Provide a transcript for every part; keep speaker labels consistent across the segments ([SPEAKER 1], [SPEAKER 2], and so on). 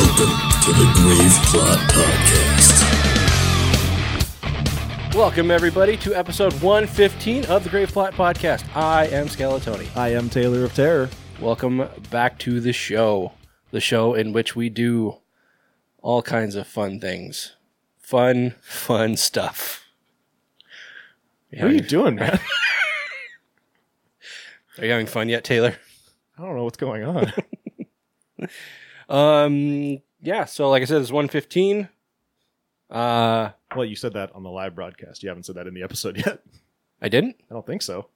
[SPEAKER 1] to the Grave Plot Podcast.
[SPEAKER 2] Welcome, everybody, to episode 115 of the Grave Plot Podcast. I am Skeletoni.
[SPEAKER 3] I am Taylor of Terror.
[SPEAKER 2] Welcome back to the show, the show in which we do all kinds of fun things. Fun, fun stuff. You
[SPEAKER 3] What are you
[SPEAKER 2] having,
[SPEAKER 3] doing, man?
[SPEAKER 2] are you having fun yet, Taylor?
[SPEAKER 3] I don't know what's going on.
[SPEAKER 2] Um, yeah, so like I said, it's 115. Uh,
[SPEAKER 3] well, you said that on the live broadcast. You haven't said that in the episode yet.
[SPEAKER 2] I didn't.
[SPEAKER 3] I don't think so.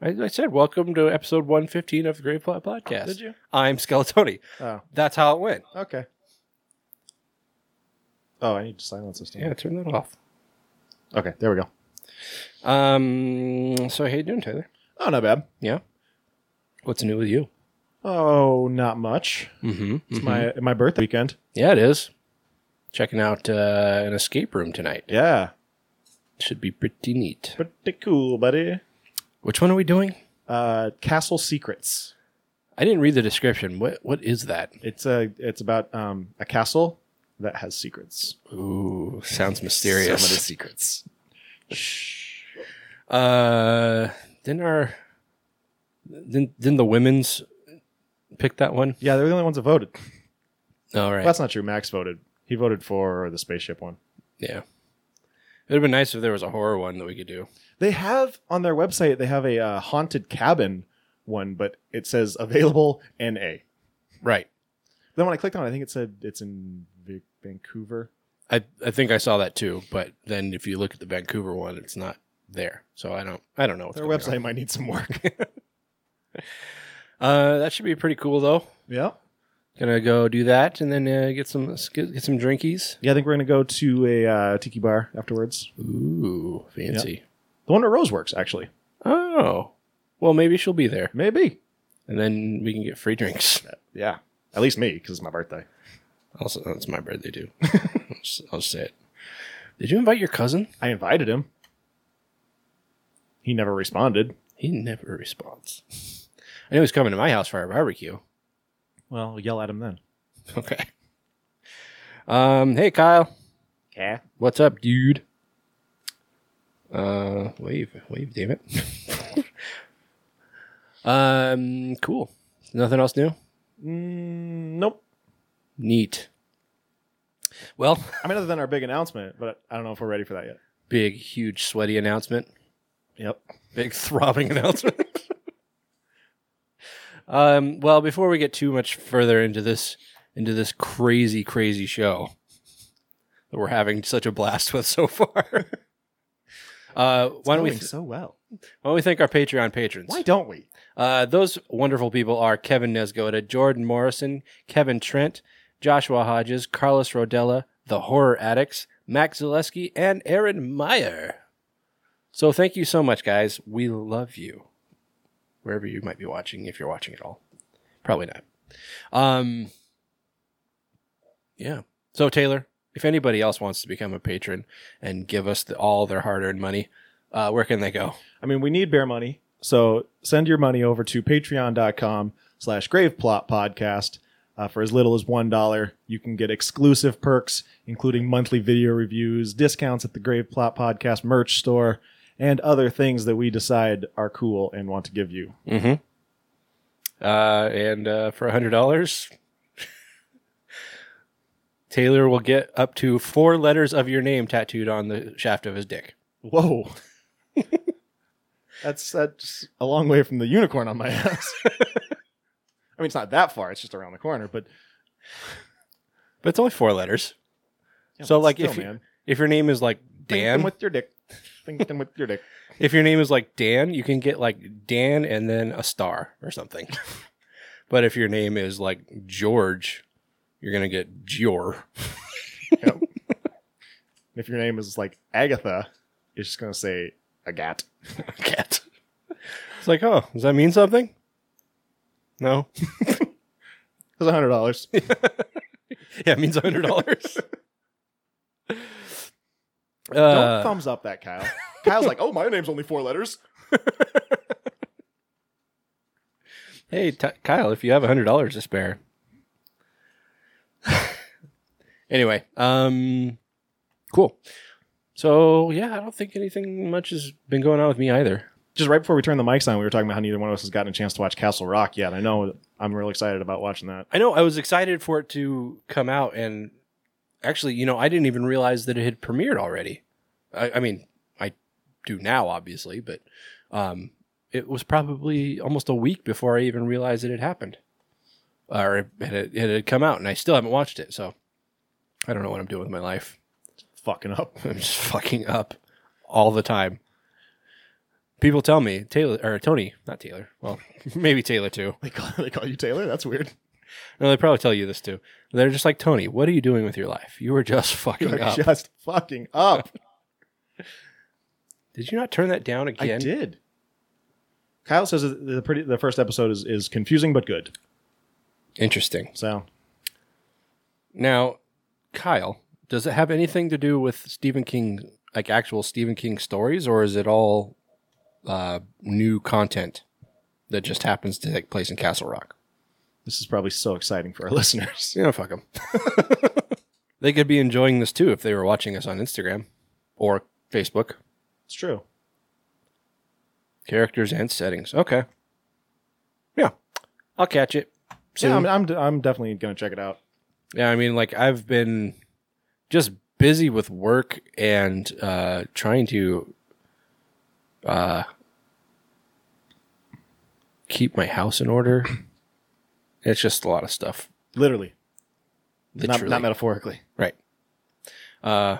[SPEAKER 2] I, I said, welcome to episode 115 of the Grave Plot Podcast.
[SPEAKER 3] Did you?
[SPEAKER 2] I'm Skeletoni.
[SPEAKER 3] Oh,
[SPEAKER 2] That's how it went.
[SPEAKER 3] okay. Oh, I need to silence this.
[SPEAKER 2] Yeah,
[SPEAKER 3] thing.
[SPEAKER 2] turn that off.
[SPEAKER 3] Okay, there we go.
[SPEAKER 2] Um. So how you doing, Taylor?
[SPEAKER 3] Oh, not bad.
[SPEAKER 2] Yeah. What's new with you?
[SPEAKER 3] Oh, not much.
[SPEAKER 2] Mm-hmm.
[SPEAKER 3] It's my my birthday weekend.
[SPEAKER 2] yeah, it is. Checking out uh, an escape room tonight.
[SPEAKER 3] Yeah,
[SPEAKER 2] Should be pretty neat.
[SPEAKER 3] pretty cool, buddy.
[SPEAKER 2] Which one are we doing?
[SPEAKER 3] Uh, Castle Secrets.
[SPEAKER 2] I didn't read the description. What What is that?
[SPEAKER 3] It's a it's about um, a castle that has secrets.
[SPEAKER 2] Ooh, sounds
[SPEAKER 3] Some of the
[SPEAKER 2] mysterious.
[SPEAKER 3] secrets.
[SPEAKER 2] Uh, didn't our didn't didn't the women's pick that one?
[SPEAKER 3] Yeah, they're the only ones that voted.
[SPEAKER 2] All right.
[SPEAKER 3] That's not true. Max voted. He voted for the spaceship one.
[SPEAKER 2] yeah. It would have been nice if there was a horror one that we could do.
[SPEAKER 3] They have on their website they have a uh, haunted cabin one, but it says available NA.
[SPEAKER 2] Right.
[SPEAKER 3] Then when I clicked on, it, I think it said it's in Va- Vancouver.
[SPEAKER 2] I, I think I saw that too, but then if you look at the Vancouver one, it's not there. So I don't I don't know. What's
[SPEAKER 3] Their
[SPEAKER 2] going
[SPEAKER 3] website might need some work.
[SPEAKER 2] on. Uh, that should be pretty cool though.
[SPEAKER 3] yeah,
[SPEAKER 2] Gonna go do that and then uh, get some get, get some drinkies.
[SPEAKER 3] yeah. I think we're gonna go to a uh, tiki bar afterwards.
[SPEAKER 2] Ooh, fancy.
[SPEAKER 3] The one where Rose works, actually.
[SPEAKER 2] Oh, well maybe she'll be there,
[SPEAKER 3] Maybe.
[SPEAKER 2] and then we can get free drinks.
[SPEAKER 3] Yeah. At least me, because it's my birthday.
[SPEAKER 2] Also, that's my birthday too. I'll, just, I'll just say it. Did you invite your cousin?
[SPEAKER 3] I invited him. He never responded.
[SPEAKER 2] He never responds. I know he's coming to my house for our barbecue.
[SPEAKER 3] Well, yell at him then.
[SPEAKER 2] Okay. Um. Hey, Kyle.
[SPEAKER 3] Yeah.
[SPEAKER 2] What's up, dude? Uh, wave, wave, damn it. um, cool. Nothing else new?
[SPEAKER 3] Mm, nope.
[SPEAKER 2] Neat. Well,
[SPEAKER 3] I mean, other than our big announcement, but I don't know if we're ready for that yet.
[SPEAKER 2] big, huge, sweaty announcement.
[SPEAKER 3] Yep.
[SPEAKER 2] Big, throbbing announcement. um, well, before we get too much further into this, into this crazy, crazy show that we're having such a blast with so far. Uh, why don't we th-
[SPEAKER 3] so well?
[SPEAKER 2] why don't we thank our Patreon patrons?
[SPEAKER 3] Why don't we?
[SPEAKER 2] Uh, those wonderful people are Kevin Nesgoda, Jordan Morrison, Kevin Trent, Joshua Hodges, Carlos Rodella, The Horror Addicts, Max Zaleski, and Aaron Meyer. So thank you so much, guys. We love you. Wherever you might be watching, if you're watching at all. Probably not. Um, yeah. So, Taylor, if anybody else wants to become a patron and give us the, all their hard earned money, uh, where can they go?
[SPEAKER 3] I mean, we need bear money. So send your money over to patreon.com slash graveplot podcast. Uh, for as little as $1, you can get exclusive perks, including monthly video reviews, discounts at the Grave Plot Podcast merch store, and other things that we decide are cool and want to give you.
[SPEAKER 2] Mm-hmm. Uh, and uh, for hundred dollars, Taylor will get up to four letters of your name tattooed on the shaft of his dick.
[SPEAKER 3] Whoa. that's, that's a long way from the unicorn on my ass. I mean, it's not that far, it's just around the corner, but.
[SPEAKER 2] But it's only four letters.
[SPEAKER 3] Yeah,
[SPEAKER 2] So,
[SPEAKER 3] but
[SPEAKER 2] like,
[SPEAKER 3] still,
[SPEAKER 2] if you- If your name is like Dan,
[SPEAKER 3] Think with your dick. Think them with your dick.
[SPEAKER 2] if your name is like Dan, you can get like Dan and then a star or something. but if your name is like George, you're gonna get Jor.
[SPEAKER 3] If your name is like Agatha, it's just gonna say Agat.
[SPEAKER 2] Cat. It's like, oh, does that mean something? No.
[SPEAKER 3] It's a hundred dollars.
[SPEAKER 2] Uh, Yeah, it means hundred dollars.
[SPEAKER 3] Don't
[SPEAKER 2] uh,
[SPEAKER 3] thumbs up that Kyle. Kyle's like, oh, my name's only four letters.
[SPEAKER 2] hey, Ty Kyle, if you have hundred dollars to spare, Anyway, um, cool. So yeah, I don't think anything much has been going on with me either.
[SPEAKER 3] Just right before we turned the mics on, we were talking about how neither one of us has gotten a chance to watch Castle Rock yet. I know I'm real excited about watching that.
[SPEAKER 2] I know I was excited for it to come out, and actually, you know, I didn't even realize that it had premiered already. I, I mean, I do now, obviously, but um, it was probably almost a week before I even realized it had happened, or it had, it had come out, and I still haven't watched it. So I don't know what I'm doing with my life.
[SPEAKER 3] Fucking up.
[SPEAKER 2] I'm just fucking up all the time. People tell me Taylor or Tony, not Taylor. Well, maybe Taylor too.
[SPEAKER 3] They call, they call you Taylor? That's weird.
[SPEAKER 2] No, they probably tell you this too. They're just like Tony. What are you doing with your life? You were just fucking
[SPEAKER 3] You're
[SPEAKER 2] up.
[SPEAKER 3] just fucking up.
[SPEAKER 2] Did you not turn that down again?
[SPEAKER 3] I did. Kyle says that the pretty the first episode is, is confusing but good.
[SPEAKER 2] Interesting.
[SPEAKER 3] So
[SPEAKER 2] Now, Kyle, does it have anything to do with Stephen King, like actual Stephen King stories, or is it all uh, new content that just happens to take place in Castle Rock?
[SPEAKER 3] this is probably so exciting for our listeners.
[SPEAKER 2] You know, fuck them. they could be enjoying this too if they were watching us on Instagram or Facebook.
[SPEAKER 3] It's true.
[SPEAKER 2] Characters and settings. Okay. Yeah, I'll catch it.
[SPEAKER 3] yeah,
[SPEAKER 2] soon.
[SPEAKER 3] I'm, I'm, I'm definitely gonna check it out.
[SPEAKER 2] Yeah, I mean, like I've been just busy with work and uh, trying to uh, keep my house in order. It's just a lot of stuff,
[SPEAKER 3] Literally, not,
[SPEAKER 2] literally.
[SPEAKER 3] not metaphorically.
[SPEAKER 2] right. Uh,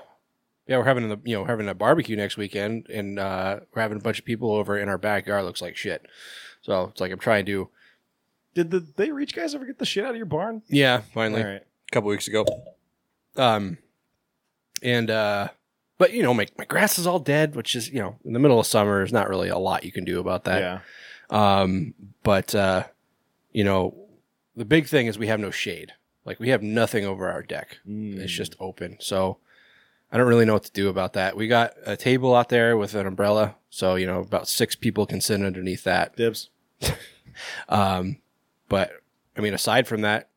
[SPEAKER 2] yeah, we're having the you know we're having a barbecue next weekend, and uh, we're having a bunch of people over, and our backyard looks like shit. So it's like I'm trying to.
[SPEAKER 3] Did the they reach guys ever get the shit out of your barn?
[SPEAKER 2] Yeah, finally.
[SPEAKER 3] All right.
[SPEAKER 2] couple weeks ago. Um, and uh, but you know, my my grass is all dead, which is you know, in the middle of summer, there's not really a lot you can do about that.
[SPEAKER 3] yeah.
[SPEAKER 2] Um, but uh, you know, the big thing is we have no shade. Like we have nothing over our deck. It's
[SPEAKER 3] Hmm.
[SPEAKER 2] just open. So I don't really know what to do about that. We got a table out there with an umbrella, so you know, about six people can sit underneath that.
[SPEAKER 3] dibs.
[SPEAKER 2] Um, but I mean, aside from that,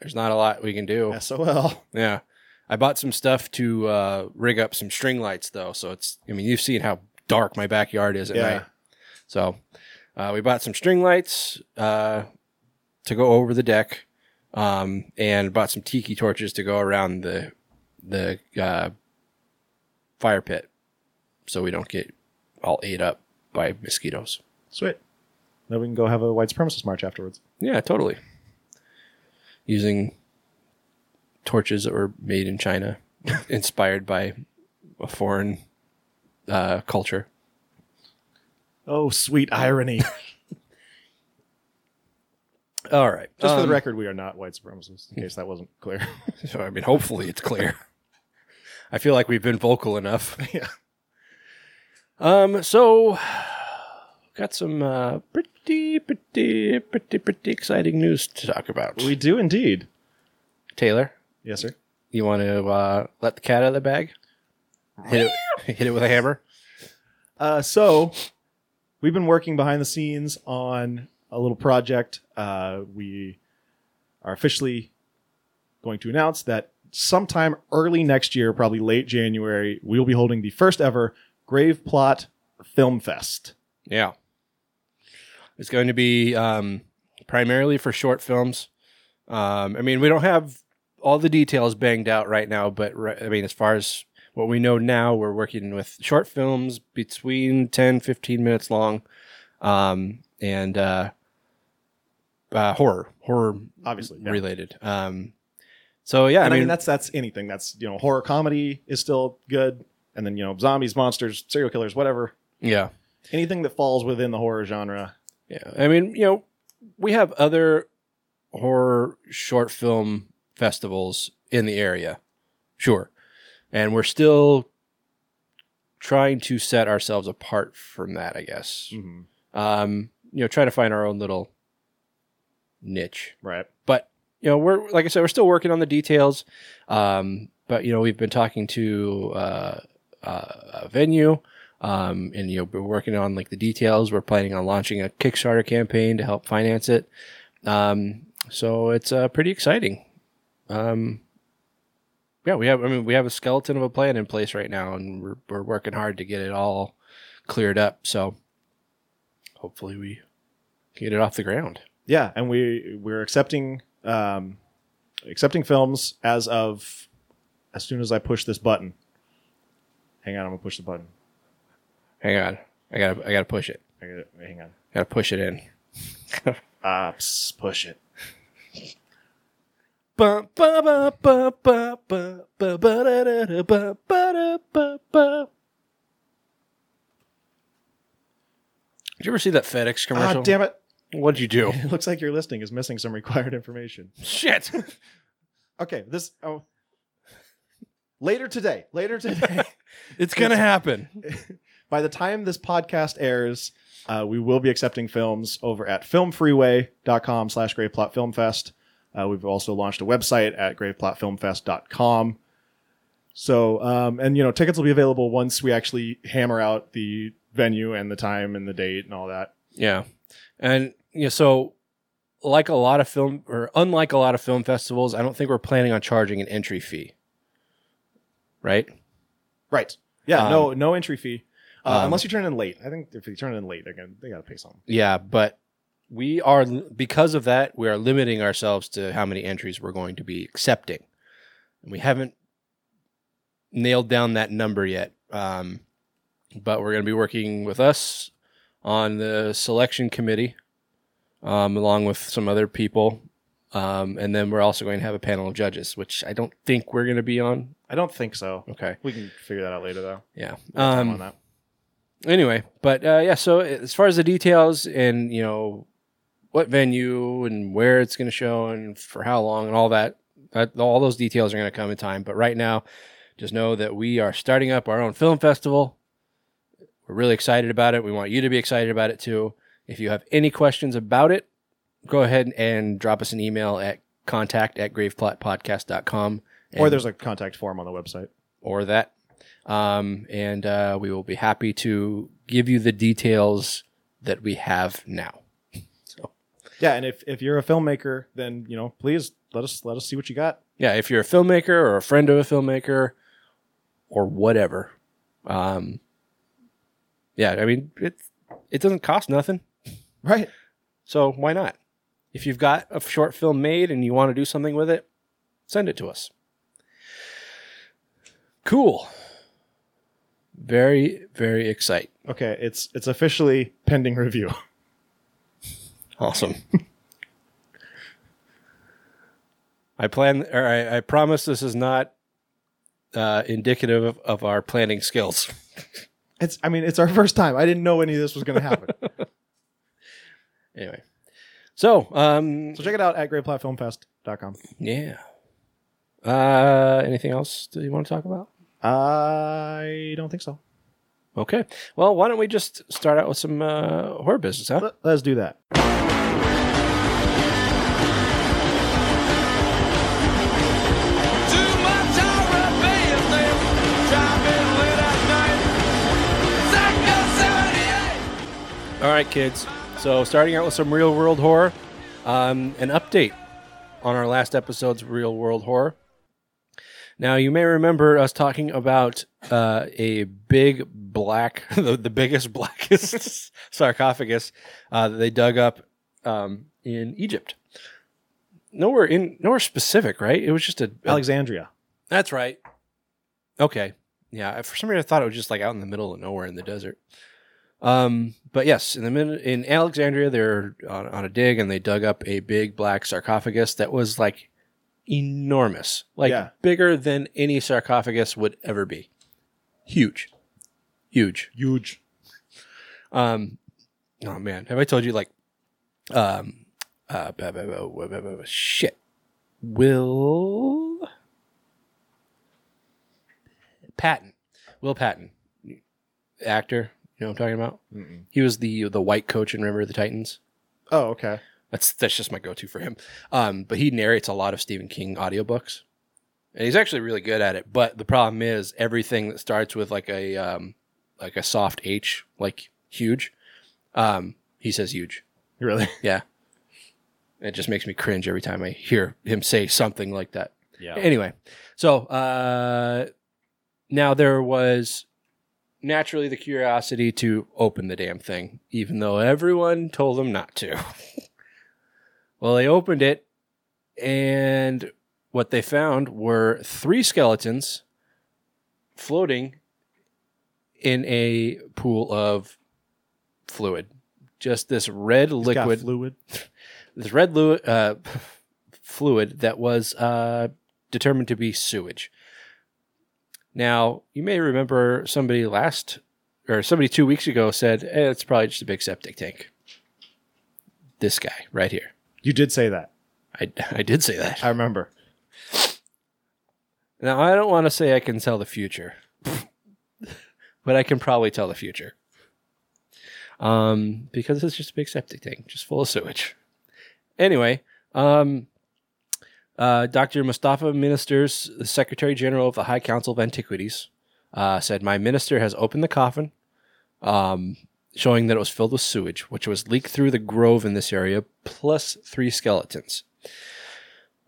[SPEAKER 2] there's not a lot we can do.
[SPEAKER 3] Sol.
[SPEAKER 2] Yeah. I bought some stuff to uh, rig up some string lights, though. So it's, I mean, you've seen how dark my backyard is at
[SPEAKER 3] Yeah.
[SPEAKER 2] night. So uh, we bought some string lights uh, to go over the deck um, and bought some tiki torches to go around the, the uh, fire pit so we don't get all ate up by mosquitoes.
[SPEAKER 3] Sweet. Then we can go have a white supremacist march afterwards.
[SPEAKER 2] Yeah, totally. Using torches that were made in China, inspired by a foreign uh, culture.
[SPEAKER 3] Oh, sweet irony.
[SPEAKER 2] All right.
[SPEAKER 3] Just for
[SPEAKER 2] um,
[SPEAKER 3] the record, we are not white supremacists, in case that wasn't clear.
[SPEAKER 2] So, I mean, hopefully it's clear. I feel like we've been vocal enough.
[SPEAKER 3] Yeah.
[SPEAKER 2] Um. So, got some uh, pretty, pretty, pretty, pretty exciting news to talk about.
[SPEAKER 3] we do indeed.
[SPEAKER 2] Taylor,
[SPEAKER 3] Yes, sir.
[SPEAKER 2] you want to uh, let the cat out of the bag? Hit it, hit it with a hammer.
[SPEAKER 3] Uh, so we've been working behind the scenes on a little project. Uh, we are officially going to announce that sometime early next year, probably late January, we will be holding the first ever Grave Plot Film Fest.
[SPEAKER 2] Yeah. It's going to be um, primarily for short films. Um, I mean, we don't have all the details banged out right now, but ri- I mean, as far as what we know now, we're working with short films between 10, 15 minutes long um, and uh, uh, horror, horror
[SPEAKER 3] Obviously, yeah.
[SPEAKER 2] related. Um, so, yeah,
[SPEAKER 3] and I mean, that's that's anything. That's you know, horror comedy is still good, and then you know, zombies, monsters, serial killers, whatever.
[SPEAKER 2] yeah.
[SPEAKER 3] Anything that falls within the horror genre.
[SPEAKER 2] Yeah. I mean, you know, we have other horror short film festivals in the area. Sure. And we're still trying to set ourselves apart from that, I guess.
[SPEAKER 3] Mhm.
[SPEAKER 2] Um, you know, trying to find our own little niche
[SPEAKER 3] Right.
[SPEAKER 2] but you know we're like i said we're still working on the details um, but you know we've been talking to uh, uh, a venue um, and you know we're working on like the details we're planning on launching a kickstarter campaign to help finance it um, so it's uh, pretty exciting um, yeah, we have. I mean, we have a skeleton of a plan in place right now, and we're we're working hard to get it all cleared up. So hopefully we get it off the ground.
[SPEAKER 3] Yeah, and we we're accepting um, accepting films as of as soon as I push this button. Hang on, I'm gonna push the button.
[SPEAKER 2] Hang on, I gotta I gotta push it.
[SPEAKER 3] I gotta, hang on.
[SPEAKER 2] gotta push it in.
[SPEAKER 3] Ah, pss, push it.
[SPEAKER 2] Bum, bum, bum, bum, bum, bum, bum, ba-da-da-da, bum, ba-da-ba-ba. Did you ever see that FedEx
[SPEAKER 3] Ah,
[SPEAKER 2] commercial?
[SPEAKER 3] damn it!
[SPEAKER 2] What'd you do?
[SPEAKER 3] It looks like your listing is missing some required information.
[SPEAKER 2] Shit.
[SPEAKER 3] Okay, this oh. Later today, later today.
[SPEAKER 2] It's gonna happen.
[SPEAKER 3] By the time this podcast airs, uh, we will be accepting films over at filmfreeway.com slash graveplotfilmfest. Uh, we've also launched a website at graveplotfilmfest.com. So, um, and, you know, tickets will be available once we actually hammer out the venue and the time and the date and all that.
[SPEAKER 2] Yeah. And you know, so like a lot of film or unlike a lot of film festivals, I don't think we're planning on charging an entry fee. Right?
[SPEAKER 3] Right. Yeah,
[SPEAKER 2] Um,
[SPEAKER 3] no no entry fee. Uh,
[SPEAKER 2] um,
[SPEAKER 3] unless you turn in late. I think if you turn in late, they're gonna, they got to pay something.
[SPEAKER 2] Yeah, but we are because of that, we are limiting ourselves to how many entries we're going to be accepting. And we haven't nailed down that number yet. Um, but we're going to be working with us on the selection committee, um, along with some other people. Um, and then we're also going to have a panel of judges, which I don't think we're going to be on.
[SPEAKER 3] I don't think so.
[SPEAKER 2] Okay.
[SPEAKER 3] We can figure that out later, though.
[SPEAKER 2] Yeah.
[SPEAKER 3] We'll have time
[SPEAKER 2] Um,
[SPEAKER 3] on that.
[SPEAKER 2] anyway, but uh, yeah, so as far as the details and you know what venue and where it's going to show and for how long and all that, that all those details are going to come in time. But right now, just know that we are starting up our own film festival. We're really excited about it. We want you to be excited about it too. If you have any questions about it, go ahead and drop us an email at contact at graveplotpodcast.com.
[SPEAKER 3] Or
[SPEAKER 2] And-
[SPEAKER 3] there's a contact form on the website.
[SPEAKER 2] or that. Um, and uh, we will be happy to give you the details that we have now.
[SPEAKER 3] Yeah, and if if you're a filmmaker, then you know, please let us let us see what you got.
[SPEAKER 2] Yeah, if you're a filmmaker or a friend of a filmmaker or whatever, um, yeah, I mean it. It doesn't cost nothing,
[SPEAKER 3] Right.
[SPEAKER 2] so why not? If you've got a short film made and you want to do something with it, send it to us. Cool. Very, very exciting.
[SPEAKER 3] Okay, it's it's officially pending review.
[SPEAKER 2] Awesome. I plan, or I, I promise this is not uh, indicative of, of our planning skills.
[SPEAKER 3] It's I mean, it's our first time. I didn't know any of this was going to happen.
[SPEAKER 2] Anyway, so um,
[SPEAKER 3] so check it out at greatplatformfest.com.
[SPEAKER 2] yeah. Uh, anything else that you want to talk about?
[SPEAKER 3] I don't think so.
[SPEAKER 2] Okay. Well, why don't we just start out with some uh, horror business, huh?
[SPEAKER 3] Let, us do that.
[SPEAKER 2] All right, kids. So, starting out with some real world horror, um, an update on our last episode's real world horror. Now, you may remember us talking about uh, a big black, the, the biggest, blackest sarcophagus uh, that they dug up um, in Egypt. Nowhere in nowhere specific, right? It was just a.
[SPEAKER 3] Alexandria.
[SPEAKER 2] That's right. Okay. Yeah. For some reason, I thought it was just like out in the middle of nowhere in the desert. Um, but yes, in the mid- in Alexandria, they're on, on a dig and they dug up a big black sarcophagus that was like enormous, like
[SPEAKER 3] Yeah.
[SPEAKER 2] bigger than any sarcophagus would ever be. Huge, huge.
[SPEAKER 3] Huge.
[SPEAKER 2] Um, oh man, have I told you like, um, uh, ba- ba- ba- ba- ba- ba- ba- shit, Will Patton, Will Patton, actor. You know what I'm talking about?
[SPEAKER 3] Mm-mm.
[SPEAKER 2] He was the the white coach in Remember the Titans.
[SPEAKER 3] Oh, okay.
[SPEAKER 2] That's that's just my go-to for him. Um, but he narrates a lot of Stephen King audiobooks, and he's actually really good at it. But the problem is everything that starts with like a um, like a soft H, like huge. Um, he says huge.
[SPEAKER 3] Really?
[SPEAKER 2] It just makes me cringe every time I hear him say something like that.
[SPEAKER 4] Yeah.
[SPEAKER 2] Anyway, so uh, now there was naturally the curiosity to open the damn thing, even though everyone told them not to. well, they opened it, and what they found were three skeletons floating in a pool of fluid. Just this red
[SPEAKER 3] It's got
[SPEAKER 2] liquid
[SPEAKER 3] fluid.
[SPEAKER 2] this red lu- uh, fluid that was uh, determined to be sewage. Now, you may remember somebody last or somebody two weeks ago said, eh, it's probably just a big septic tank. This guy right here.
[SPEAKER 3] You did say that.
[SPEAKER 2] I, I did say that.
[SPEAKER 3] I remember.
[SPEAKER 2] Now, I don't want to say I can tell the future, but I can probably tell the future. Um, because it's just a big septic tank, just full of sewage. Anyway, um, uh, Dr. Mustafa Ministers, the Secretary General of the High Council of Antiquities, uh, said, My minister has opened the coffin, um, showing that it was filled with sewage, which was leaked through the grove in this area, plus three skeletons.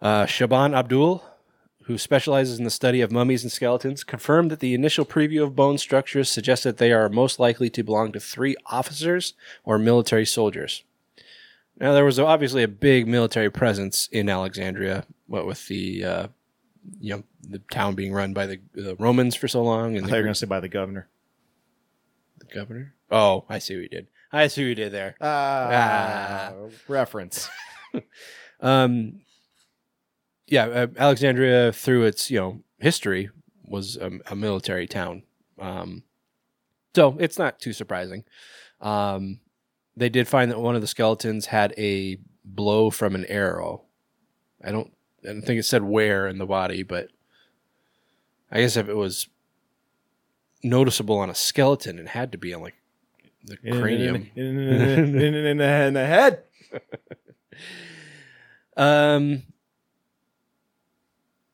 [SPEAKER 2] Uh, Shaban Abdul, who specializes in the study of mummies and skeletons, confirmed that the initial preview of bone structures suggests that they are most likely to belong to three officers or military soldiers. Now, there was obviously a big military presence in Alexandria, what with the, uh, you know, the town being run by the, the Romans for so long, and the
[SPEAKER 3] I thought you were going to say by the governor.
[SPEAKER 2] the governor? Oh, I see what you did. I see what you did there.
[SPEAKER 3] Ah, reference.
[SPEAKER 2] Um, yeah, uh, Alexandria, through its you know history, was a, a military town. Um, so it's not too surprising. Um, they did find that one of the skeletons had a blow from an arrow. I don't, I don't think it said where in the body, but I guess if it was noticeable on a skeleton, it had to be on like the cranium.
[SPEAKER 3] In, in, in, in, in, in, in the head.
[SPEAKER 2] Um.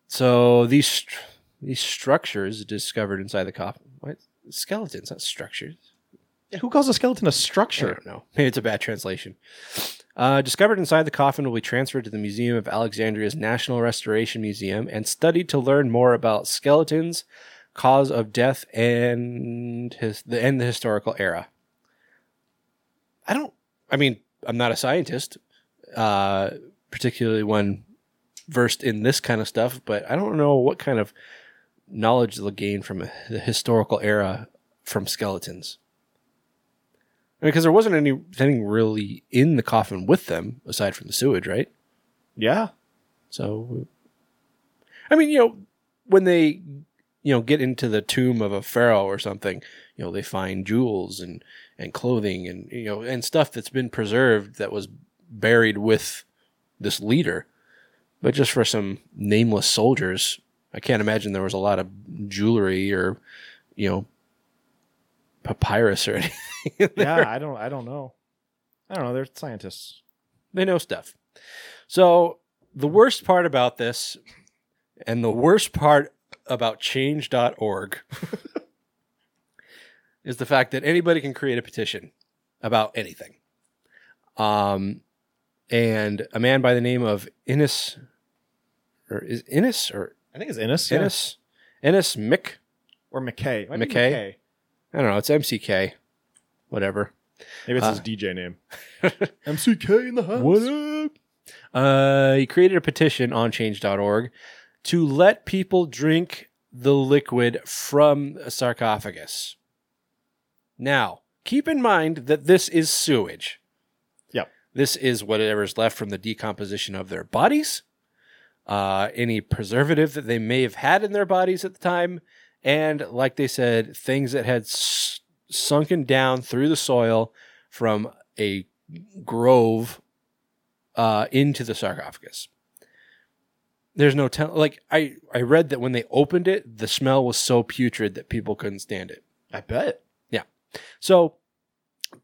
[SPEAKER 2] So these str- these structures discovered inside the coffin. What skeletons? Not structures.
[SPEAKER 3] Who calls a skeleton a
[SPEAKER 2] I
[SPEAKER 3] structure?
[SPEAKER 2] don't know. Maybe it's a bad translation. Uh, discovered inside the coffin will be transferred to the Museum of Alexandria's National Restoration Museum and studied to learn more about skeletons, cause of death, and his the and the historical era. I don't. I mean, I'm not a scientist, uh, particularly one versed in this kind of stuff, but I don't know what kind of knowledge they'll gain from the historical era from skeletons because there wasn't any anything really in the coffin with them aside from the sewage, right?
[SPEAKER 3] Yeah.
[SPEAKER 2] So, I mean, you know, when they you know get into the tomb of a pharaoh or something, you know, they find jewels and and clothing and you know and stuff that's been preserved that was buried with this leader. But just for some nameless soldiers, I can't imagine there was a lot of jewelry or you know papyrus or anything. in there.
[SPEAKER 3] Yeah. I don't. I don't know. I don't know. They're scientists.
[SPEAKER 2] They know stuff. So the worst part about this and the worst part about change.org is the fact that anybody can create a petition about anything. Um, and a man by the name of Innes, or is Innes or
[SPEAKER 3] I think it's Ennis. yeah.
[SPEAKER 2] Innes? Innes Mick
[SPEAKER 3] or McKay. Might be
[SPEAKER 2] McKay? I don't know. It's MCK. Whatever.
[SPEAKER 3] Maybe it's
[SPEAKER 2] Uh,
[SPEAKER 3] his DJ name. MCK in the house.
[SPEAKER 2] up? Uh, he created a petition on change.org to let people drink the liquid from a sarcophagus. Now, keep in mind that this is sewage.
[SPEAKER 3] Yep.
[SPEAKER 2] This is whatever's left from the decomposition of their bodies, uh, any preservative that they may have had in their bodies at the time, and like they said, things that had s- sunken down through the soil from a grove uh, into the sarcophagus. There's no tell. Like I, I read that when they opened it, the smell was so putrid that people couldn't stand it.
[SPEAKER 3] I bet.
[SPEAKER 2] So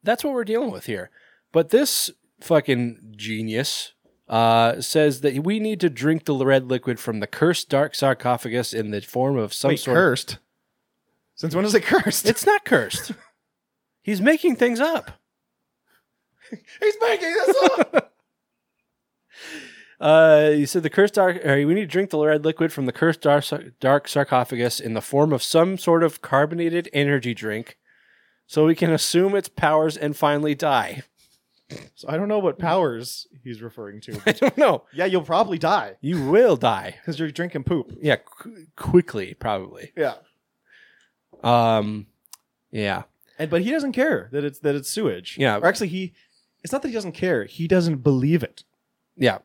[SPEAKER 2] that's what we're dealing with here. But this fucking genius uh, says that we need to drink the red liquid from the cursed dark sarcophagus in the form of some
[SPEAKER 3] Wait,
[SPEAKER 2] sort. of-
[SPEAKER 3] cursed. Since when is it cursed?
[SPEAKER 2] It's not cursed. He's making things up.
[SPEAKER 3] He's making this up.
[SPEAKER 2] Uh, you said the cursed dark. Or we need to drink the red liquid from the cursed dark, dark sarcophagus in the form of some sort of carbonated energy drink, so we can assume its powers and finally die.
[SPEAKER 3] So I don't know what powers he's referring to.
[SPEAKER 2] I
[SPEAKER 3] but
[SPEAKER 2] don't know.
[SPEAKER 3] yeah, you'll probably die
[SPEAKER 2] Oh, You will die.
[SPEAKER 3] because you're drinking poop.
[SPEAKER 2] Yeah, qu- quickly probably.
[SPEAKER 3] Yeah,
[SPEAKER 2] Um, yeah.
[SPEAKER 3] and but he doesn't care that it's that it's sewage.
[SPEAKER 2] Yeah.
[SPEAKER 3] or actually, he. It's not that he doesn't care. He doesn't believe it.
[SPEAKER 2] Yeah.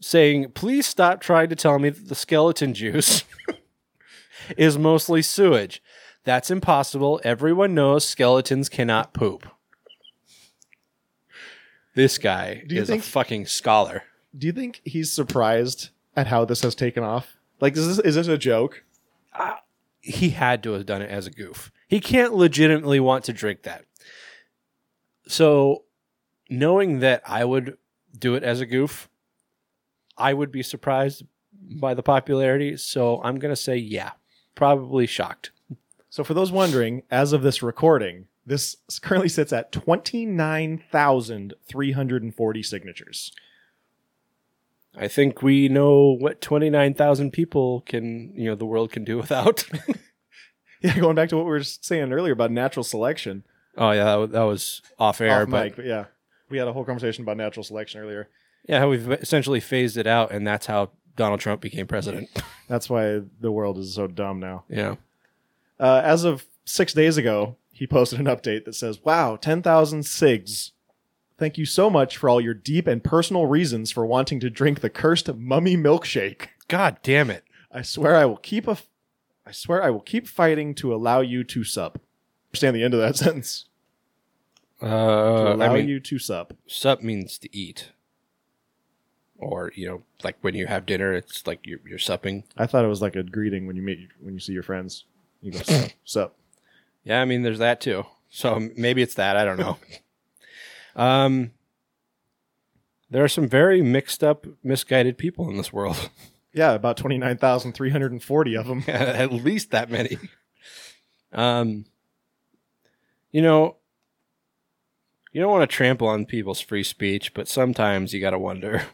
[SPEAKER 2] Saying, please stop trying to tell me that the skeleton juice is mostly sewage. That's impossible. Everyone knows skeletons cannot poop. This guy
[SPEAKER 3] Do you
[SPEAKER 2] is
[SPEAKER 3] think-
[SPEAKER 2] a fucking scholar.
[SPEAKER 3] Do you think he's surprised at how this has taken off? Like, is this is this a joke?
[SPEAKER 2] He had to have done it as a goof. He can't legitimately want to drink that. So, knowing that I would do it as a goof, I would be surprised by the popularity. So, I'm going to say, yeah, probably shocked.
[SPEAKER 3] So, for those wondering, as of this recording, this currently sits at twenty nine thousand three hundred and forty signatures.
[SPEAKER 2] I think we know what 29,000 people can, you know, the world can do without.
[SPEAKER 3] Yeah, going back to what we were saying earlier about natural selection.
[SPEAKER 2] oh, yeah, that, wa- that was off air.
[SPEAKER 3] Off
[SPEAKER 2] but
[SPEAKER 3] mic, but yeah, we had a whole conversation about natural selection earlier.
[SPEAKER 2] yeah, how we've essentially phased it out, and that's how Donald Trump became president.
[SPEAKER 3] That's why the world is so dumb now.
[SPEAKER 2] yeah.
[SPEAKER 3] Uh, as of six days ago, he posted an update that says, "Wow, ten thousand sigs." Thank you so much for all your deep and personal reasons for wanting to drink the cursed mummy milkshake.
[SPEAKER 2] God damn it.
[SPEAKER 3] I swear I will keep a, f- I swear I will keep fighting to allow you to sup. Understand the end of that sentence. To
[SPEAKER 2] Uh, I
[SPEAKER 3] allow
[SPEAKER 2] mean,
[SPEAKER 3] you to sup.
[SPEAKER 2] sup means to eat. Or, you know, like when you have dinner, it's like you're, you're supping.
[SPEAKER 3] I thought it was like a greeting when you meet when you see your friends. You go sup. sup.
[SPEAKER 2] Yeah, I mean, there's that too. So m- maybe it's that. I don't know. um, there are some very mixed up, misguided people in this world.
[SPEAKER 3] Yeah, about 29,340 of them.
[SPEAKER 2] At least that many. Um, you know, you don't want to trample on people's free speech, but sometimes you got to wonder.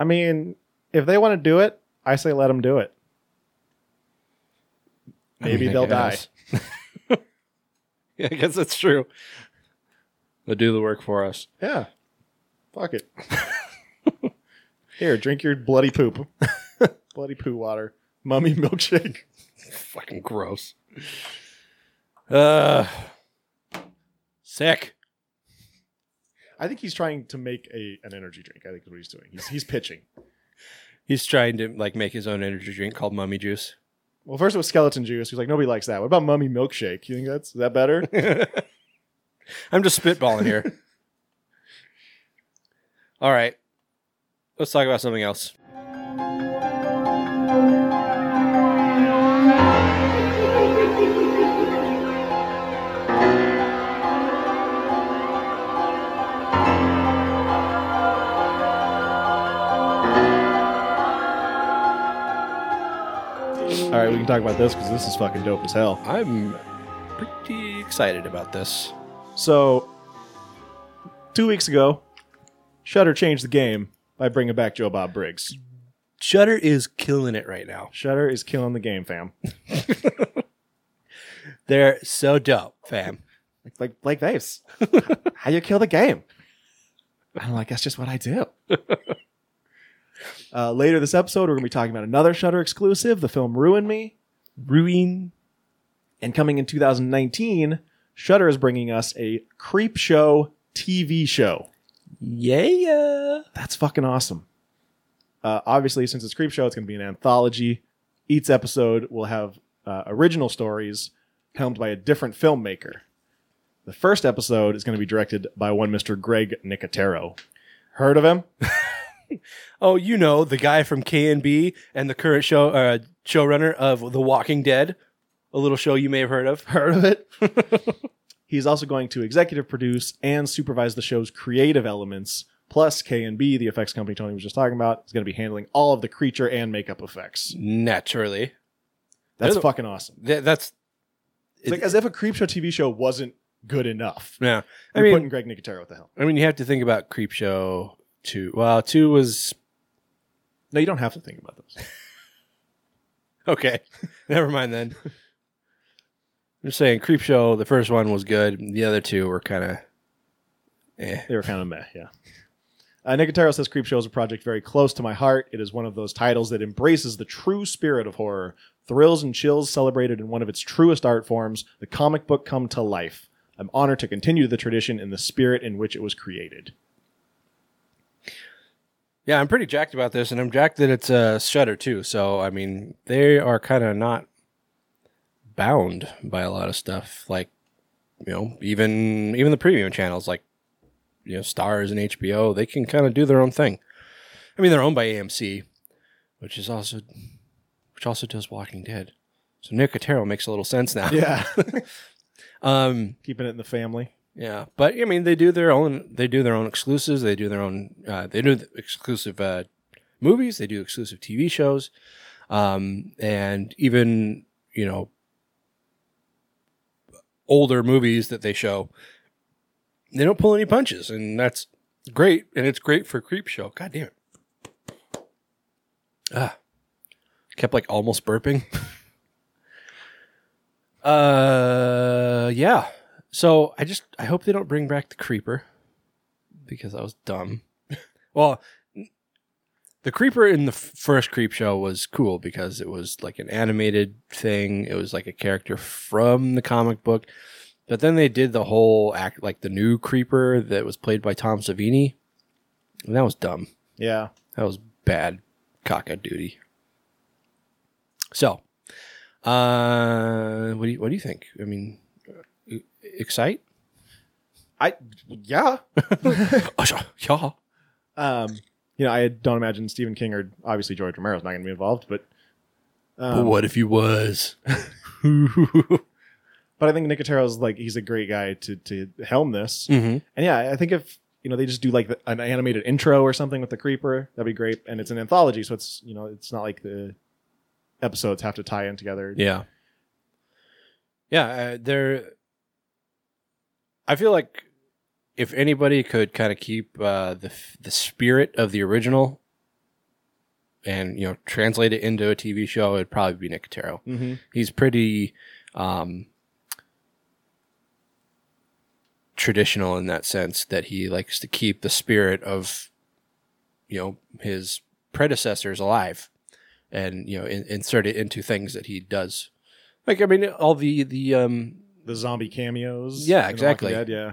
[SPEAKER 3] I mean, if they want to do it, I say let them do it. Maybe they'll die.
[SPEAKER 2] die. yeah, I guess that's true. They'll do the work for us.
[SPEAKER 3] Yeah. Fuck it. Here, drink your bloody poop. bloody poo water. Mummy milkshake.
[SPEAKER 2] Fucking gross. Uh, sick.
[SPEAKER 3] I think he's trying to make a an energy drink. I think is what he's doing. He's, he's pitching.
[SPEAKER 2] He's trying to like make his own energy drink called Mummy Juice.
[SPEAKER 3] Well, first it was skeleton juice. He's like, nobody likes that. What about mummy milkshake? You think that's is that better?
[SPEAKER 2] I'm just spitballing here. All right, let's talk about something else.
[SPEAKER 3] All right, we can talk about this because this is fucking dope as hell.
[SPEAKER 2] I'm pretty excited about this.
[SPEAKER 3] So, two weeks ago, Shutter changed the game by bringing back Joe Bob Briggs.
[SPEAKER 2] Shutter is killing it right now.
[SPEAKER 3] Shutter is killing the game, fam.
[SPEAKER 2] They're so dope, fam.
[SPEAKER 3] Like like like this. How you kill the game? I'm like, that's just what I do. uh, later this episode, we're gonna be talking about another Shutter exclusive, the film Ruin Me.
[SPEAKER 2] Ruin
[SPEAKER 3] And coming in 2019, Shutter is bringing us a creep show TV show.
[SPEAKER 2] Yeah.
[SPEAKER 3] That's fucking awesome. Uh, obviously, since it's Creep Show, it's going to be an anthology. Each episode will have uh, original stories helmed by a different filmmaker. The first episode is going to be directed by one Mr. Greg Nicotero. Heard of him?
[SPEAKER 2] Oh, you know, the guy from K&B and the current show uh, showrunner of The Walking Dead, a little show you may have heard of.
[SPEAKER 3] Heard of it? He's also going to executive produce and supervise the show's creative elements. Plus, K and B, the effects company Tony was just talking about, is going to be handling all of the creature and makeup effects.
[SPEAKER 2] Naturally.
[SPEAKER 3] That's
[SPEAKER 2] They're the-
[SPEAKER 3] fucking awesome.
[SPEAKER 2] Th- that's
[SPEAKER 3] It's like as if a Creep Show TV show wasn't good enough.
[SPEAKER 2] yeah. I
[SPEAKER 3] You're
[SPEAKER 2] mean,
[SPEAKER 3] putting Greg Nicotero at the helm.
[SPEAKER 2] I mean you have to think about Creepshow two. Well, two was
[SPEAKER 3] No, you don't have to think about those.
[SPEAKER 2] okay. Never mind then. I'm just saying, Creepshow. The first one was good. The other two were kind of, eh.
[SPEAKER 3] They were kind of meh, yeah. Uh, Nicotero says Creepshow is a project very close to my heart. It is one of those titles that embraces the true spirit of horror, thrills and chills celebrated in one of its truest art forms, the comic book come to life. I'm honored to continue the tradition in the spirit in which it was created.
[SPEAKER 2] Yeah, I'm pretty jacked about this, and I'm jacked that it's a Shutter too. So I mean, they are kind of not bound by a lot of stuff. Like, you know, even even the premium channels, like you know, Stars and HBO, they can kind of do their own thing. I mean, they're owned by AMC, which is also which also does Walking Dead. So Nick Otero makes a little sense now.
[SPEAKER 3] Yeah.
[SPEAKER 2] Um,
[SPEAKER 3] Keeping it in the family.
[SPEAKER 2] yeah, but I mean, they do their own. They do their own exclusives. They do their own. Uh, they do the exclusive uh, movies. They do exclusive TV shows, um, and even you know older movies that they show. They don't pull any punches, and that's great. And it's great for creep show. God damn it! Ah, kept like almost burping. uh, yeah. So I just I hope they don't bring back the creeper because that was dumb. well, the creeper in the f- first creep show was cool because it was like an animated thing. It was like a character from the comic book. But then they did the whole act like the new creeper that was played by Tom Savini. And that was dumb.
[SPEAKER 3] Yeah.
[SPEAKER 2] That was bad cockadoo duty. So, uh, what do you, what do you think? I mean, e- excite?
[SPEAKER 3] I yeah.
[SPEAKER 2] Oh, sure. yeah.
[SPEAKER 3] Um, you know, I don't imagine Stephen King or obviously George Romero's not going to be involved, but um,
[SPEAKER 2] what if he was? Mm-hmm.
[SPEAKER 3] but I think Nicotero's like he's a great guy to to helm this. And yeah, I think if you know they just do like the, an animated intro or something with the creeper, that'd be great. And it's an anthology, so it's you know it's not like the episodes have to tie in together.
[SPEAKER 2] Yeah. Yeah, uh, there. I feel like if anybody could kind of keep uh, the f- the spirit of the original and you know translate it into a TV show, it'd probably be Nick Nicotero.
[SPEAKER 3] Mhm.
[SPEAKER 2] he's pretty um traditional in that sense that he likes to keep the spirit of you know his predecessors alive and you know in, insert it into things that he does like i mean all the the um
[SPEAKER 3] The zombie cameos.
[SPEAKER 2] Yeah,
[SPEAKER 3] in The Walking
[SPEAKER 2] exactly.
[SPEAKER 3] Dead, yeah,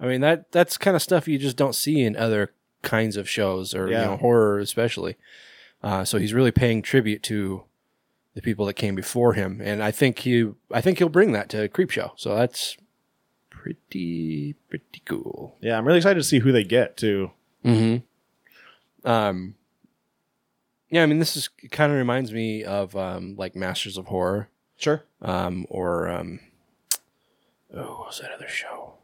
[SPEAKER 2] i mean that that's kind of stuff you just don't see in other kinds of shows or
[SPEAKER 3] Yeah.
[SPEAKER 2] you know horror especially uh, so he's really paying tribute to the people that came before him, and I think he, I think he'll bring that to Creepshow. So that's pretty, pretty cool.
[SPEAKER 3] yeah. I'm really excited to see who they get too.
[SPEAKER 2] Mm-hmm. Um, yeah, I mean, this is kind of reminds me of um, like Masters of Horror,
[SPEAKER 3] Sure.
[SPEAKER 2] um, or um, oh, what was that other show?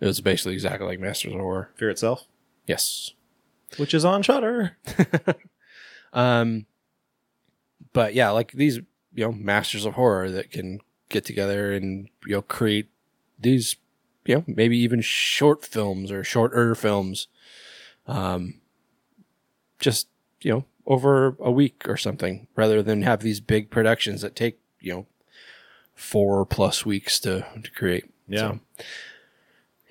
[SPEAKER 2] It was basically exactly like Masters of Horror.
[SPEAKER 3] Fear itself,
[SPEAKER 2] Yes,
[SPEAKER 3] which is on Shutter.
[SPEAKER 2] Um, but yeah, like these, you know, masters of horror that can get together and you know create these, you know, maybe even short films or shorter films, um, just you know over a week or something, rather than have these big productions that take you know four plus weeks to to create.
[SPEAKER 3] Yeah,
[SPEAKER 2] So,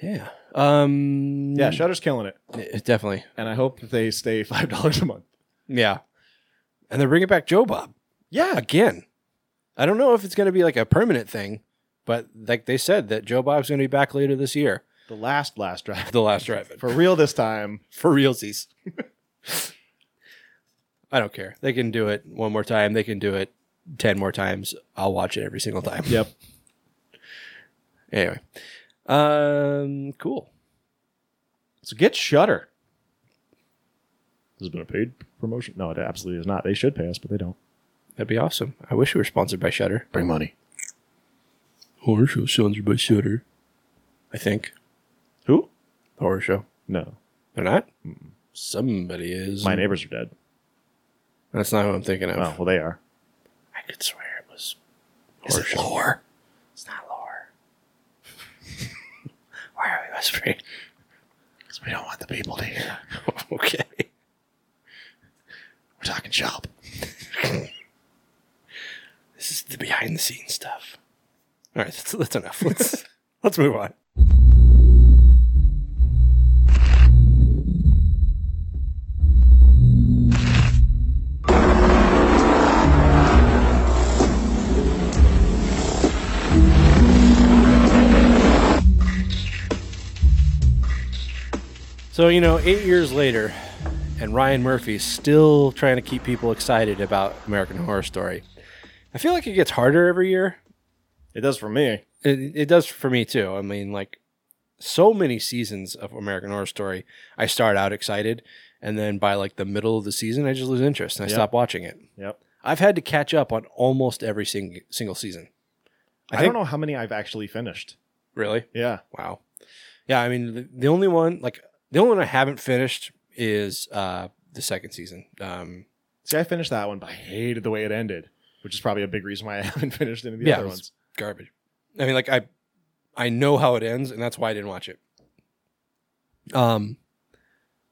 [SPEAKER 2] yeah. Um,
[SPEAKER 3] yeah. Shutter's killing it,
[SPEAKER 2] it- definitely.
[SPEAKER 3] and I hope that they stay five dollars a month.
[SPEAKER 2] Yeah, and they're bringing back Joe Bob.
[SPEAKER 3] Yeah,
[SPEAKER 2] again. I don't know if it's going to be like a permanent thing, but like they said that Joe Bob's going to be back later this year.
[SPEAKER 3] the last last drive
[SPEAKER 2] The last drive
[SPEAKER 3] for real this time.
[SPEAKER 2] for realsies. I don't care. They can do it one more time. They can do it 10 more times. I'll watch it every single time.
[SPEAKER 3] Yep.
[SPEAKER 2] Anyway. Um cool.
[SPEAKER 3] So get Shutter. This has been a paid promotion. No, it absolutely is not. They should pay us, but they don't.
[SPEAKER 2] That'd be awesome. I wish we were sponsored by Shutter.
[SPEAKER 3] Bring money.
[SPEAKER 2] Horror show sponsored by Shutter. I think.
[SPEAKER 3] Who?
[SPEAKER 2] Horror show.
[SPEAKER 3] No.
[SPEAKER 2] They're not? Somebody is.
[SPEAKER 3] My neighbors are dead.
[SPEAKER 2] That's not who I'm thinking of.
[SPEAKER 3] Oh, well, they are.
[SPEAKER 2] I could swear it was. Is it lore? It's not lore. Why are we whispering?
[SPEAKER 3] because we don't want the people to hear.
[SPEAKER 2] okay.
[SPEAKER 3] We're talking shop.
[SPEAKER 2] This is the behind the scenes stuff. All right, that's, that's enough. Let's let's move on. So, you know, eight years later, and Ryan Murphy's still trying to keep people excited about American Horror Story. I feel like it gets harder every year.
[SPEAKER 3] It does for me.
[SPEAKER 2] It, it does for me too. I mean, like so many seasons of American Horror Story, I start out excited, and then by like the middle of the season, I just lose interest and I
[SPEAKER 3] Yep.
[SPEAKER 2] stop watching it.
[SPEAKER 3] Yep.
[SPEAKER 2] I've had to catch up on almost every sing- single season.
[SPEAKER 3] I,
[SPEAKER 2] think-
[SPEAKER 3] don't know how many I've actually finished.
[SPEAKER 2] Really?
[SPEAKER 3] Yeah.
[SPEAKER 2] Wow. Yeah, I mean, the, the only one like the only one I haven't finished is uh the second season. Um
[SPEAKER 3] See, I finished that one, but I hated the way it ended, which is probably a big reason why I haven't finished any of the
[SPEAKER 2] Yeah,
[SPEAKER 3] other
[SPEAKER 2] it's-
[SPEAKER 3] ones.
[SPEAKER 2] garbage. I mean, like I, I know how it ends, and that's why I didn't watch it. Um,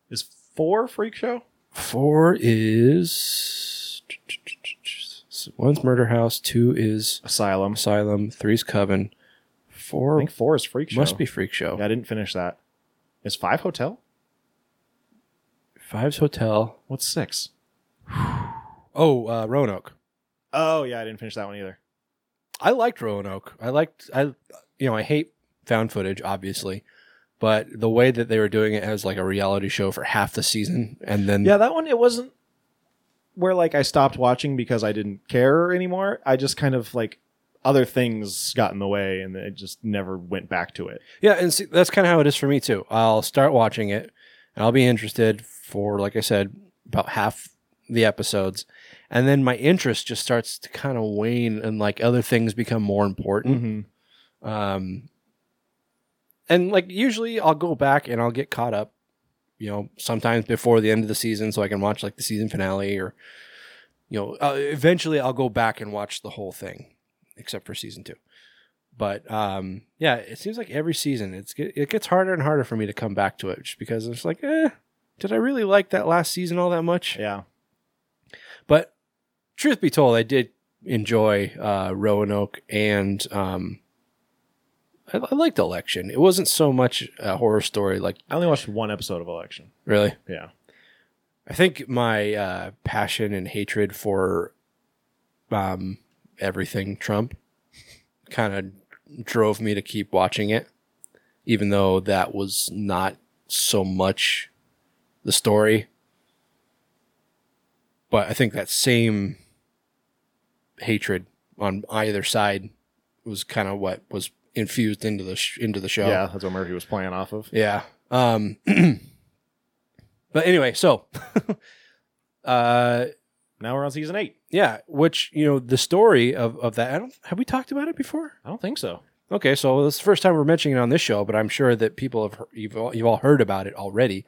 [SPEAKER 3] Is four Freak Show?
[SPEAKER 2] four is one's Murder House, two is
[SPEAKER 3] Asylum.
[SPEAKER 2] Asylum, three's Coven,
[SPEAKER 3] I
[SPEAKER 2] four
[SPEAKER 3] think four is Freak Show.
[SPEAKER 2] must be Freak Show,
[SPEAKER 3] Yeah, I didn't finish that. Is five Hotel?
[SPEAKER 2] five's Hotel.
[SPEAKER 3] What's six?
[SPEAKER 2] Oh, uh, Roanoke.
[SPEAKER 3] Oh yeah, I didn't finish that one either.
[SPEAKER 2] I liked Roanoke. I liked I, you know, I hate found footage, obviously. But the way that they were doing it as like a reality show for half the season, and then
[SPEAKER 3] Yeah, that one it wasn't where like I stopped watching because I didn't care anymore. I just kind of like other things got in the way and it just never went back to it.
[SPEAKER 2] Yeah, and see, that's kind of how it is for me too. I'll start watching it, and I'll be interested for, like I said, about half the episodes, and then my interest just starts to kind of wane, and like other things become more important.
[SPEAKER 3] Mm-hmm.
[SPEAKER 2] Um, and like usually, I'll go back and I'll get caught up. You know, sometimes before the end of the season, so I can watch like the season finale, or you know, uh, eventually I'll go back and watch the whole thing, except for season two. But um, yeah, it seems like every season it's get, it gets harder and harder for me to come back to it, just because it's like, eh, did I really like that last season all that much?
[SPEAKER 3] Yeah.
[SPEAKER 2] But truth be told, I did enjoy uh, Roanoke and um, I, I liked Election. It wasn't so much a horror story, like
[SPEAKER 3] I only watched one episode of Election.
[SPEAKER 2] really.
[SPEAKER 3] Yeah.
[SPEAKER 2] I think my uh, passion and hatred for um, everything Trump kind of drove me to keep watching it, even though that was not so much the story. But I think that same hatred on either side was kind of what was infused into the sh- into the show.
[SPEAKER 3] Yeah, that's what Murphy was playing off of.
[SPEAKER 2] Yeah. Um but anyway, so uh
[SPEAKER 3] Now we're on season eight.
[SPEAKER 2] yeah, which you know, the story of of that I don't have we talked about it before?
[SPEAKER 3] I don't think so.
[SPEAKER 2] Okay, so this is the first time we're mentioning it on this show, but I'm sure that people have heard- you've all, you've all heard about it already.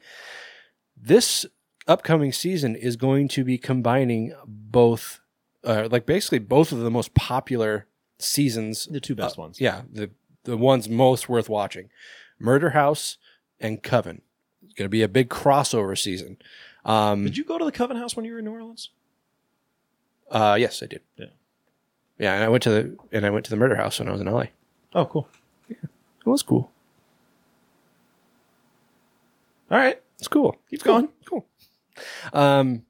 [SPEAKER 2] This upcoming season is going to be combining both uh, like basically both of the most popular seasons
[SPEAKER 3] The two best ones.
[SPEAKER 2] Uh, yeah, the the ones most worth watching, Murder House and Coven. It's going to be a big crossover season. Um,
[SPEAKER 3] Did you go to the Coven House when you were in New Orleans?
[SPEAKER 2] Uh, yes, I did.
[SPEAKER 3] Yeah.
[SPEAKER 2] yeah, and I went to the and I went to the Murder House when I was in LA. It
[SPEAKER 3] Oh, cool.
[SPEAKER 2] was cool.
[SPEAKER 3] All right.
[SPEAKER 2] It's cool.
[SPEAKER 3] Keep going.
[SPEAKER 2] Cool. Um.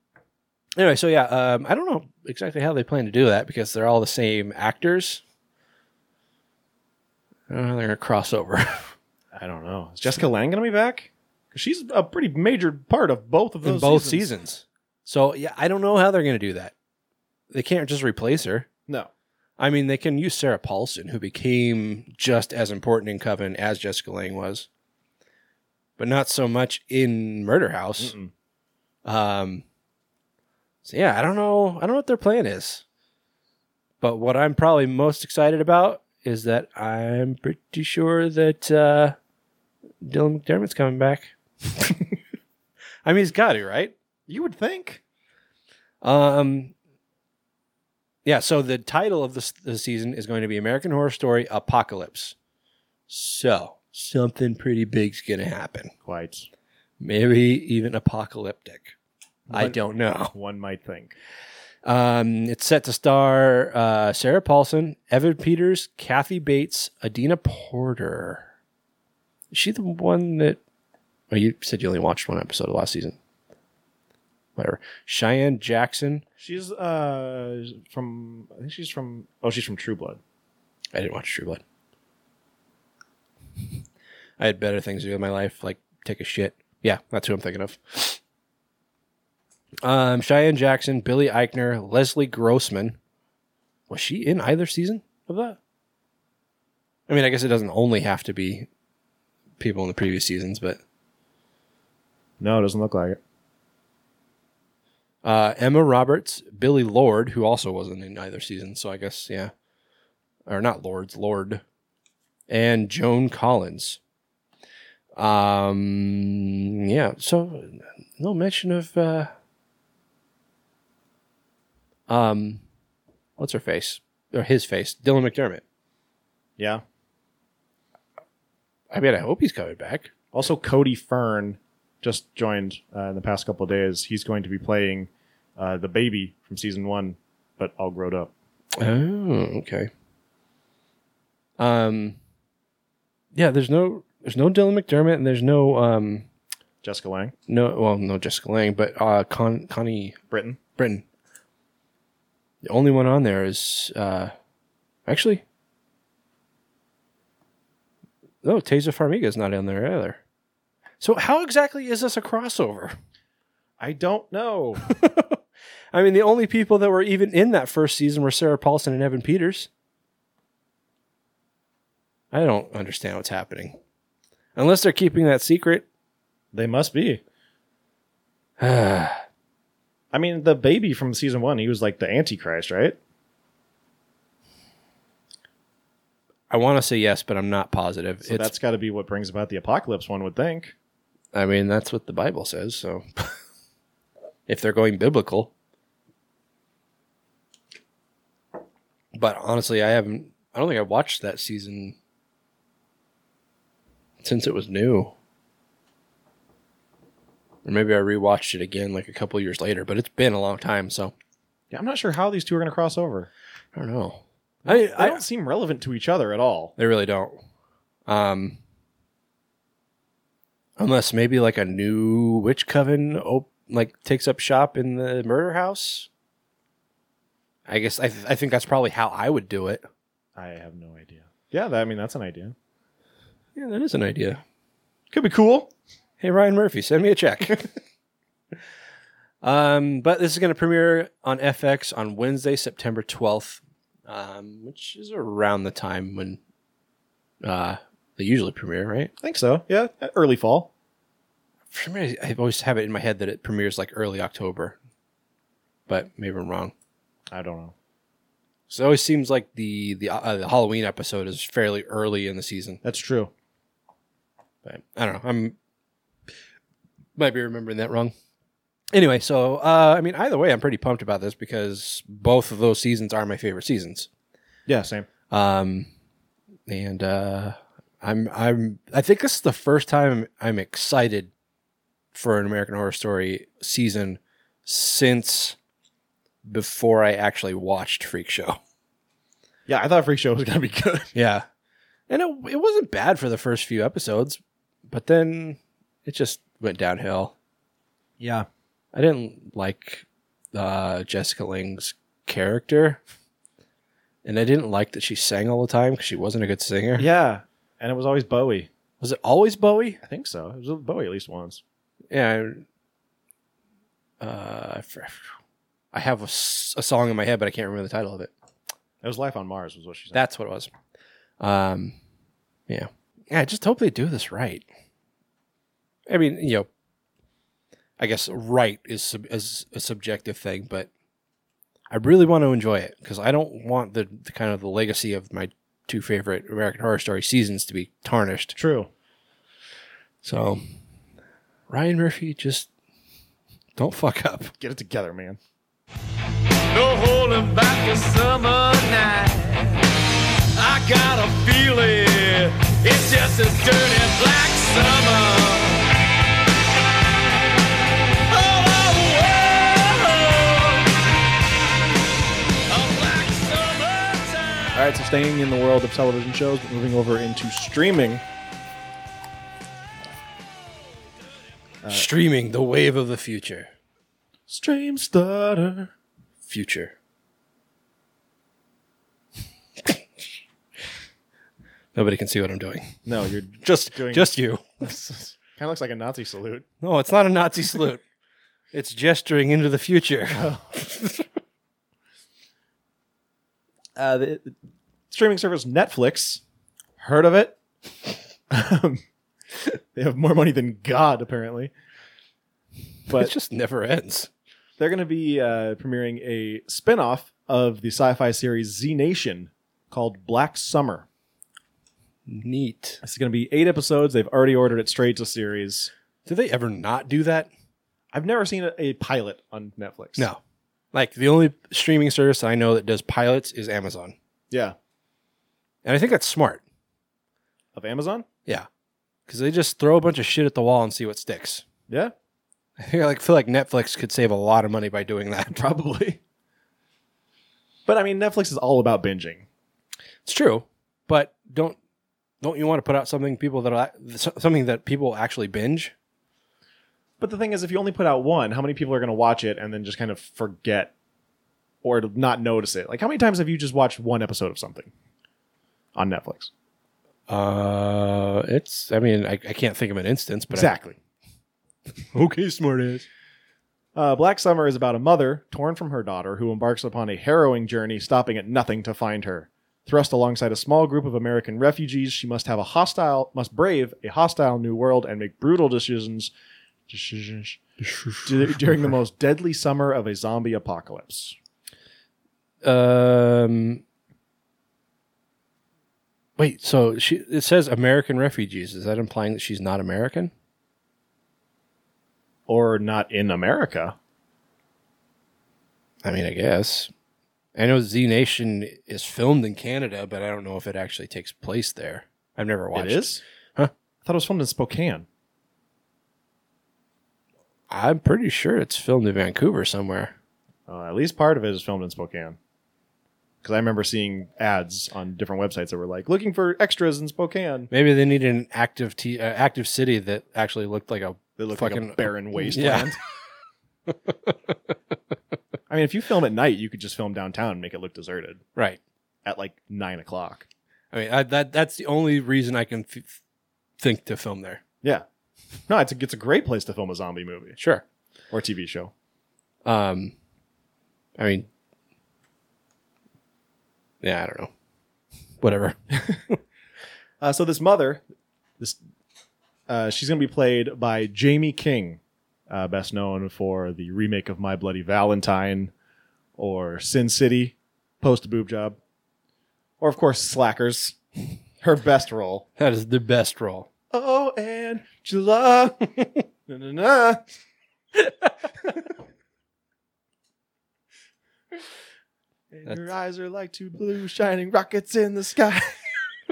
[SPEAKER 2] Anyway, so yeah, um, I don't know exactly how they plan to do that because they're all the same actors. I don't know how they're going to cross over.
[SPEAKER 3] I don't know. Is Jessica Lang going to be back? 'Cause she's a pretty major part of both of those
[SPEAKER 2] in both
[SPEAKER 3] seasons.
[SPEAKER 2] seasons. So yeah, I don't know how they're going to do that. They can't just replace her.
[SPEAKER 3] No.
[SPEAKER 2] I mean, they can use Sarah Paulson, who became just as important in Coven as Jessica Lang was, but not so much in Murder House.
[SPEAKER 3] Mm-mm.
[SPEAKER 2] Um, so yeah, I don't know. I don't know what their plan is. But what I'm probably most excited about is that I'm pretty sure that uh, Dylan McDermott's coming back. I mean, he's got to, right?
[SPEAKER 3] You would think.
[SPEAKER 2] Um, yeah, so the title of this, the season is going to be American Horror Story Apocalypse. So something pretty big's going to happen.
[SPEAKER 3] Quite.
[SPEAKER 2] Maybe even apocalyptic. I
[SPEAKER 3] One-
[SPEAKER 2] don't know.
[SPEAKER 3] One might think.
[SPEAKER 2] Um, it's set to star uh, Sarah Paulson, Evan Peters, Kathy Bates, Adina Porter. Is she the one that? Oh, you said you only watched one episode of last season. Whatever. Cheyenne Jackson.
[SPEAKER 3] She's uh from I think she's from oh she's from True Blood.
[SPEAKER 2] I didn't watch True Blood. I had better things to do in my life, like take a shit. Yeah, that's who I'm thinking of. Um, Cheyenne Jackson, Billy Eichner, Leslie Grossman. Was she in either season of that? I mean, I guess it doesn't only have to be people in the previous seasons, but
[SPEAKER 3] No, it doesn't look like it.
[SPEAKER 2] uh, Emma Roberts, Billy Lord, who also wasn't in either season, so I guess yeah, or not Lords, Lord, and Joan Collins. Um, yeah. So no mention of uh, um, what's her face or his face, Dylan McDermott.
[SPEAKER 3] Yeah.
[SPEAKER 2] I mean, I hope he's coming back.
[SPEAKER 3] Also Cody Fern just joined uh, in the past couple of days. He's going to be playing uh, the baby from season one, but all grown up.
[SPEAKER 2] Oh, okay. Um, yeah. There's no there's no Dylan McDermott, and there's no um
[SPEAKER 3] Jessica Lang,
[SPEAKER 2] no well no Jessica Lang, but uh Con- Connie
[SPEAKER 3] Britain.
[SPEAKER 2] Britton. The only one on there is uh actually no Taser Farmiga is oh, not on there either. So how exactly is this a crossover?
[SPEAKER 3] I don't know.
[SPEAKER 2] I mean, the only people that were even in that first season were Sarah Paulson and Evan Peters. I don't understand what's happening. Unless they're keeping that secret.
[SPEAKER 3] they must be.
[SPEAKER 2] yeah,
[SPEAKER 3] I mean, the baby from season one, he was like the Antichrist, right?
[SPEAKER 2] I want to say yes, but I'm not positive.
[SPEAKER 3] So that's got to be what brings about the apocalypse, one would think.
[SPEAKER 2] I mean, that's what the Bible says. So if they're going biblical. But honestly, I haven't, I don't think I watched that season since it was new. Or maybe I rewatched it again like a couple years later, but it's been a long time. So
[SPEAKER 3] Yeah, I'm not sure how these two are going to cross over.
[SPEAKER 2] I don't know. I,
[SPEAKER 3] They
[SPEAKER 2] I
[SPEAKER 3] don't seem relevant to each other at all.
[SPEAKER 2] They really don't. Um, unless maybe like a new witch coven op- like takes up shop in the murder house. I guess I, th- I think that's probably how I would do it.
[SPEAKER 3] I have no idea. Yeah, that, I mean, that's an idea.
[SPEAKER 2] Yeah, that is an idea.
[SPEAKER 3] Could be cool.
[SPEAKER 2] Hey Ryan Murphy, send me a check. um, but this is going to premiere on FX on Wednesday, September twelfth, um, which is around the time when uh, they usually premiere, right?
[SPEAKER 3] I think so. Yeah, early fall.
[SPEAKER 2] For some reason, I always have it in my head that it premieres like early October, but maybe I'm wrong.
[SPEAKER 3] I don't know.
[SPEAKER 2] So it always seems like the the, uh, the Halloween episode is fairly early in the season.
[SPEAKER 3] That's true.
[SPEAKER 2] But I don't know. I'm might be remembering that wrong. Anyway, so uh, I mean, either way, I'm pretty pumped about this because both of those seasons are my favorite seasons.
[SPEAKER 3] Yeah, same.
[SPEAKER 2] Um, and uh, I'm I'm I think this is the first time I'm excited for an American Horror Story season since before I actually watched Freak Show.
[SPEAKER 3] Yeah, I thought Freak Show was going to be good.
[SPEAKER 2] Yeah, and it it wasn't bad for the first few episodes, but then it just went downhill.
[SPEAKER 3] Yeah.
[SPEAKER 2] I didn't like uh, Jessica Lang's character. And I didn't like that she sang all the time because she wasn't a good singer.
[SPEAKER 3] Yeah. And it was always Bowie.
[SPEAKER 2] Was it always Bowie?
[SPEAKER 3] I think so. It was with Bowie at least once.
[SPEAKER 2] Yeah. I- Uh, I f- I have a, s- a song in my head, but I can't remember the title of it.
[SPEAKER 3] It was Life on Mars, was what she said.
[SPEAKER 2] That's what it was. Um, yeah. Yeah, I just hope they do this right. I mean, you know, I guess right is, sub- is a subjective thing, but I really want to enjoy it because I don't want the, the kind of the legacy of my two favorite American Horror Story seasons to be tarnished.
[SPEAKER 3] true.
[SPEAKER 2] So, Ryan Murphy, just don't fuck up.
[SPEAKER 3] Get it together, man.
[SPEAKER 4] No holding back a summer night. I got a feeling it's just a dirty black summer. All over the world, a black summertime.
[SPEAKER 3] All right, so staying in the world of television shows, but moving over into streaming.
[SPEAKER 2] Uh, Streaming the wave of the future.
[SPEAKER 3] Stream starter.
[SPEAKER 2] Future. Nobody can see what I'm doing.
[SPEAKER 3] No, you're
[SPEAKER 2] Just,
[SPEAKER 3] Doing-
[SPEAKER 2] just you.
[SPEAKER 3] kind of looks like a Nazi salute.
[SPEAKER 2] No, it's not a Nazi salute. It's gesturing into the future.
[SPEAKER 3] Uh, the, the streaming service Netflix. Heard of it? they have more money than God, apparently.
[SPEAKER 2] It
[SPEAKER 3] But
[SPEAKER 2] just never ends.
[SPEAKER 3] they're going to be uh, premiering a spin-off of the sci-fi series Z Nation called Black Summer.
[SPEAKER 2] Neat.
[SPEAKER 3] It's going to be eight episodes. They've already ordered it straight to series.
[SPEAKER 2] Do they ever not do that?
[SPEAKER 3] I've never seen a, a pilot on Netflix.
[SPEAKER 2] No. Like the only streaming service I know that does pilots is Amazon.
[SPEAKER 3] Yeah.
[SPEAKER 2] And I think that's smart.
[SPEAKER 3] Of Amazon?
[SPEAKER 2] Yeah. Cuz they just throw a bunch of shit at the wall and see what sticks.
[SPEAKER 3] Yeah.
[SPEAKER 2] I feel like feel like Netflix could save a lot of money by doing that.
[SPEAKER 3] Probably. But I mean, Netflix is all about binging.
[SPEAKER 2] It's true, but don't don't you want to put out something people that are, something that people actually binge?
[SPEAKER 3] But the thing is, if you only put out one, how many people are going to watch it and then just kind of forget or to not notice it? Like, how many times have you just watched one episode of something on Netflix?
[SPEAKER 2] Uh, it's. I mean, I, I can't think of an instance, but I-
[SPEAKER 3] Exactly.
[SPEAKER 2] okay, smartass.
[SPEAKER 3] Uh, Black Summer is about a mother torn from her daughter who embarks upon a harrowing journey, stopping at nothing to find her. Thrust alongside a small group of American refugees, she must have a hostile, must brave a hostile new world and make brutal decisions decisions du- during the most deadly summer of a zombie apocalypse.
[SPEAKER 2] Um. Wait, so she it says American refugees. Is that implying that she's not American?
[SPEAKER 3] Or not in America.
[SPEAKER 2] I mean, I guess. I know Z Nation is filmed in Canada, but I don't know if it actually takes place there. I've never watched.
[SPEAKER 3] It is?
[SPEAKER 2] Huh?
[SPEAKER 3] I thought it was filmed in Spokane.
[SPEAKER 2] I'm pretty sure it's filmed in Vancouver somewhere.
[SPEAKER 3] Uh, at least part of it is filmed in Spokane. Because I remember seeing ads on different websites that were like, looking for extras in Spokane.
[SPEAKER 2] Maybe they needed an active t- uh, active city that actually looked like a
[SPEAKER 3] They look like
[SPEAKER 2] Fucking-
[SPEAKER 3] a barren wasteland.
[SPEAKER 2] Yeah.
[SPEAKER 3] I mean, if you film at night, you could just film downtown and make it look deserted
[SPEAKER 2] right.
[SPEAKER 3] at like nine o'clock.
[SPEAKER 2] I mean, I, that that's the only reason I can f- think to film there.
[SPEAKER 3] Yeah. No, it's a, it's a great place to film a zombie movie
[SPEAKER 2] Sure.
[SPEAKER 3] or TV show.
[SPEAKER 2] Um, I mean, yeah, I don't know. Whatever.
[SPEAKER 3] Uh, so this mother, this uh, she's going to be played by Jamie King, uh, best known for the remake of My Bloody Valentine, or Sin City, post boob job, or of course Slackers, her best role.
[SPEAKER 2] that is the best role.
[SPEAKER 3] Oh, and July. na, na, na. and
[SPEAKER 2] That's-
[SPEAKER 3] your eyes are like two blue shining rockets in the sky.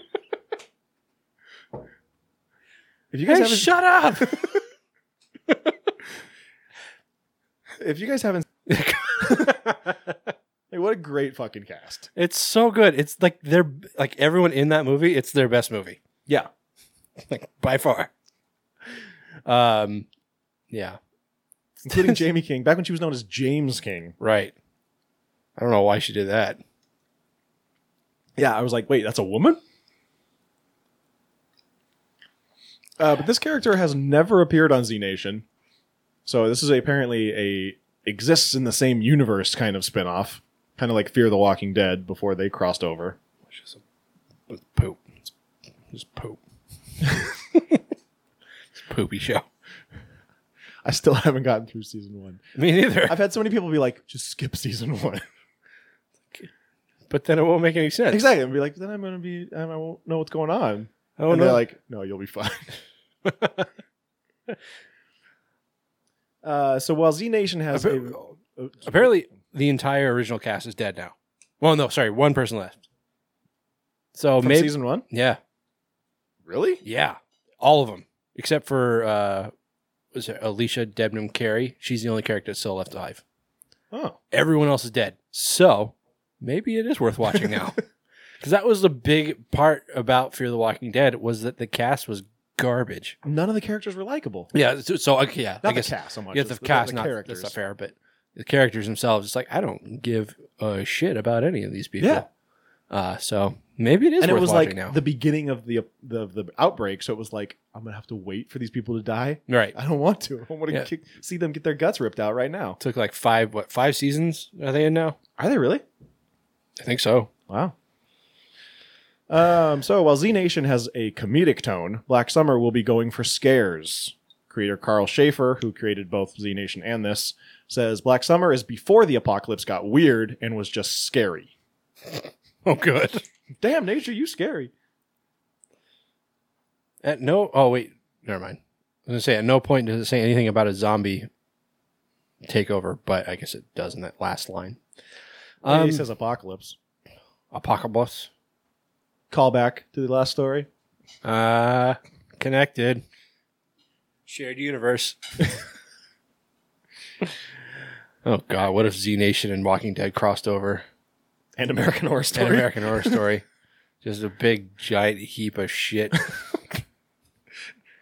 [SPEAKER 3] if you guys haven't,
[SPEAKER 2] shut up!
[SPEAKER 3] if you guys haven't, Hey, what a great fucking cast.
[SPEAKER 2] it's so good. It's like they're like everyone in that movie. It's their best movie,
[SPEAKER 3] Yeah.
[SPEAKER 2] like by far. Um, yeah,
[SPEAKER 3] Including Jamie King, back when she was known as James King.
[SPEAKER 2] right. I don't know why she did that.
[SPEAKER 3] Yeah, I was like, wait, that's a woman? Uh, but this character has never appeared on Z Nation. So this is apparently a exists in the same universe kind of spin-off. Kind of like Fear the Walking Dead before they crossed over.
[SPEAKER 2] It's just a, it's poop. It's just poop. it's a poopy show.
[SPEAKER 3] I still haven't gotten through season one.
[SPEAKER 2] Me neither.
[SPEAKER 3] I've had so many people be like, just skip season one.
[SPEAKER 2] but then it won't make any sense.
[SPEAKER 3] exactly. And be like, then I'm gonna be I won't know what's going on.
[SPEAKER 2] I don't
[SPEAKER 3] and they're
[SPEAKER 2] know.
[SPEAKER 3] like, no, you'll be fine. uh, so while Z Nation has
[SPEAKER 2] Appa-
[SPEAKER 3] a- uh,
[SPEAKER 2] Apparently, the entire original cast is dead now. Well, no, sorry, one person left. So
[SPEAKER 3] from
[SPEAKER 2] maybe,
[SPEAKER 3] season one,
[SPEAKER 2] yeah.
[SPEAKER 5] Really?
[SPEAKER 2] Yeah, all of them except for uh, was it Alicia Debnam Carey? She's the only character that's still left alive.
[SPEAKER 3] Oh,
[SPEAKER 2] Everyone else is dead. So maybe it is worth watching now. Because that was the big part about Fear the Walking Dead was that the cast was garbage.
[SPEAKER 3] none of the characters were likable.
[SPEAKER 2] Yeah. So, so okay, yeah,
[SPEAKER 3] Not
[SPEAKER 2] I guess
[SPEAKER 3] the cast so much.
[SPEAKER 2] yeah, the
[SPEAKER 3] it's
[SPEAKER 2] cast,
[SPEAKER 3] the
[SPEAKER 2] not
[SPEAKER 3] characters.
[SPEAKER 2] that's not fair, but the characters themselves. It's like I don't give a shit about any of these people.
[SPEAKER 3] Yeah.
[SPEAKER 2] Uh, so maybe it is
[SPEAKER 3] and it
[SPEAKER 2] worth
[SPEAKER 3] was
[SPEAKER 2] watching
[SPEAKER 3] like
[SPEAKER 2] now.
[SPEAKER 3] the beginning of the, the the outbreak, so it was like I'm gonna have to wait for these people to die.
[SPEAKER 2] right.
[SPEAKER 3] I don't want to. I want to
[SPEAKER 2] Yeah.
[SPEAKER 3] kick, see them get their guts ripped out right now.
[SPEAKER 2] Took like five what five seasons are they in now?
[SPEAKER 3] Are they really?
[SPEAKER 2] I think so.
[SPEAKER 3] Wow. Um, so while Z Nation has a comedic tone, Black Summer will be going for scares. Creator Carl Schaefer, who created both Z Nation and this, says Black Summer is before the apocalypse got weird and was just scary.
[SPEAKER 2] Oh, good.
[SPEAKER 3] Damn, nature, you scary.
[SPEAKER 2] At no, oh wait, never mind. I was gonna say at no point does it say anything about a zombie takeover, but I guess it does in that last line.
[SPEAKER 3] And
[SPEAKER 2] Um,
[SPEAKER 3] he says apocalypse.
[SPEAKER 2] apocalypse.
[SPEAKER 3] Callback to the last story.
[SPEAKER 2] Uh, connected. Shared universe. oh god, what if Z Nation and Walking Dead crossed over
[SPEAKER 3] And American Horror
[SPEAKER 2] an
[SPEAKER 3] Story.
[SPEAKER 2] American Horror Story? Just a big giant heap of shit.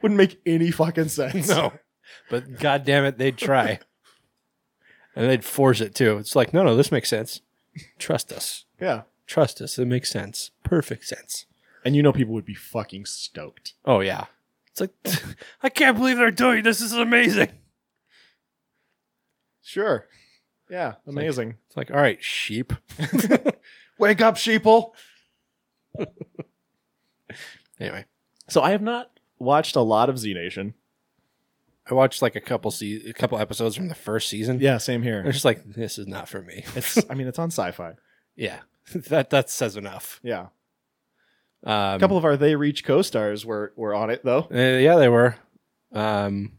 [SPEAKER 3] Wouldn't make any fucking sense.
[SPEAKER 2] No. But god damn it, they'd try. and they'd force it too. It's like, no, no, this makes sense. Trust us.
[SPEAKER 3] Yeah.
[SPEAKER 2] Trust us. It makes sense. Perfect sense.
[SPEAKER 3] And you know people would be fucking stoked.
[SPEAKER 2] Oh yeah. It's like I can't believe they're doing this. This is amazing.
[SPEAKER 3] Sure. Yeah. Amazing.
[SPEAKER 2] It's like, all right, sheep.
[SPEAKER 3] Wake up, sheeple.
[SPEAKER 2] Anyway.
[SPEAKER 3] So I have not watched a lot of Z Nation.
[SPEAKER 2] I watched like a couple se- a couple episodes from the first season.
[SPEAKER 3] Yeah, same
[SPEAKER 2] I
[SPEAKER 3] here.
[SPEAKER 2] was just like, this is not for me.
[SPEAKER 3] It's I mean it's on sci-fi.
[SPEAKER 2] yeah. that that says enough.
[SPEAKER 3] Yeah.
[SPEAKER 2] Um,
[SPEAKER 3] A couple of our They Reach co-stars were were on it though.
[SPEAKER 2] uh, yeah, they were. Um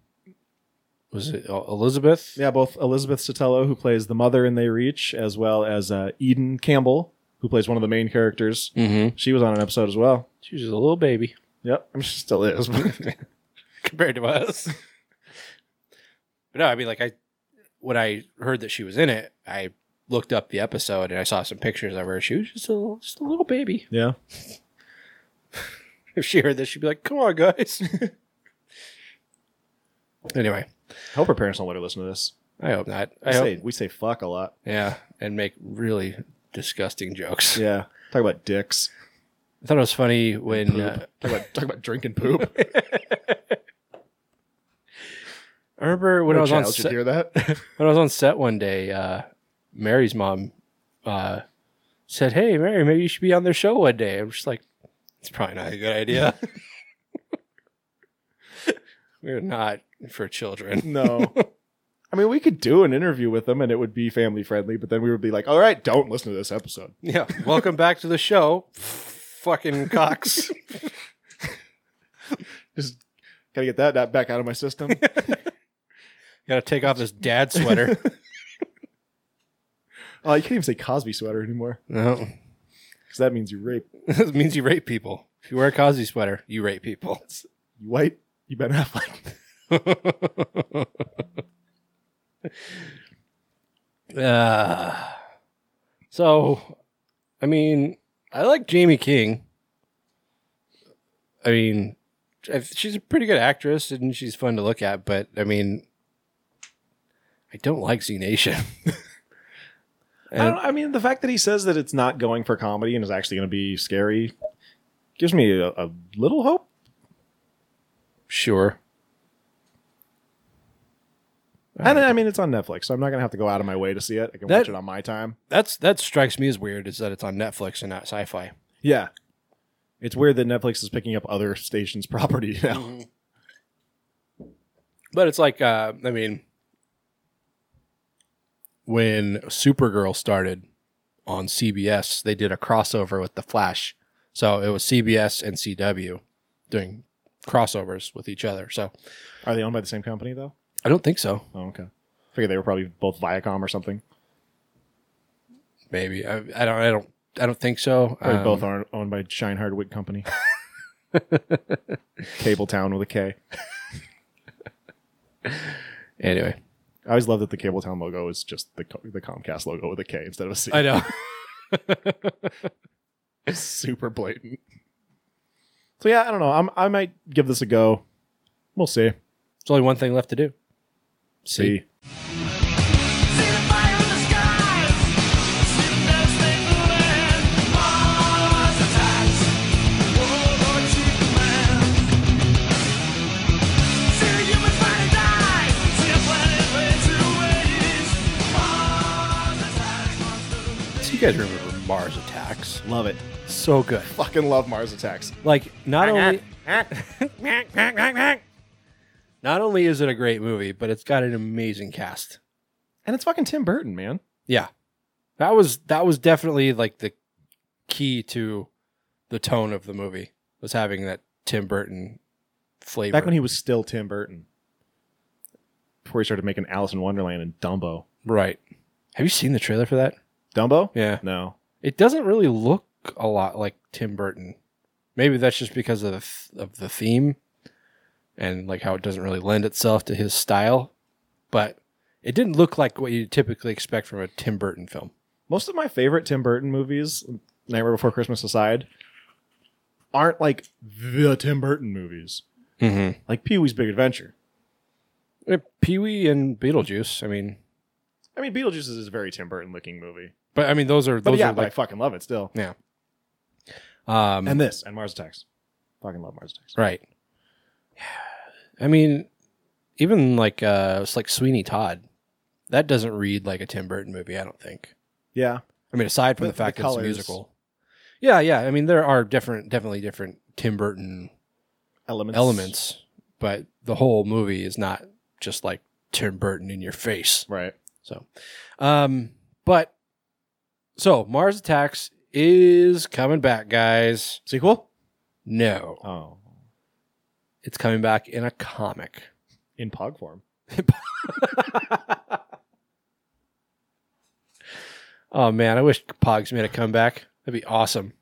[SPEAKER 2] was it El- Elizabeth?
[SPEAKER 3] Yeah, both Elizabeth Sotelo, who plays the mother in They Reach, as well as uh, Eden Campbell, who plays one of the main characters.
[SPEAKER 2] Mm-hmm.
[SPEAKER 3] She was on an episode as well.
[SPEAKER 2] She was just a little baby.
[SPEAKER 3] Yep, I mean, she still is.
[SPEAKER 2] compared to us. but no, I mean, like I, when I heard that she was in it, I looked up the episode and I saw some pictures of her. She was just a little, just a little baby.
[SPEAKER 3] yeah,
[SPEAKER 2] If she heard this, she'd be like, "Come on, guys." anyway,
[SPEAKER 3] hope her parents don't let her listen to this.
[SPEAKER 2] I hope not.
[SPEAKER 3] We
[SPEAKER 2] I hope,
[SPEAKER 3] say, we say fuck a lot.
[SPEAKER 2] yeah, and make really disgusting jokes.
[SPEAKER 3] Yeah, talk about dicks.
[SPEAKER 2] I thought it was funny when. Uh,
[SPEAKER 3] Talk about talk about drinking poop.
[SPEAKER 2] I remember when I
[SPEAKER 3] Your
[SPEAKER 2] was on
[SPEAKER 3] child should
[SPEAKER 2] set-
[SPEAKER 3] hear that.
[SPEAKER 2] when I was on set one day, uh, Mary's mom uh, said, "Hey, Mary, maybe you should be on their show one day." I'm just like, "It's probably not a good idea." We're not for children.
[SPEAKER 3] no. I mean, we could do an interview with them and it would be family friendly, but then we would be like, all right, don't listen to this episode.
[SPEAKER 2] Yeah. Welcome back to the show, fucking cocks.
[SPEAKER 3] Just gotta get that, that back out of my system.
[SPEAKER 2] Got to take off this dad sweater.
[SPEAKER 3] Oh, you can't even say Cosby sweater anymore
[SPEAKER 2] no,
[SPEAKER 3] because that means you rape.
[SPEAKER 2] it means you rape people. If you wear a Cosby sweater, you rape people.
[SPEAKER 3] You white, you Ben Affleck.
[SPEAKER 2] uh, so, I mean, I like Jamie King. I mean, I- she's a pretty good actress and she's fun to look at, but I mean, I don't like Z Nation.
[SPEAKER 3] I, don't, I mean, the fact that he says that it's not going for comedy and is actually going to be scary gives me a, a little hope.
[SPEAKER 2] sure.
[SPEAKER 3] And I mean, it's on Netflix, so I'm not going to have to go out of my way to see it. I can
[SPEAKER 2] That-
[SPEAKER 3] watch it on my time.
[SPEAKER 2] That's that strikes me as weird is that it's on Netflix and not sci-fi.
[SPEAKER 3] Yeah. It's weird that Netflix is picking up other stations' property now.
[SPEAKER 2] Mm-hmm. But it's like, uh, I mean, when Supergirl started on CBS, they did a crossover with The Flash. So it was CBS and CW doing crossovers with each other. So
[SPEAKER 3] Are they owned by the same company, though?
[SPEAKER 2] I don't think so.
[SPEAKER 3] Oh, okay. Figured they were probably both Viacom or something.
[SPEAKER 2] Maybe I, I don't. I don't. I don't think so.
[SPEAKER 3] Probably
[SPEAKER 2] Um,
[SPEAKER 3] both are owned by Shine Hardwick Company. Cable Town with a K.
[SPEAKER 2] Anyway,
[SPEAKER 3] I always love that the Cable Town logo is just the, Co- the Comcast logo with a K instead of a C.
[SPEAKER 2] I know.
[SPEAKER 3] It's super blatant. So yeah, I don't know. I'm, I might give this a go. We'll see.
[SPEAKER 2] There's only one thing left to do. See.
[SPEAKER 4] See the fire in the sky. See the devastating land. Mars attacks. World war man. See the human planet die. See the planet fade to waste. Mars attacks.
[SPEAKER 2] So you guys remember Mars Attacks?
[SPEAKER 3] Love it.
[SPEAKER 2] So good.
[SPEAKER 3] Fucking love Mars Attacks.
[SPEAKER 2] Like not only not only is it a great movie, but it's got an amazing cast.
[SPEAKER 3] And it's fucking Tim Burton, man.
[SPEAKER 2] Yeah. That was that was definitely like the key to the tone of the movie was having that Tim Burton flavor.
[SPEAKER 3] Back when he was still Tim Burton. Before he started making Alice in Wonderland and Dumbo.
[SPEAKER 2] Right. Have you seen the trailer for that?
[SPEAKER 3] Dumbo?
[SPEAKER 2] Yeah.
[SPEAKER 3] No.
[SPEAKER 2] It doesn't really look a lot like Tim Burton. Maybe that's just because of the th- of the theme and like how it doesn't really lend itself to his style, but it didn't look like what you typically expect from a Tim Burton film.
[SPEAKER 3] Most of my favorite Tim Burton movies, Nightmare Before Christmas aside, aren't like the Tim Burton movies.
[SPEAKER 2] Mm-hmm.
[SPEAKER 3] Like Pee Wee's Big Adventure.
[SPEAKER 2] Pee Wee and Beetlejuice. I mean,
[SPEAKER 3] I mean, Beetlejuice is a very Tim Burton looking movie.
[SPEAKER 2] but I mean those are
[SPEAKER 3] But
[SPEAKER 2] those
[SPEAKER 3] yeah,
[SPEAKER 2] are
[SPEAKER 3] but I
[SPEAKER 2] like
[SPEAKER 3] fucking love it still.
[SPEAKER 2] um,
[SPEAKER 3] And this, and Mars Attacks. Fucking love Mars Attacks.
[SPEAKER 2] right. I mean, even like uh, it's like Sweeney Todd. That doesn't read like a Tim Burton movie. I don't think.
[SPEAKER 3] Yeah.
[SPEAKER 2] I mean, aside from
[SPEAKER 3] But
[SPEAKER 2] the fact
[SPEAKER 3] the
[SPEAKER 2] that it's a
[SPEAKER 3] colours-
[SPEAKER 2] musical. Yeah, yeah. I mean, there are different, definitely different Tim Burton
[SPEAKER 3] Elements.
[SPEAKER 2] elements, but the whole movie is not just like Tim Burton in your face.
[SPEAKER 3] Right.
[SPEAKER 2] So, um, but so Mars Attacks is coming back, guys.
[SPEAKER 3] Sequel?
[SPEAKER 2] No,
[SPEAKER 3] Oh.
[SPEAKER 2] it's coming back in a comic.
[SPEAKER 3] In Pog form.
[SPEAKER 2] Oh man, I wish Pogs made a comeback. That'd be awesome.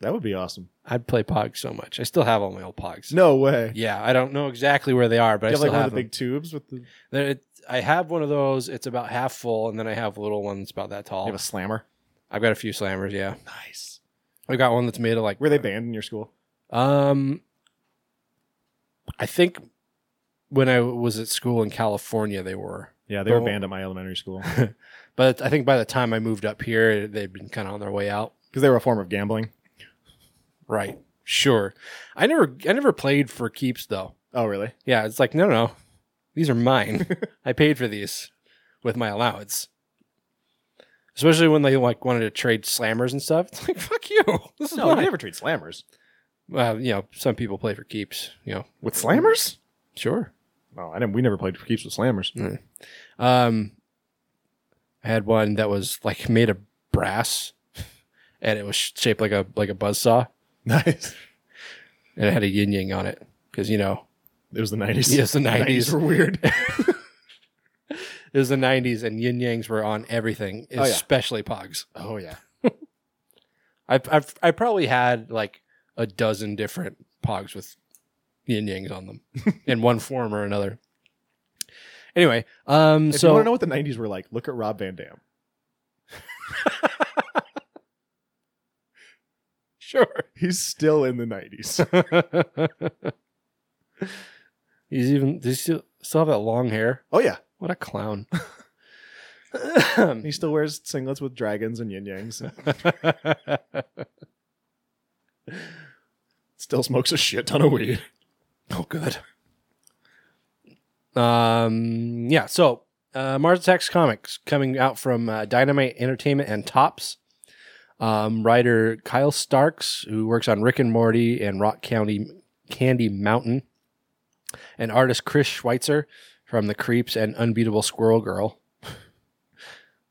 [SPEAKER 3] That would be awesome.
[SPEAKER 2] I'd play Pogs so much. I still have all my old Pogs.
[SPEAKER 3] No way.
[SPEAKER 2] Yeah, I don't know exactly where they are, but
[SPEAKER 3] Do
[SPEAKER 2] I
[SPEAKER 3] you have
[SPEAKER 2] still
[SPEAKER 3] like one
[SPEAKER 2] have
[SPEAKER 3] of the
[SPEAKER 2] them.
[SPEAKER 3] big tubes with the you
[SPEAKER 2] There- it- I have one of those. It's about half full, and then I have little ones about that tall.
[SPEAKER 3] have a slammer.
[SPEAKER 2] I've got a few slammers. Yeah,
[SPEAKER 3] Nice.
[SPEAKER 2] I got one that's made of like.
[SPEAKER 3] Were they banned in your school?
[SPEAKER 2] Um, I think when I was at school in California, they were,
[SPEAKER 3] Yeah, they
[SPEAKER 2] The
[SPEAKER 3] were
[SPEAKER 2] whole-
[SPEAKER 3] banned at my elementary school
[SPEAKER 2] but I think by the time I moved up here, they'd been kind of on their way out.
[SPEAKER 3] because they were a form of gambling.
[SPEAKER 2] Right. Sure. I never, I never played for keeps though.
[SPEAKER 3] Oh, really?
[SPEAKER 2] Yeah, it's like no, no, these are mine. I paid for these with my allowance. Especially when they like wanted to trade slammers and stuff. It's like fuck you. This is
[SPEAKER 3] No, they
[SPEAKER 2] mine.
[SPEAKER 3] never treat slammers
[SPEAKER 2] Well, you know, some people play for keeps. You know,
[SPEAKER 3] with slammers.
[SPEAKER 2] sure.
[SPEAKER 3] No, I didn't. We never played keeps with slammers.
[SPEAKER 2] Um, I had one that was like made of brass, and it was shaped like a like a buzz saw,
[SPEAKER 3] Nice.
[SPEAKER 2] and it had a yin yang on it because you know
[SPEAKER 3] It was the nineties.
[SPEAKER 2] Yes, the 90s.
[SPEAKER 3] were weird.
[SPEAKER 2] it was the '90s and yin yangs were on everything,
[SPEAKER 3] Oh, yeah.
[SPEAKER 2] especially pogs.
[SPEAKER 3] oh yeah.
[SPEAKER 2] I I've, I probably had like a dozen different pogs with yin yangs on them in one form or another. Anyway, um,
[SPEAKER 3] If you
[SPEAKER 2] so
[SPEAKER 3] want to know what the nineties were like, look at Rob Van Dam.
[SPEAKER 2] sure,
[SPEAKER 3] He's still in the nineties.
[SPEAKER 2] he's even does he still still have that long hair?
[SPEAKER 3] oh yeah.
[SPEAKER 2] What a clown!
[SPEAKER 3] He still wears singlets with dragons and yin yangs. still smokes a shit ton of weed.
[SPEAKER 2] Oh, good. Um, yeah. So, uh, Mars Attacks comics coming out from uh, Dynamite Entertainment and Tops. Um, writer Kyle Starks, who works on Rick and Morty and Rock County Candy Mountain, and artist Chris Schweitzer from The Creeps and Unbeatable Squirrel Girl.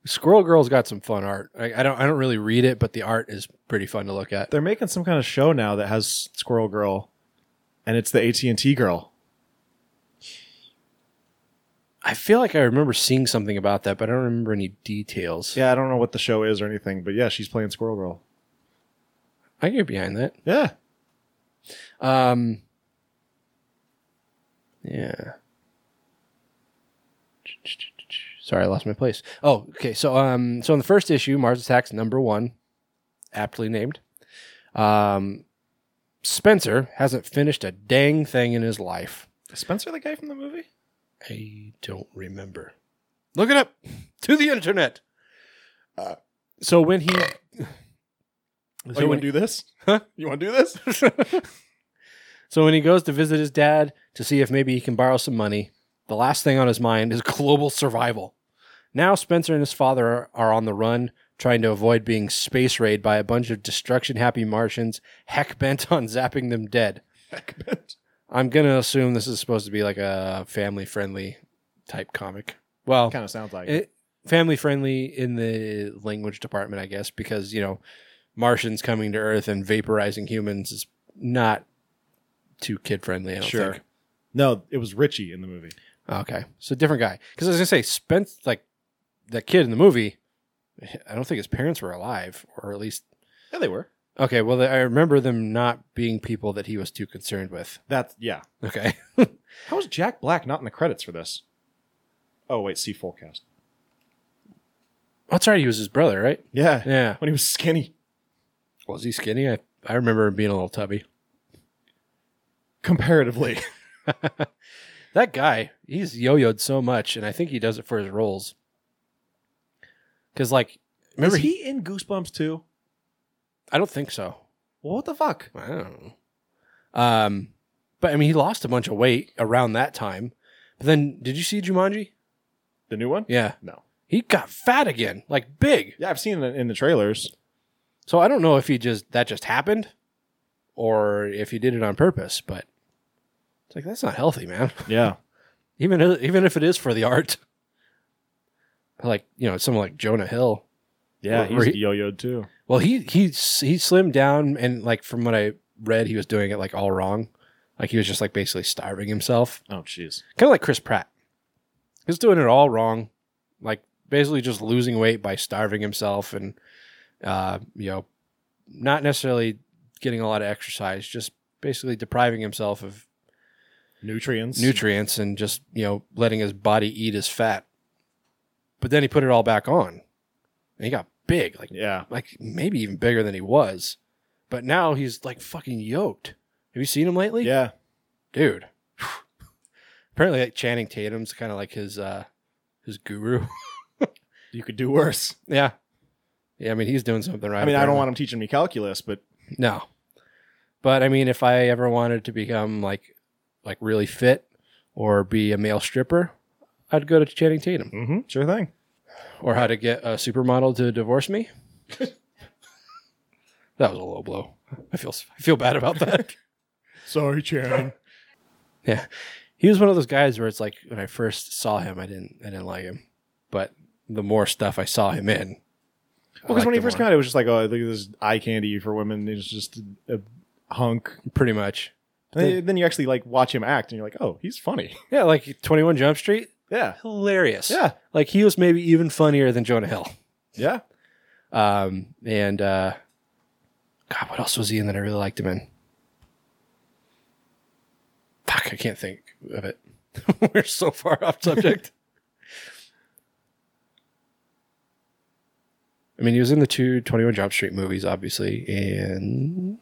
[SPEAKER 2] Squirrel Girl's got some fun art. I, I don't, I don't really read it, but the art is pretty fun to look at.
[SPEAKER 3] They're making some kind of show now that has Squirrel Girl, and it's the AT and T girl.
[SPEAKER 2] I feel like I remember seeing something about that, but I don't remember any details.
[SPEAKER 3] Yeah, I don't know what the show is or anything, but yeah, she's playing Squirrel Girl.
[SPEAKER 2] I can get behind that.
[SPEAKER 3] Yeah.
[SPEAKER 2] Um, yeah. Sorry, I lost my place. Oh, okay. So, um, so in the first issue, Mars Attacks number one, aptly named, um, Spencer hasn't finished a dang thing in his life.
[SPEAKER 3] Is Spencer the guy from the movie?
[SPEAKER 2] I don't remember. Look it up to the internet. Uh, so when he,
[SPEAKER 3] Oh, you want to do this?
[SPEAKER 2] Huh?
[SPEAKER 3] You want to do this?
[SPEAKER 2] so when he goes to visit his dad to see if maybe he can borrow some money, the last thing on his mind is global survival. Now Spencer and his father are, are on the run, trying to avoid being space raid by a bunch of destruction happy Martians heck bent on zapping them dead. I'm gonna assume this is supposed to be like a family friendly type comic. Well,
[SPEAKER 3] kind of sounds like it.
[SPEAKER 2] it, Eh, family friendly in the language department, I guess, because you know, Martians coming to Earth and vaporizing humans is not too kid friendly. I don't
[SPEAKER 3] Sure.
[SPEAKER 2] think.
[SPEAKER 3] No, it was Richie in the movie.
[SPEAKER 2] Okay, so different guy. Because I was gonna say Spence, like that kid in the movie. I don't think his parents were alive, or at least
[SPEAKER 3] Yeah, they were.
[SPEAKER 2] okay. Well, I remember them not being people that he was too concerned with.
[SPEAKER 3] That's yeah.
[SPEAKER 2] Okay,
[SPEAKER 3] How is Jack Black not in the credits for this? Oh wait, see full cast.
[SPEAKER 2] that's right. Oh, He was his brother, right?
[SPEAKER 3] Yeah,
[SPEAKER 2] Yeah.
[SPEAKER 3] when he was skinny
[SPEAKER 2] Was he skinny? I I remember him being a little tubby.
[SPEAKER 3] comparatively.
[SPEAKER 2] That guy, he's yo-yoed so much, and I think he does it for his roles. Because, like, remember
[SPEAKER 3] is
[SPEAKER 2] he?
[SPEAKER 3] he in Goosebumps too?
[SPEAKER 2] I don't think so.
[SPEAKER 3] Well, what the fuck?
[SPEAKER 2] I don't know. Um, but I mean, he lost a bunch of weight around that time. But then, did you see Jumanji?
[SPEAKER 3] The new one?
[SPEAKER 2] Yeah,
[SPEAKER 3] No.
[SPEAKER 2] he got fat again, like big.
[SPEAKER 3] Yeah, I've seen it in the trailers.
[SPEAKER 2] So I don't know if he just that just happened, or if he did it on purpose. But it's like that's not healthy, man.
[SPEAKER 3] Yeah.
[SPEAKER 2] even even if it is for the art. Like you know, someone like Jonah Hill.
[SPEAKER 3] Yeah,
[SPEAKER 2] Or- or
[SPEAKER 3] he's
[SPEAKER 2] he-
[SPEAKER 3] yo-yoed too.
[SPEAKER 2] Well, he he s- he slimmed down, and like from what I read, he was doing it like all wrong. Like he was just like basically starving himself,
[SPEAKER 3] Oh jeez.
[SPEAKER 2] kind of like Chris Pratt. He's doing it all wrong, like basically just losing weight by starving himself, and uh, you know, not necessarily getting a lot of exercise, just basically depriving himself of
[SPEAKER 3] Nutrients.
[SPEAKER 2] nutrients and just you know letting his body eat his fat. But then he put it all back on, and he got big, like
[SPEAKER 3] yeah.
[SPEAKER 2] like maybe even bigger than he was. But now he's like fucking yoked. Have you seen him lately?
[SPEAKER 3] Yeah.
[SPEAKER 2] Dude. Apparently like Channing Tatum's kind of like his uh his guru.
[SPEAKER 3] You could do worse.
[SPEAKER 2] yeah. Yeah, I mean he's doing something right.
[SPEAKER 3] I mean, I don't want him teaching me calculus, but
[SPEAKER 2] to No. But I mean if I ever wanted to become like like really fit or be a male stripper, I'd go to Channing Tatum.
[SPEAKER 3] mhm, sure thing.
[SPEAKER 2] Or how to get a supermodel to divorce me. that was a low blow. I feel I feel bad about that.
[SPEAKER 3] Sorry, Chan.
[SPEAKER 2] Yeah. He was one of those guys where it's like when I first saw him I didn't I didn't like him. But the more stuff I saw him in.
[SPEAKER 3] Well, because when he first came out, it was just like, oh, I think this is eye candy for women. It's just a a hunk.
[SPEAKER 2] pretty much.
[SPEAKER 3] And then- then you actually like watch him act, and you're like, oh, he's funny.
[SPEAKER 2] Yeah, like 21 Jump Street,
[SPEAKER 3] Yeah,
[SPEAKER 2] hilarious.
[SPEAKER 3] yeah,
[SPEAKER 2] Like he was maybe even funnier than Jonah Hill.
[SPEAKER 3] yeah.
[SPEAKER 2] Um and uh God, what else was he in that I really liked him in? Fuck, I can't think of it. We're so far off subject. I mean, he was in the two 21 Jump Street movies, obviously, and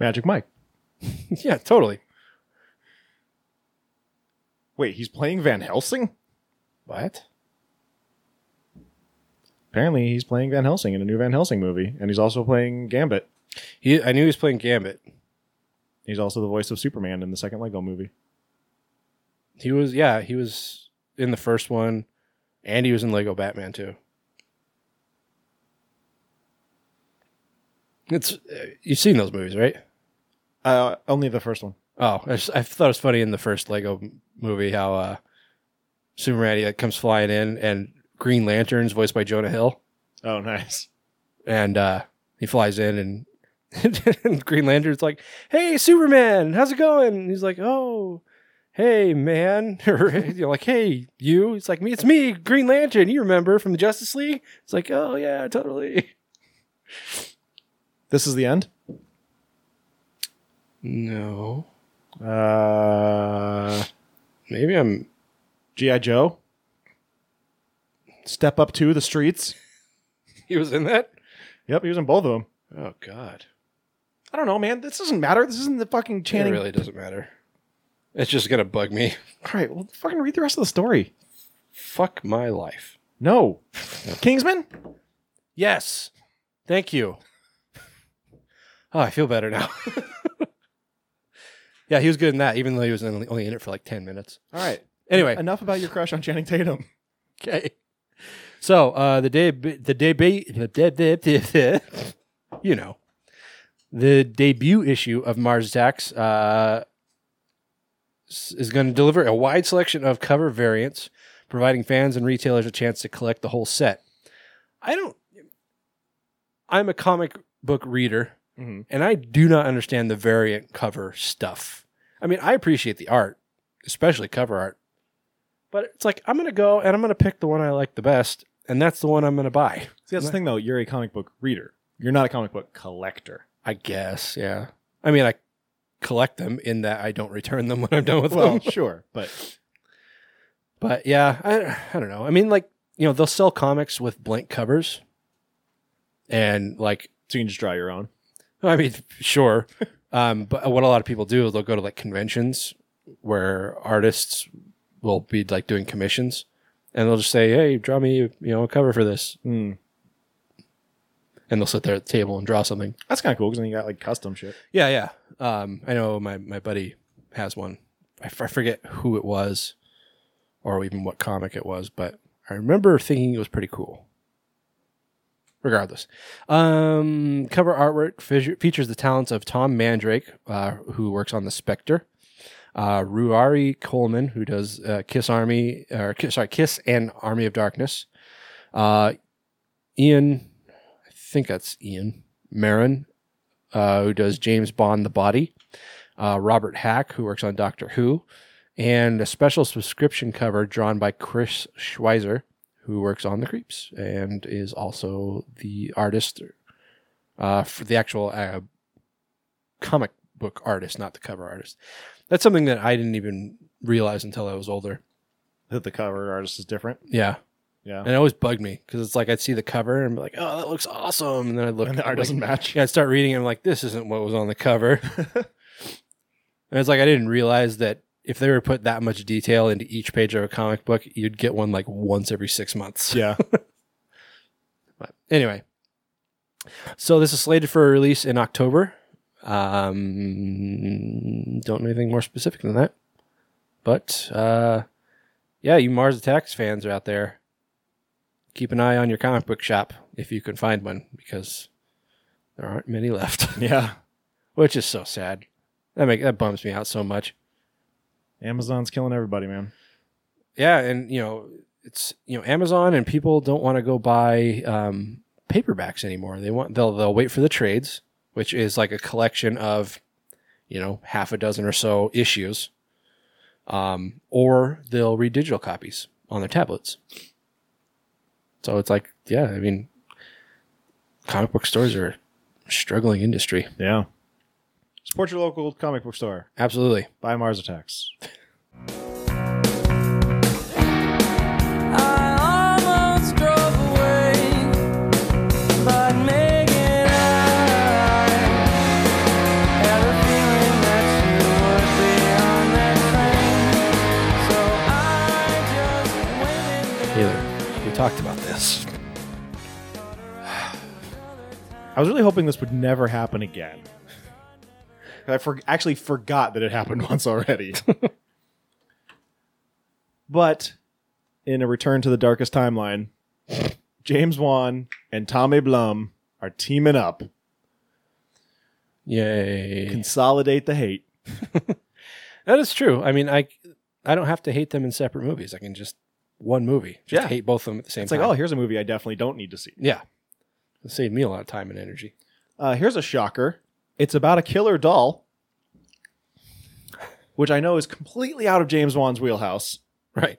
[SPEAKER 3] Magic Mike.
[SPEAKER 2] yeah, totally.
[SPEAKER 3] Wait, he's playing Van Helsing.
[SPEAKER 2] What?
[SPEAKER 3] Apparently, he's playing Van Helsing in a new Van Helsing movie, and he's also playing Gambit.
[SPEAKER 2] He, I knew he was playing Gambit.
[SPEAKER 3] He's also the voice of Superman in the second Lego movie.
[SPEAKER 2] He was, yeah, he was in the first one, and he was in Lego Batman too. It's uh, you've seen those movies, right?
[SPEAKER 3] Uh, only the first one.
[SPEAKER 2] Oh, I, just- I thought it was funny in the first Lego m- movie how uh, Superman he, like, comes flying in and Green Lantern's voiced by Jonah Hill,
[SPEAKER 3] Oh, nice.
[SPEAKER 2] and uh, he flies in and. and Green Lantern's like, "Hey, Superman, how's it going?" And he's like, "Oh, hey, man." Or, you know, like, "Hey, you." It's like, "Me, it's me, Green Lantern. You remember from the Justice League?" It's like, "Oh yeah, totally."
[SPEAKER 3] This is the end.
[SPEAKER 2] No.
[SPEAKER 3] Uh,
[SPEAKER 2] Maybe I'm.
[SPEAKER 3] GI Joe. Step up to the streets.
[SPEAKER 2] He was in that?
[SPEAKER 3] Yep, he was in both of them.
[SPEAKER 2] Oh, God.
[SPEAKER 3] I don't know, man. This doesn't matter. This isn't the fucking Channing.
[SPEAKER 2] It really doesn't matter. It's just going to bug me.
[SPEAKER 3] All right, well, fucking read the rest of the story.
[SPEAKER 2] Fuck my life.
[SPEAKER 3] No, Kingsman.
[SPEAKER 2] Yes. Thank you. Oh, I feel better now. yeah, he was good in that, even though he was in- only in it for like 10 minutes.
[SPEAKER 3] All right.
[SPEAKER 2] Anyway,
[SPEAKER 3] Enough about your crush on Channing Tatum.
[SPEAKER 2] okay. So, uh, the day, the debate, you know, the debut issue of Mars Attacks uh, s- is going to deliver a wide selection of cover variants, providing fans and retailers a chance to collect the whole set. I don't, I'm a comic book reader.
[SPEAKER 3] Mm-hmm.
[SPEAKER 2] and I do not understand the variant cover stuff. I mean, I appreciate the art, especially cover art, but it's like I'm gonna go and I'm gonna pick the one I like the best, and that's the one I'm gonna buy.
[SPEAKER 3] See, that's the thing, though. You're a comic book reader. You're not a comic book collector.
[SPEAKER 2] I guess, yeah. I mean, I collect them in that I don't return them when I'm done with
[SPEAKER 3] Well,
[SPEAKER 2] them.
[SPEAKER 3] sure, but
[SPEAKER 2] But yeah, I I don't know. I mean, like you know, they'll sell comics with blank covers, and like
[SPEAKER 3] so you can just draw your own.
[SPEAKER 2] I mean, sure. Um, but what a lot of people do is they'll go to like conventions where artists will be like doing commissions and they'll just say, Hey, draw me, you know, a cover for this.
[SPEAKER 3] Mm.
[SPEAKER 2] And they'll sit there at the table and draw something.
[SPEAKER 3] That's kind of cool because then you got like custom shit.
[SPEAKER 2] Yeah. Yeah. Um, I know my, my buddy has one. I, f- I forget who it was or even what comic it was, but I remember thinking it was pretty cool. regardless. Um, cover artwork fissure- features the talents of Tom Mandrake, uh, who works on The Spectre, uh, Ruari Coleman, who does uh, Kiss Army, or Kiss, sorry, Kiss and Army of Darkness, uh, Ian, I think that's Ian Marin, uh, who does James Bond: The Body, uh, Robert Hack, who works on Doctor Who. And a special subscription cover drawn by Chris Schweizer, who works on the creeps and is also the artist uh, for the actual uh, comic book artist, not the cover artist. That's something that I didn't even realize until I was older.
[SPEAKER 3] That the cover artist is different.
[SPEAKER 2] Yeah,
[SPEAKER 3] Yeah,
[SPEAKER 2] and it always bugged me because it's like I'd see the cover and be like, "Oh, that looks awesome," and then I'd look
[SPEAKER 3] and the art
[SPEAKER 2] like,
[SPEAKER 3] doesn't match.
[SPEAKER 2] Yeah, I'd start reading. And I'm like, "This isn't what was on the cover," and it's like I didn't realize that if they were to put that much detail into each page of a comic book, you'd get one like once every six months.
[SPEAKER 3] yeah.
[SPEAKER 2] But anyway, so this is slated for a release in October. Um, don't know anything more specific than that. But uh, yeah, you Mars Attacks fans are out there. Keep an eye on your comic book shop if you can find one, because there aren't many left,
[SPEAKER 3] Yeah.
[SPEAKER 2] which is so sad. That make that bums me out so much.
[SPEAKER 3] Amazon's killing everybody, man.
[SPEAKER 2] Yeah, and you know, it's you know, Amazon and people don't want to go buy um, paperbacks anymore. They want they'll they'll wait for the trades, which is like a collection of, you know, half a dozen or so issues. Um, or they'll read digital copies on their tablets. So it's like, yeah, I mean, comic book stores are a struggling industry.
[SPEAKER 3] Yeah. Support your local comic book store.
[SPEAKER 2] Absolutely.
[SPEAKER 3] Buy Mars Attacks.
[SPEAKER 2] Taylor, we talked about this.
[SPEAKER 3] I was really hoping this would never happen again. I for- actually forgot that it happened once already. but in a return to the darkest timeline, James Wan and Tommy Blum are teaming up,
[SPEAKER 2] Yay.
[SPEAKER 3] consolidate the hate.
[SPEAKER 2] That is true. I mean, I I don't have to hate them in separate movies. I can just one movie. Just
[SPEAKER 3] Yeah.
[SPEAKER 2] hate both of them at the same
[SPEAKER 3] It's
[SPEAKER 2] time.
[SPEAKER 3] like, oh, here's a movie I definitely don't need to see.
[SPEAKER 2] yeah. It saved me a lot of time and energy.
[SPEAKER 3] Uh, here's a shocker. It's about a killer doll, which I know is completely out of James Wan's wheelhouse.
[SPEAKER 2] Right.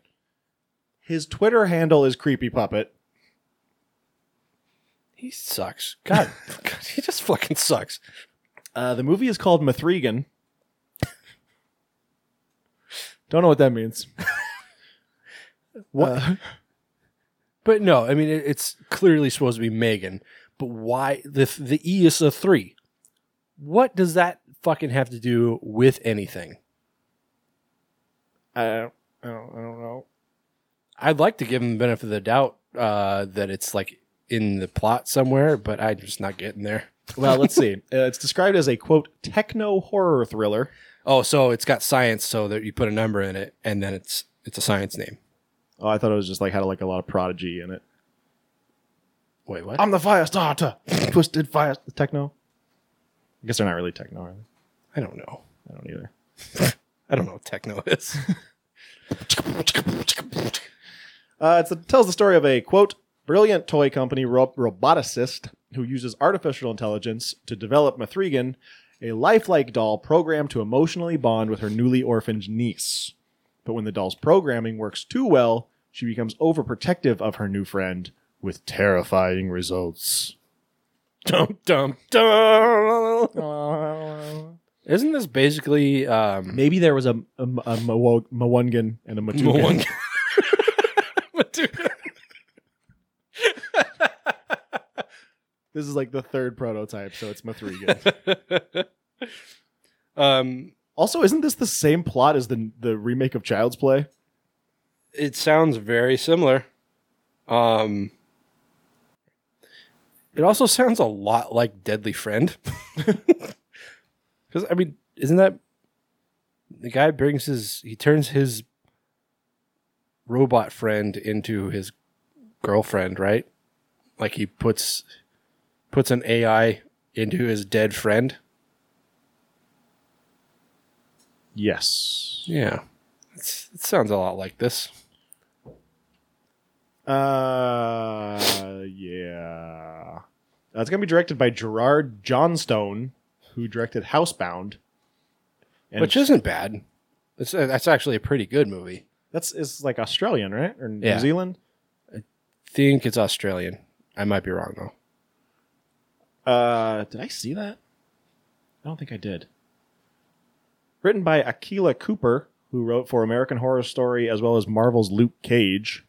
[SPEAKER 3] His Twitter handle is creepy puppet.
[SPEAKER 2] He sucks. God, God, he just fucking sucks.
[SPEAKER 3] Uh, the movie is called Mathregan. Don't know what that means. Uh, what?
[SPEAKER 2] But no, I mean it, it's clearly supposed to be Megan. But why the the E is a three? What does that fucking have to do with anything?
[SPEAKER 3] I, don't, I don't. I don't know.
[SPEAKER 2] I'd like to give him the benefit of the doubt uh, that it's like in the plot somewhere, but I'm just not getting there.
[SPEAKER 3] Well, let's see. Uh, it's described as a quote techno horror thriller.
[SPEAKER 2] Oh, so it's got science, so that you put a number in it, and then it's it's a science name.
[SPEAKER 3] Oh, I thought it was just like had like a lot of prodigy in it.
[SPEAKER 2] Wait, what?
[SPEAKER 3] I'm the fire starter, twisted fire techno. I guess they're not really techno, are they?
[SPEAKER 2] I don't know.
[SPEAKER 3] I don't either.
[SPEAKER 2] I don't know what techno is.
[SPEAKER 3] Uh, it's- it tells the story of a quote brilliant toy company ro- roboticist who uses artificial intelligence to develop Mathregan, a lifelike doll programmed to emotionally bond with her newly orphaned niece. But when the doll's programming works too well, she becomes overprotective of her new friend, with terrifying results.
[SPEAKER 2] dum dum dum. Isn't this basically um,
[SPEAKER 3] Maybe there was a, a, a Mawo- Mawungan and a Matugan.
[SPEAKER 2] Mawungan.
[SPEAKER 3] This is like the third prototype, so it's Mathregan.
[SPEAKER 2] um?
[SPEAKER 3] Also, isn't this the same plot as the the remake of Child's Play?
[SPEAKER 2] It sounds very similar. Um. It also sounds a lot like Deadly Friend. Because I mean, isn't that the guy brings his he turns his robot friend into his girlfriend, right? Like he puts puts an AI into his dead friend.
[SPEAKER 3] Yes.
[SPEAKER 2] Yeah, it's, it sounds a lot like this.
[SPEAKER 3] Uh, yeah. Uh, it's gonna be directed by Gerard Johnstone, who directed Housebound. And
[SPEAKER 2] Which
[SPEAKER 3] it's-
[SPEAKER 2] isn't bad. It's that's actually a pretty good movie.
[SPEAKER 3] that's is like Australian, right, or New
[SPEAKER 2] Yeah.
[SPEAKER 3] Zealand?
[SPEAKER 2] Think it's Australian. I might be wrong though.
[SPEAKER 3] Uh, did I see that? I don't think I did. Written by Akila Cooper, who wrote for American Horror Story as well as Marvel's Luke Cage.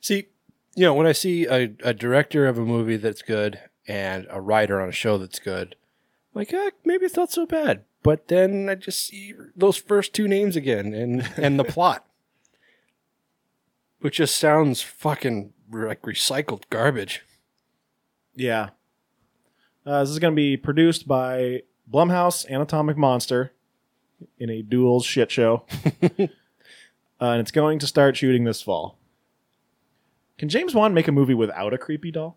[SPEAKER 2] See, you know, when I see a, a director of a movie that's good and a writer on a show that's good, I'm like, eh, maybe it's not so bad. But then I just see those first two names again and, and the plot, which just sounds fucking like recycled garbage.
[SPEAKER 3] Yeah. Uh, this is going to be produced by Blumhouse Anatomic Monster in a dual shit show. uh, and it's going to start shooting this fall. Can James Wan make a movie without a creepy doll?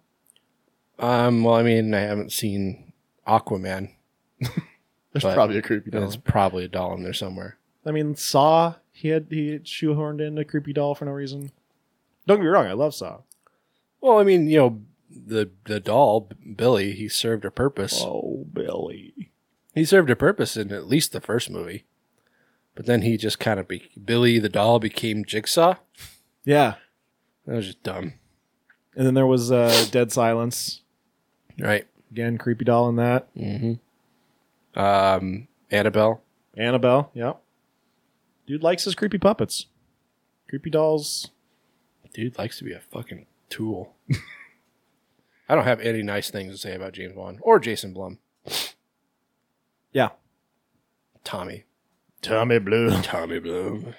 [SPEAKER 2] Um, well, I mean, I haven't seen Aquaman.
[SPEAKER 3] There's
[SPEAKER 2] But-
[SPEAKER 3] probably a creepy
[SPEAKER 2] It's
[SPEAKER 3] doll.
[SPEAKER 2] probably a doll in there somewhere.
[SPEAKER 3] I mean, Saw, he had he had shoehorned in a creepy doll for no reason. Don't get me wrong, I love Saw.
[SPEAKER 2] Well, I mean, you know, the the doll B- Billy, he served a purpose.
[SPEAKER 3] Oh, Billy.
[SPEAKER 2] He served a purpose in at least the first movie, but then he just kind of be Billy the doll became Jigsaw.
[SPEAKER 3] Yeah.
[SPEAKER 2] That was just dumb,
[SPEAKER 3] And then there was uh, Dead Silence.
[SPEAKER 2] right?
[SPEAKER 3] Again, creepy doll in that.
[SPEAKER 2] Mm-hmm. Um, Annabelle.
[SPEAKER 3] Annabelle, yep. Dude likes his creepy puppets. Creepy dolls.
[SPEAKER 2] Dude likes to be a fucking tool. I don't have any nice things to say about James Wan or Jason Blum.
[SPEAKER 3] Yeah.
[SPEAKER 2] Tommy.
[SPEAKER 3] Tommy Blue.
[SPEAKER 2] Tommy Blum.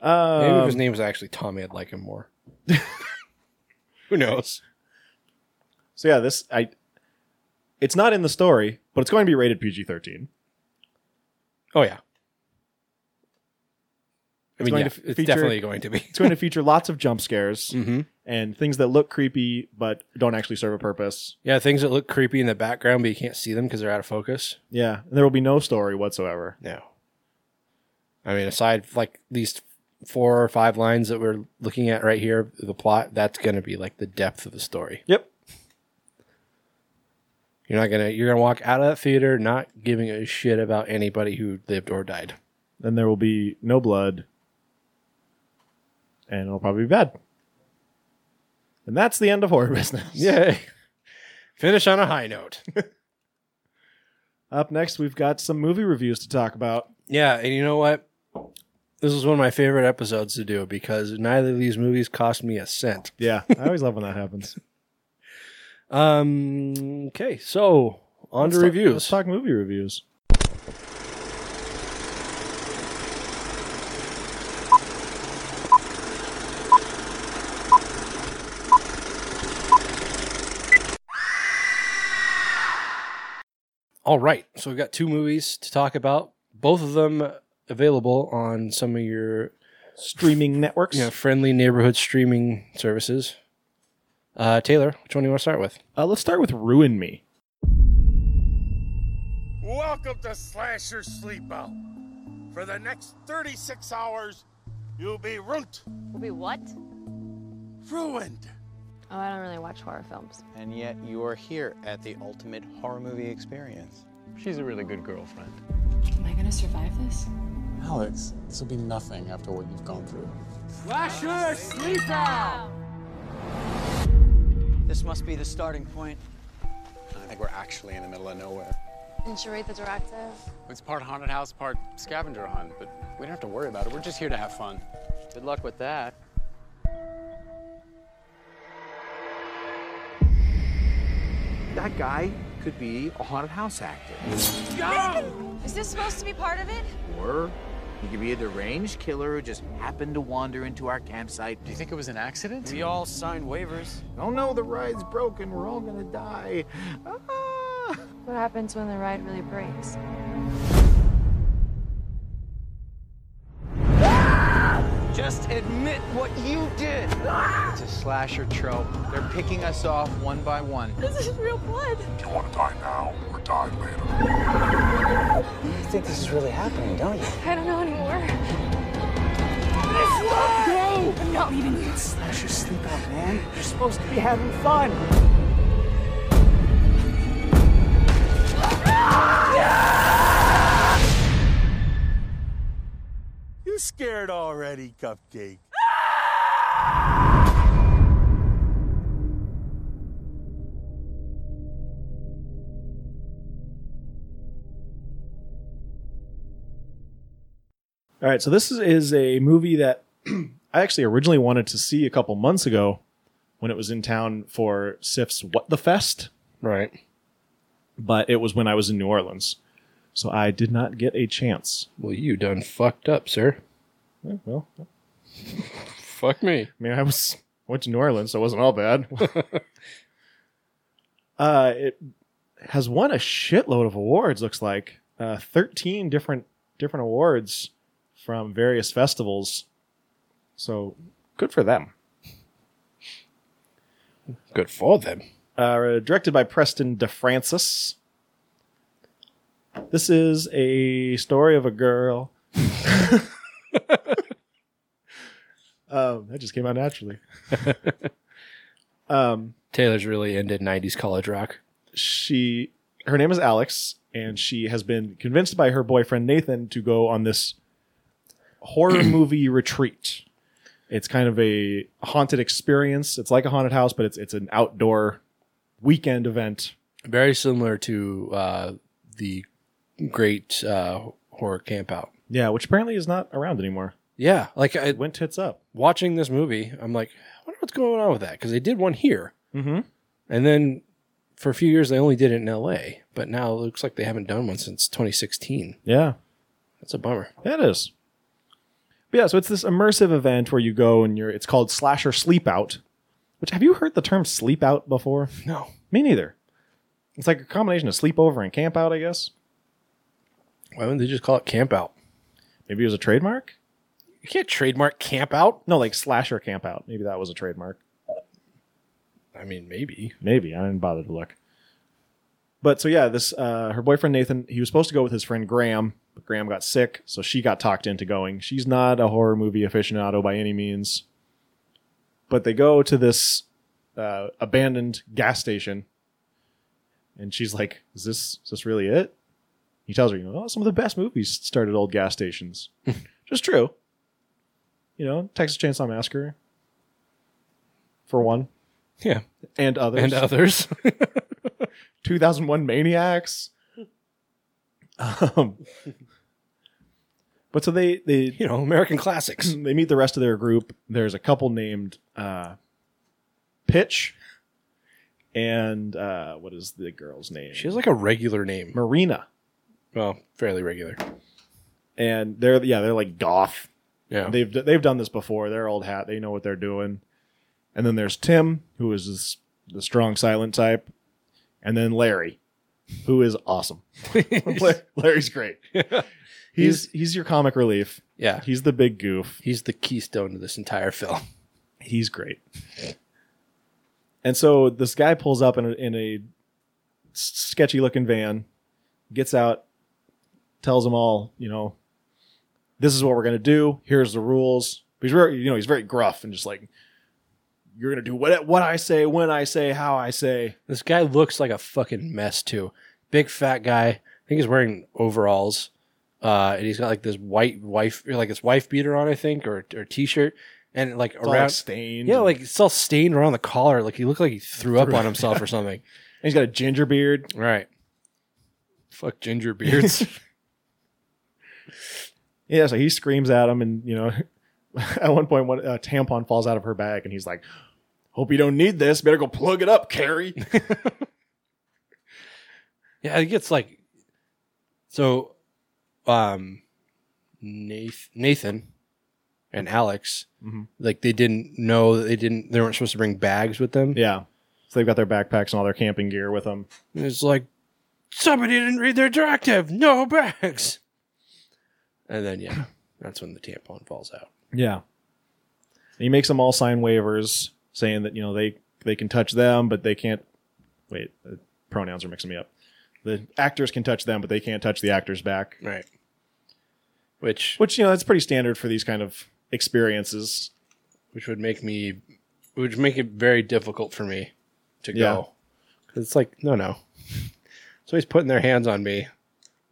[SPEAKER 2] Maybe if
[SPEAKER 3] Um,
[SPEAKER 2] his name was actually Tommy, I'd like him more. Who knows?
[SPEAKER 3] so yeah, this I it's not in the story, but it's going to be rated PG thirteen.
[SPEAKER 2] Oh yeah. I mean,
[SPEAKER 3] going
[SPEAKER 2] yeah,
[SPEAKER 3] to
[SPEAKER 2] it's
[SPEAKER 3] feature-
[SPEAKER 2] definitely going to be.
[SPEAKER 3] It's going to feature lots of jump scares
[SPEAKER 2] Mm-hmm.
[SPEAKER 3] and things that look creepy but don't actually serve a purpose.
[SPEAKER 2] Yeah, things that look creepy in the background, but you can't see them because they're out of focus.
[SPEAKER 3] Yeah. And there will be no story whatsoever.
[SPEAKER 2] No. I mean, aside like these four or five lines that we're looking at right here, the plot that's going to be like the depth of the story.
[SPEAKER 3] Yep.
[SPEAKER 2] You're not gonna you're gonna walk out of that theater not giving a shit about anybody who lived or died.
[SPEAKER 3] And there will be no blood. And it'll probably be bad. And that's the end of horror business.
[SPEAKER 2] Yay! Finish on a high note.
[SPEAKER 3] Up next, we've got some movie reviews to talk about.
[SPEAKER 2] Yeah, and you know what? This was one of my favorite episodes to do because neither of these movies cost me a cent.
[SPEAKER 3] Yeah, I always love when that happens.
[SPEAKER 2] Um, okay, so on
[SPEAKER 3] Let's
[SPEAKER 2] to
[SPEAKER 3] talk-
[SPEAKER 2] reviews.
[SPEAKER 3] Let's talk movie reviews.
[SPEAKER 2] All right, so we've got two movies to talk about. Both of them available on some of your
[SPEAKER 3] Streaming networks.
[SPEAKER 2] you know, friendly neighborhood streaming services. Uh, Taylor, which one do you want to start with?
[SPEAKER 3] Uh, let's start with Ruin Me.
[SPEAKER 5] Welcome to Slasher Sleepout. For the next 36 hours, you'll be ruined.
[SPEAKER 6] Will be what?
[SPEAKER 5] Ruined.
[SPEAKER 6] Oh, I don't really watch horror films.
[SPEAKER 7] And yet you are here at the ultimate horror movie experience.
[SPEAKER 8] She's a really good girlfriend.
[SPEAKER 9] Am I gonna survive this?
[SPEAKER 7] Alex, this will be nothing after what you've gone through.
[SPEAKER 10] This must be the starting point.
[SPEAKER 7] I think we're actually in the middle of nowhere.
[SPEAKER 6] Didn't you read the directive?
[SPEAKER 7] It's part haunted house, part scavenger hunt, but we don't have to worry about it. We're just here to have fun.
[SPEAKER 10] Good luck with that.
[SPEAKER 8] That guy could be a haunted house actor.
[SPEAKER 6] Is this supposed to be part of it?
[SPEAKER 8] Or he could be a deranged killer who just happened to wander into our campsite.
[SPEAKER 7] Do you think it was an accident?
[SPEAKER 10] We all signed waivers.
[SPEAKER 8] Oh no, the ride's broken. We're all gonna die. Ah!
[SPEAKER 6] What happens when the ride really breaks?
[SPEAKER 10] Just admit what you did.
[SPEAKER 8] It's a slasher trope. They're picking us off one by one.
[SPEAKER 6] This is real blood.
[SPEAKER 5] Do you want to die now or die later?
[SPEAKER 7] You think this is really happening, don't you?
[SPEAKER 6] I don't know anymore.
[SPEAKER 8] Slasher sleep out, man. You're supposed to be having fun.
[SPEAKER 5] You scared already, Cupcake.
[SPEAKER 3] All right, so this is, is a movie that I actually originally wanted to see a couple months ago when it was in town for SIF's What the Fest,
[SPEAKER 2] Right.
[SPEAKER 3] but it was when I was in New Orleans. So I did not get a chance.
[SPEAKER 2] Well, you done fucked up, sir.
[SPEAKER 3] Eh, Well, I
[SPEAKER 2] Fuck me.
[SPEAKER 3] mean, I was I went to New Orleans, so it wasn't all bad. uh, it has won a shitload of awards. Looks like uh, thirteen different different awards from various festivals. So good for them.
[SPEAKER 2] Good for them.
[SPEAKER 3] uh, directed by Preston DeFrancis. This is a story of a girl. um, that just came out naturally. um,
[SPEAKER 2] Taylor's really into 90s college rock.
[SPEAKER 3] she, her name is Alex, and she has been convinced by her boyfriend Nathan to go on this horror movie retreat. It's kind of a haunted experience. It's like a haunted house, but it's it's an outdoor weekend event
[SPEAKER 2] Very similar to uh, the great uh, horror campout.
[SPEAKER 3] Yeah, which apparently is not around anymore.
[SPEAKER 2] Yeah, like I,
[SPEAKER 3] It went tits up.
[SPEAKER 2] watching this movie, I'm like, I wonder what's going on with that because they did one here,
[SPEAKER 3] Mm-hmm.
[SPEAKER 2] and then for a few years they only did it in L.A., but now it looks like they haven't done one since 2016.
[SPEAKER 3] Yeah,
[SPEAKER 2] That's a bummer.
[SPEAKER 3] that is. But yeah, so it's this immersive event where you go and you're. It's called slasher sleep out. Which have you heard the term sleep out before?
[SPEAKER 2] No,
[SPEAKER 3] Me neither. It's like a combination of sleepover and camp out, I guess.
[SPEAKER 2] why wouldn't they just call it campout?
[SPEAKER 3] Maybe it was a trademark.
[SPEAKER 2] You can't trademark campout.
[SPEAKER 3] No, like slasher camp out. Maybe that was a trademark.
[SPEAKER 2] I mean, maybe.
[SPEAKER 3] Maybe I didn't bother to look. But so yeah, this uh, her boyfriend Nathan. He was supposed to go with his friend Graham, but Graham got sick, so she got talked into going. She's not a horror movie aficionado by any means, but they go to this uh, abandoned gas station, and she's like, "Is this is this really it?" He tells her, "You know, oh, some of the best movies started old gas stations." Just true. You know, Texas Chainsaw Massacre, for one,
[SPEAKER 2] Yeah,
[SPEAKER 3] and others,
[SPEAKER 2] and others.
[SPEAKER 3] 2001 Maniacs. Um, but so they they
[SPEAKER 2] You know, American classics.
[SPEAKER 3] they meet the rest of their group. There's a couple named uh, Pitch, and uh, what is the girl's name?
[SPEAKER 2] She has like a regular name.
[SPEAKER 3] Marina,
[SPEAKER 2] Well, fairly regular.
[SPEAKER 3] and they're yeah they're like goth.
[SPEAKER 2] Yeah.
[SPEAKER 3] They've they've done this before. They're old hat. They know what they're doing. And then there's Tim, who is this, the strong silent type, and then Larry, who is awesome. La- Larry's great. He's he's your comic relief.
[SPEAKER 2] yeah.
[SPEAKER 3] He's the big goof.
[SPEAKER 2] He's the keystone to this entire film.
[SPEAKER 3] He's great. And so this guy pulls up in a, in a sketchy looking van, gets out, tells them all, you know, this is what we're gonna do. Here's the rules. He's very, you know, he's very gruff and just like, you're gonna do what what I say, when I say, how I say.
[SPEAKER 2] This guy looks like a fucking mess too. Big fat guy. I think he's wearing overalls. Uh, and he's got like this white wife, or like this wife beater on, I think, or or t-shirt, and like
[SPEAKER 3] It's all, like,
[SPEAKER 2] around
[SPEAKER 3] stained.
[SPEAKER 2] yeah,
[SPEAKER 3] and-
[SPEAKER 2] like it's all stained around the collar. Like he looked like he threw up on himself or something.
[SPEAKER 3] and he's got a ginger beard.
[SPEAKER 2] Right. Fuck ginger beards.
[SPEAKER 3] Yeah, so he screams at him, and you know, at one point, one a tampon falls out of her bag, and he's like, "Hope you don't need this. Better go plug it up, Carrie."
[SPEAKER 2] yeah, it gets like so. Um, Nath- Nathan and Alex,
[SPEAKER 3] Mhm.
[SPEAKER 2] like they didn't know they didn't they weren't supposed to bring bags with them.
[SPEAKER 3] yeah, so they've got their backpacks and all their camping gear with them.
[SPEAKER 2] And it's like, somebody didn't read their directive. No bags. And then, yeah, that's when the tampon falls out.
[SPEAKER 3] Yeah, and he makes them all sign waivers saying that you know they they can touch them, but they can't. Wait, the pronouns are mixing me up. The actors can touch them, but they can't touch the actor's back,
[SPEAKER 2] Right. Which
[SPEAKER 3] which you know that's pretty standard for these kind of experiences.
[SPEAKER 2] which would make me which would make it very difficult for me to go.
[SPEAKER 3] Yeah.
[SPEAKER 2] 'Cause it's like, no, no. So he's putting their hands on me.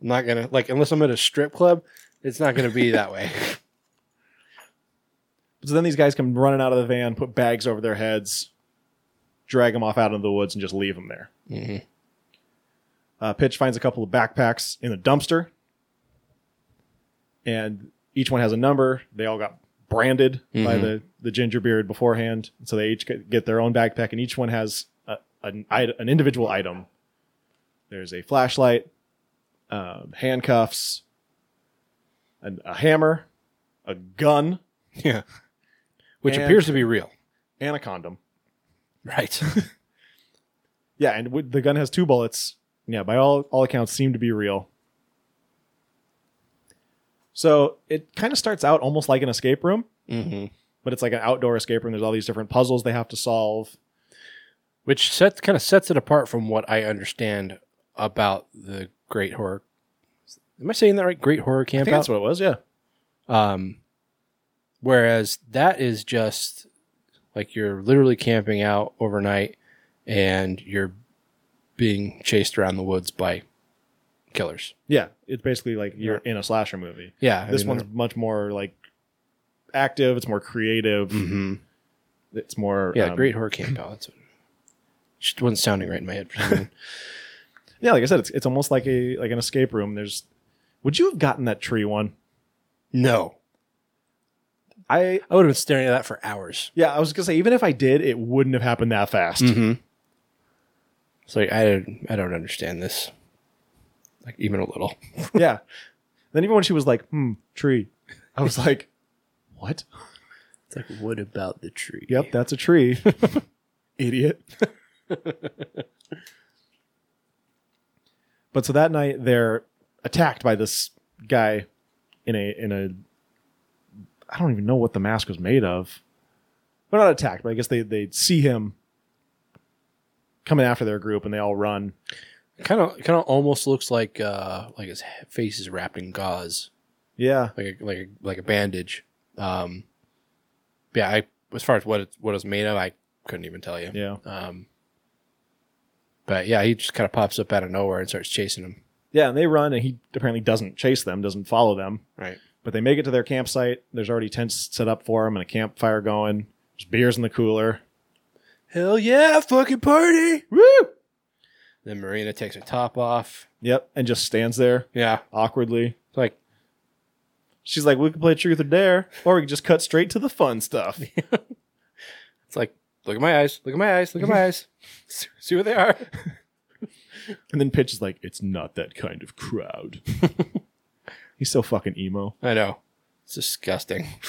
[SPEAKER 2] I'm not gonna like unless I'm at a strip club, it's not gonna be that way.
[SPEAKER 3] So then these guys come running out of the van, put bags over their heads, drag them off out into the woods, and just leave them there.
[SPEAKER 2] Mhm.
[SPEAKER 3] Uh, Pitch finds a couple of backpacks in a dumpster, and each one has a number. They all got branded by
[SPEAKER 2] Mhm.
[SPEAKER 3] the the ginger beard beforehand, so they each get- get their own backpack, and each one has a, an, ite- an individual item. There's a flashlight, um, handcuffs, an, a hammer, a gun,
[SPEAKER 2] Yeah. Which
[SPEAKER 3] And-
[SPEAKER 2] appears to be real.
[SPEAKER 3] and a condom.
[SPEAKER 2] Right.
[SPEAKER 3] Yeah, and w- the gun has two bullets. Yeah, by all all accounts, seem to be real. So it kind of starts out almost like an escape room,
[SPEAKER 2] mm-hmm.
[SPEAKER 3] but it's like an outdoor escape room. There's all these different puzzles they have to solve.
[SPEAKER 2] which sets kind of sets it apart from what I understand about the Great Horror. Am I saying that right? Great Horror
[SPEAKER 3] I
[SPEAKER 2] Camp
[SPEAKER 3] think that's what it was. Yeah,
[SPEAKER 2] Um, whereas that is just like you're literally camping out overnight and you're being chased around the woods by killers.
[SPEAKER 3] yeah. It's basically like you're in a slasher movie.
[SPEAKER 2] Yeah, I
[SPEAKER 3] this
[SPEAKER 2] mean, uh,
[SPEAKER 3] one's much more like active. It's more creative.
[SPEAKER 2] Mhm.
[SPEAKER 3] It's more
[SPEAKER 2] yeah,
[SPEAKER 3] um,
[SPEAKER 2] Great Horror Camp out. That's what, just wasn't sounding right in my head. For some reason.
[SPEAKER 3] Yeah, like I said, it's it's almost like a like an escape room. There's. Would you have gotten that tree one?
[SPEAKER 2] no,
[SPEAKER 3] I
[SPEAKER 2] I would have been staring at that for hours.
[SPEAKER 3] yeah, I was gonna say even if I did, it wouldn't have happened that fast.
[SPEAKER 2] It's like I I don't understand this, like even a little.
[SPEAKER 3] yeah. Then even when she was like, hmm, tree, I was like, what?
[SPEAKER 2] It's like what about the tree?
[SPEAKER 3] Yep, that's a tree. Idiot. but so that night they're attacked by this guy in a in a I don't even know what the mask was made of. Well not attacked, but I guess they they see him coming after their group and they all run.
[SPEAKER 2] kind of kind of almost looks like uh like his he- face is wrapped in gauze
[SPEAKER 3] Yeah.
[SPEAKER 2] like a, like a, like a bandage um yeah i as far as what it's what it's made of i couldn't even tell you
[SPEAKER 3] Yeah.
[SPEAKER 2] um but yeah he just kind of pops up out of nowhere and starts chasing him
[SPEAKER 3] Yeah, and they run and he apparently doesn't chase them, doesn't follow them.
[SPEAKER 2] right
[SPEAKER 3] But they make it to their campsite. There's already tents set up for them and a campfire going. There's beers in the cooler.
[SPEAKER 2] hell yeah fucking party
[SPEAKER 3] Woo!
[SPEAKER 2] Then Marina takes her top off.
[SPEAKER 3] Yep, and just stands there
[SPEAKER 2] Yeah.
[SPEAKER 3] awkwardly.
[SPEAKER 2] It's like,
[SPEAKER 3] She's like, we can play truth or dare, or we can just cut straight to the fun stuff.
[SPEAKER 2] it's like, look at my eyes, look at my eyes, look at my eyes. S- See what they are.
[SPEAKER 3] And then Pitch is like, it's not that kind of crowd. He's so fucking emo.
[SPEAKER 2] I know. It's disgusting.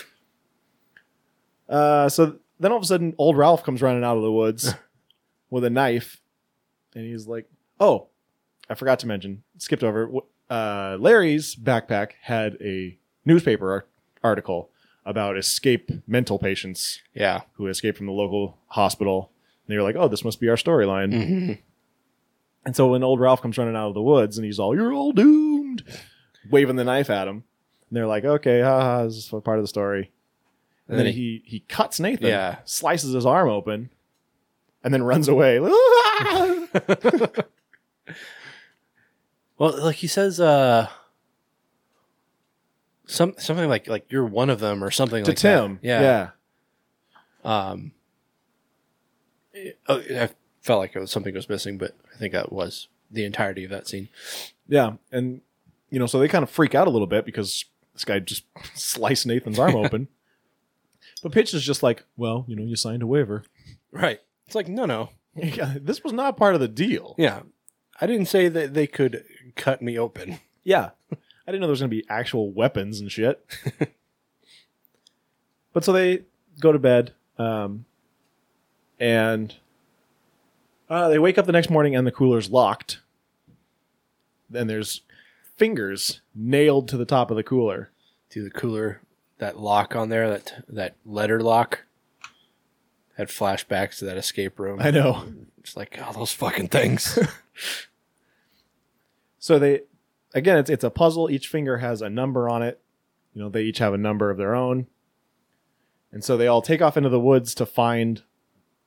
[SPEAKER 3] Uh, so then all of a sudden, old Ralph comes running out of the woods with a knife, and he's like, "Oh, I forgot to mention, skipped over. wh- Uh, Larry's backpack had a newspaper ar- article about escape mental patients
[SPEAKER 2] Yeah.
[SPEAKER 3] who escaped from the local hospital. And they were like, "Oh, this must be our storyline." And so when old Ralph comes running out of the woods and he's all, "You're all doomed," waving the knife at him, and they're like, "Okay, haha, this is part of the story." And then,
[SPEAKER 2] then
[SPEAKER 3] he, he cuts Nathan,
[SPEAKER 2] Yeah.
[SPEAKER 3] slices his arm open, and then runs away.
[SPEAKER 2] Well, like he says, uh, some something like like you're one of them or something
[SPEAKER 3] to
[SPEAKER 2] like that.
[SPEAKER 3] Tim.
[SPEAKER 2] Yeah. Um, oh, I felt like it was, something was missing, but I think that was the entirety of that scene.
[SPEAKER 3] yeah, yeah. And you know, so they kind of freak out a little bit because this guy just sliced Nathan's arm open. But Pitch is just like, well, you know, you signed a waiver.
[SPEAKER 2] Right. It's like no, no.
[SPEAKER 3] Yeah, this was not part of the deal.
[SPEAKER 2] Yeah, I didn't say that they could cut me open.
[SPEAKER 3] Yeah. I didn't know there was going to be actual weapons and shit. but so they go to bed um, and uh, they wake up the next morning and the cooler's locked. And there's fingers nailed to the top of the cooler.
[SPEAKER 2] To the cooler, that lock on there, that that letter lock, had flashbacks to that escape room.
[SPEAKER 3] I know.
[SPEAKER 2] It's like all those fucking things.
[SPEAKER 3] So they, again, it's, it's a puzzle. Each finger has a number on it. You know, they each have a number of their own. And so they all take off into the woods to find.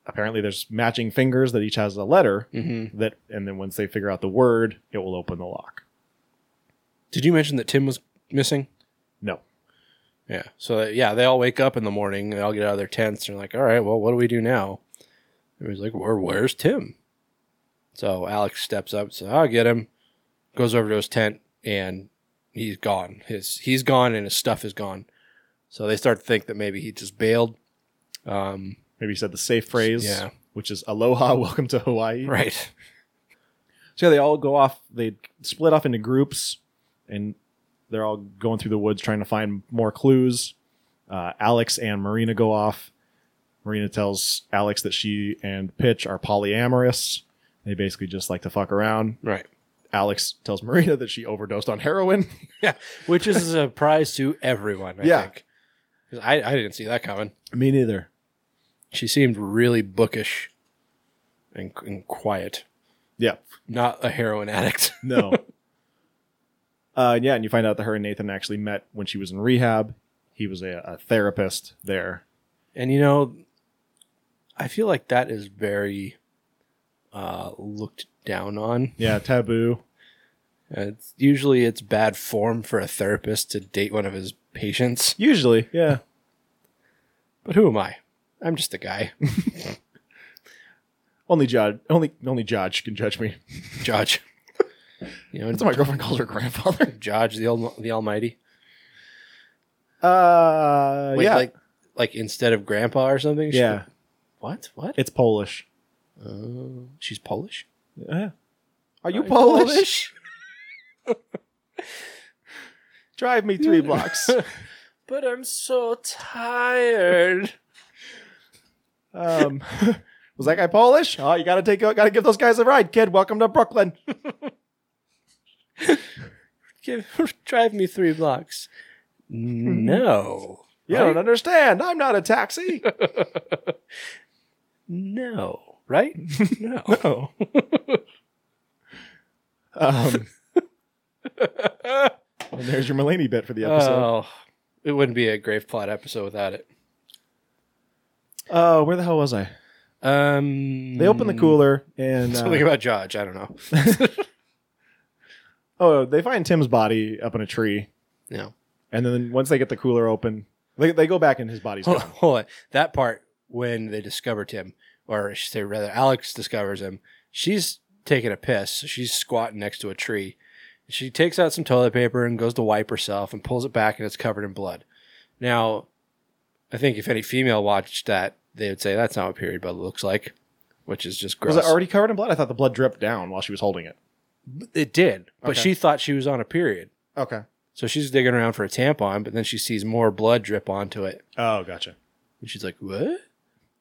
[SPEAKER 3] Apparently, there's matching fingers that each has a letter that, and then once they figure out the word, it will open the lock.
[SPEAKER 2] Did you mention that Tim was missing?
[SPEAKER 3] No,
[SPEAKER 2] Yeah. So yeah, they all wake up in the morning. They all get out of their tents and are like, "All right, well, what do we do now?" Everybody's like, "Where? Where's Tim?" So Alex steps up, says, "I'll get him." Goes over to his tent and he's gone. His he's gone and his stuff is gone. So they start to think that maybe he just bailed. Um,
[SPEAKER 3] maybe you said the safe phrase,
[SPEAKER 2] Yeah.
[SPEAKER 3] which is "Aloha, welcome to Hawaii."
[SPEAKER 2] right.
[SPEAKER 3] So yeah, they all go off. They split off into groups, and they're all going through the woods trying to find more clues. Uh, Alex and Marina go off. Marina tells Alex that she and Pitch are polyamorous. They basically just like to fuck around.
[SPEAKER 2] Right.
[SPEAKER 3] Alex tells Marina that she overdosed on heroin.
[SPEAKER 2] Yeah. Which is a surprise to everyone. I
[SPEAKER 3] Yeah.
[SPEAKER 2] think. 'Cause I I didn't see that coming.
[SPEAKER 3] Me neither.
[SPEAKER 2] She seemed really bookish and, and quiet.
[SPEAKER 3] Yeah,
[SPEAKER 2] Not a heroin addict.
[SPEAKER 3] no. uh, yeah, and you find out that her and Nathan actually met when she was in rehab. He was a, a therapist there.
[SPEAKER 2] And you know, I feel like that is very uh, looked down on.
[SPEAKER 3] Yeah, taboo.
[SPEAKER 2] Uh, It's, usually, it's bad form for a therapist to date one of his patients.
[SPEAKER 3] Usually, yeah.
[SPEAKER 2] But who am I? I'm just a guy,
[SPEAKER 3] Only judge, only only judge can judge me.
[SPEAKER 2] Judge. You know,
[SPEAKER 3] That's what my girlfriend calls her grandfather.
[SPEAKER 2] Judge the Al- the Almighty.
[SPEAKER 3] Uh,
[SPEAKER 2] Wait,
[SPEAKER 3] yeah,
[SPEAKER 2] like like instead of Grandpa or something. she-
[SPEAKER 3] yeah.
[SPEAKER 2] what? What?
[SPEAKER 3] It's Polish.
[SPEAKER 2] Oh, she's Polish.
[SPEAKER 3] Yeah. Are you
[SPEAKER 2] I'm
[SPEAKER 3] Polish? Drive me three blocks.
[SPEAKER 2] But I'm so tired.
[SPEAKER 3] Um, was that guy Polish? Oh, you gotta take, gotta give those guys a ride, kid. Welcome to Brooklyn.
[SPEAKER 2] Give, drive me three blocks.
[SPEAKER 3] Mm-hmm.
[SPEAKER 2] No.
[SPEAKER 3] You don't understand. I'm not a taxi.
[SPEAKER 2] No. Right? No.
[SPEAKER 3] No. um, and there's your Mulaney bit for the episode.
[SPEAKER 2] Oh, it wouldn't be a grave plot episode without it.
[SPEAKER 3] Oh, where the hell was I?
[SPEAKER 2] Um,
[SPEAKER 3] They open the cooler and uh,
[SPEAKER 2] Something about Judge. I don't know.
[SPEAKER 3] oh, they find Tim's body up in a tree,
[SPEAKER 2] No.
[SPEAKER 3] and then once they get the cooler open, they, they go back and his body's
[SPEAKER 2] Hold,
[SPEAKER 3] gone.
[SPEAKER 2] hold on. That part when they discovered him, or I should say rather, Alex discovers him. She's taking a piss. She's squatting next to a tree. She takes out some toilet paper and goes to wipe herself and pulls it back and it's covered in blood. Now, I think if any female watched that, they would say that's not what period blood looks like, which is just gross.
[SPEAKER 3] Was it already covered in blood? I thought the blood dripped down while she was holding it.
[SPEAKER 2] It did, but
[SPEAKER 3] Okay.
[SPEAKER 2] she thought she was on a period.
[SPEAKER 3] Okay.
[SPEAKER 2] So she's digging around for a tampon, but then she sees more blood drip onto it.
[SPEAKER 3] Oh, gotcha.
[SPEAKER 2] And she's like, what?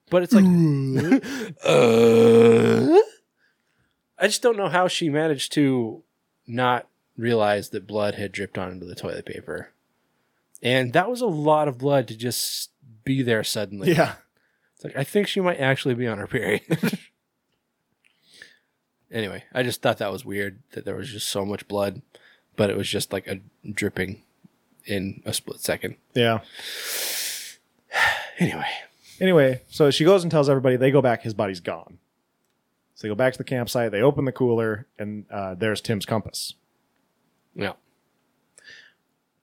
[SPEAKER 2] But it's like, uh, I just don't know how she managed to not realize that blood had dripped onto the toilet paper. And that was a lot of blood to just be there suddenly.
[SPEAKER 3] Yeah.
[SPEAKER 2] It's like, I think she might actually be on her period. anyway, I just thought that was weird that there was just so much blood, but it was just like a dripping in a split second.
[SPEAKER 3] Yeah.
[SPEAKER 2] Anyway,
[SPEAKER 3] Anyway, so she goes and tells everybody. They go back. His body's gone. So they go back to the campsite. They open the cooler, and uh, there's Tim's compass.
[SPEAKER 2] yeah.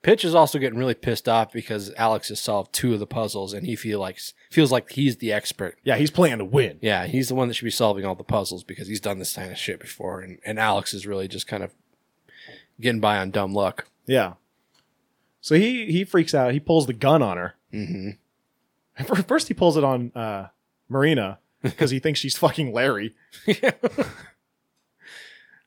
[SPEAKER 2] Pitch is also getting really pissed off because Alex has solved two of the puzzles and he feel like, feels like he's the expert.
[SPEAKER 3] Yeah, he's playing to win.
[SPEAKER 2] Yeah, he's the one that should be solving all the puzzles because he's done this kind of shit before. And, and Alex is really just kind of getting by on dumb luck.
[SPEAKER 3] Yeah. So he he freaks out. He pulls the gun on her.
[SPEAKER 2] Mm-hmm.
[SPEAKER 3] First, he pulls it on uh, Marina because he thinks she's fucking Larry.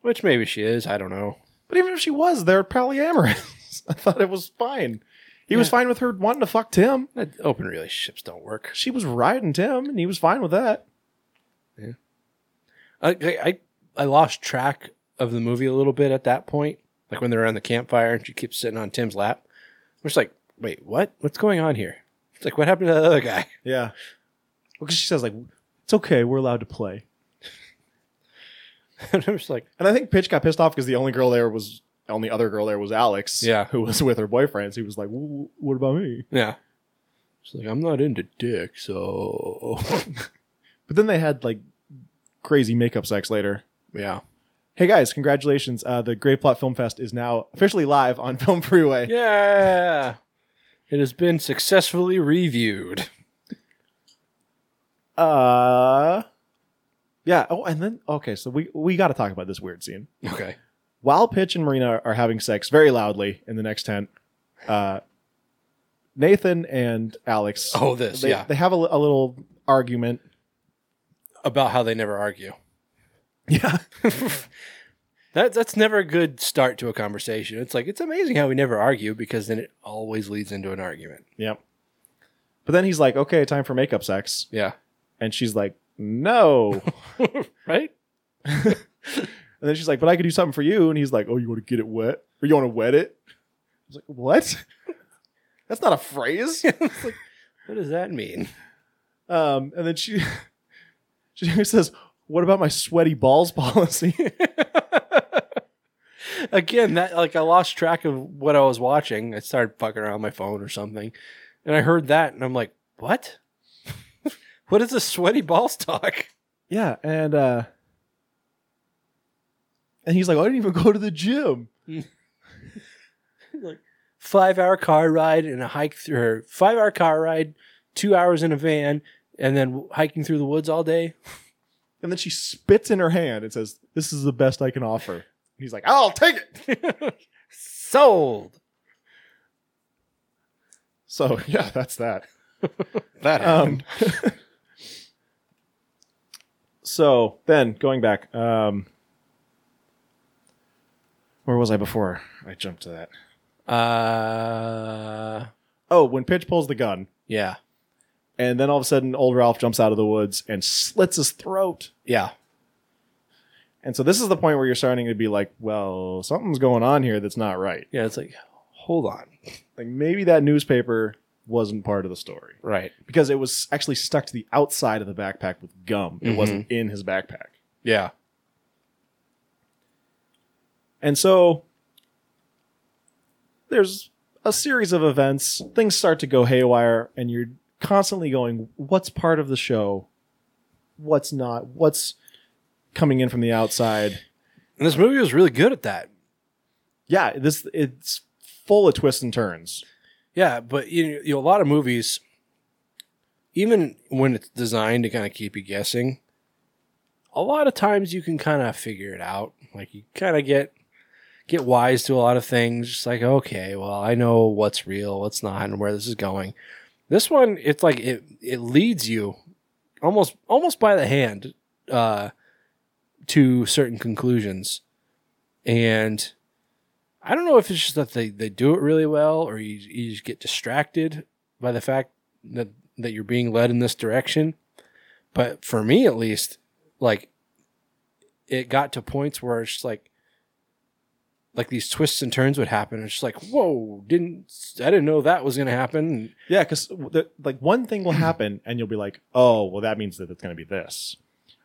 [SPEAKER 2] Which maybe she is. I don't know.
[SPEAKER 3] But even if she was, they're polyamorous. I thought it was fine. He was
[SPEAKER 2] Yeah.
[SPEAKER 3] fine with her wanting to fuck Tim.
[SPEAKER 2] That Uh, open relationships don't work.
[SPEAKER 3] She was riding Tim, and he was fine with that.
[SPEAKER 2] I, I I lost track of the movie a little bit at that point. Like when they're around the campfire and she keeps sitting on Tim's lap. I'm just like, wait, what? What's going on here? It's like, what happened to that other guy?
[SPEAKER 3] Yeah. Because she says like, "It's okay, we're allowed to play."
[SPEAKER 2] and I'm just like,
[SPEAKER 3] And I think Pitch got pissed off because the only girl there was only other girl there was Alex.
[SPEAKER 2] Yeah.
[SPEAKER 3] Who was with her boyfriend. So he was like, "Wh- "What about me?"
[SPEAKER 2] yeah. She's like, I'm not into dick, so
[SPEAKER 3] But then they had like crazy makeup sex later.
[SPEAKER 2] yeah,
[SPEAKER 3] Hey guys, congratulations! Uh, the Grave Plot Film Fest is now officially live on Film Freeway.
[SPEAKER 2] yeah. It has been successfully reviewed.
[SPEAKER 3] Uh, yeah. Oh, and then okay, so we we got to talk about this weird scene.
[SPEAKER 2] Okay.
[SPEAKER 3] while Pitch and Marina are having sex very loudly in the next tent, uh, Nathan and Alex.
[SPEAKER 2] Oh, this,
[SPEAKER 3] they,
[SPEAKER 2] yeah.
[SPEAKER 3] They have a, li- a little argument.
[SPEAKER 2] About how they never argue.
[SPEAKER 3] Yeah.
[SPEAKER 2] That that's never a good start to a conversation. It's like it's amazing how we never argue because then it always leads into an argument.
[SPEAKER 3] Yep. But then he's like, okay, time for makeup sex.
[SPEAKER 2] Yeah.
[SPEAKER 3] And she's like, no. and
[SPEAKER 2] Right?
[SPEAKER 3] then she's like, but I could do something for you. And he's like, oh, you want to get it wet? Or you want to wet it? I was like, what? That's not a phrase.
[SPEAKER 2] What does that mean?
[SPEAKER 3] um, and then she, she says, what about my sweaty balls policy?
[SPEAKER 2] Again, that like I lost track of what I was watching. I started fucking around my phone or something, and I heard that, and I'm like, "What? what is this sweaty balls talk?"
[SPEAKER 3] Yeah, and uh and he's like, I didn't even go to the gym.
[SPEAKER 2] Five hour car ride and a hike through. Or five hour car ride, two hours in a van, and then hiking through the woods all day.
[SPEAKER 3] And then she spits in her hand and says, This is the best I can offer. And he's like, "Ah." I'll take it.
[SPEAKER 2] Sold.
[SPEAKER 3] So yeah, that's that.
[SPEAKER 2] That
[SPEAKER 3] Um So then going back, um where was I before I jumped to that?
[SPEAKER 2] Uh,
[SPEAKER 3] Oh, when Pitch pulls the gun,
[SPEAKER 2] yeah,
[SPEAKER 3] and then all of a sudden old Ralph jumps out of the woods and slits his throat.
[SPEAKER 2] yeah.
[SPEAKER 3] And so this is the point where you're starting to be like, well, something's going on here that's not right.
[SPEAKER 2] Yeah, it's like, hold on.
[SPEAKER 3] like maybe that newspaper wasn't part of the story
[SPEAKER 2] Right.
[SPEAKER 3] because it was actually stuck to the outside of the backpack with gum. It wasn't in his backpack.
[SPEAKER 2] Yeah.
[SPEAKER 3] And so there's a series of events. Things start to go haywire and you're constantly going what's part of the show? What's not? What's coming in from the outside?
[SPEAKER 2] And this movie was really good at that.
[SPEAKER 3] Yeah, this it's full of twists and turns.
[SPEAKER 2] Yeah, but you know, you know, a lot of movies, even when it's designed to kind of keep you guessing, a lot of times you can kind of figure it out. Like you kind of get get wise to a lot of things. Just like, okay, well, I know what's real, what's not, and where this is going. This one, it's like it it leads you almost almost by the hand uh, to certain conclusions, and I don't know if it's just that they, they do it really well, or you you just get distracted by the fact that that you're being led in this direction. But for me, at least, like it got to points where it's just like like these twists and turns would happen. It's just like, whoa, didn't I didn't know that was gonna happen.
[SPEAKER 3] Yeah, because like one thing will happen, and you'll be like, "Oh, well, that means that it's going to be this,"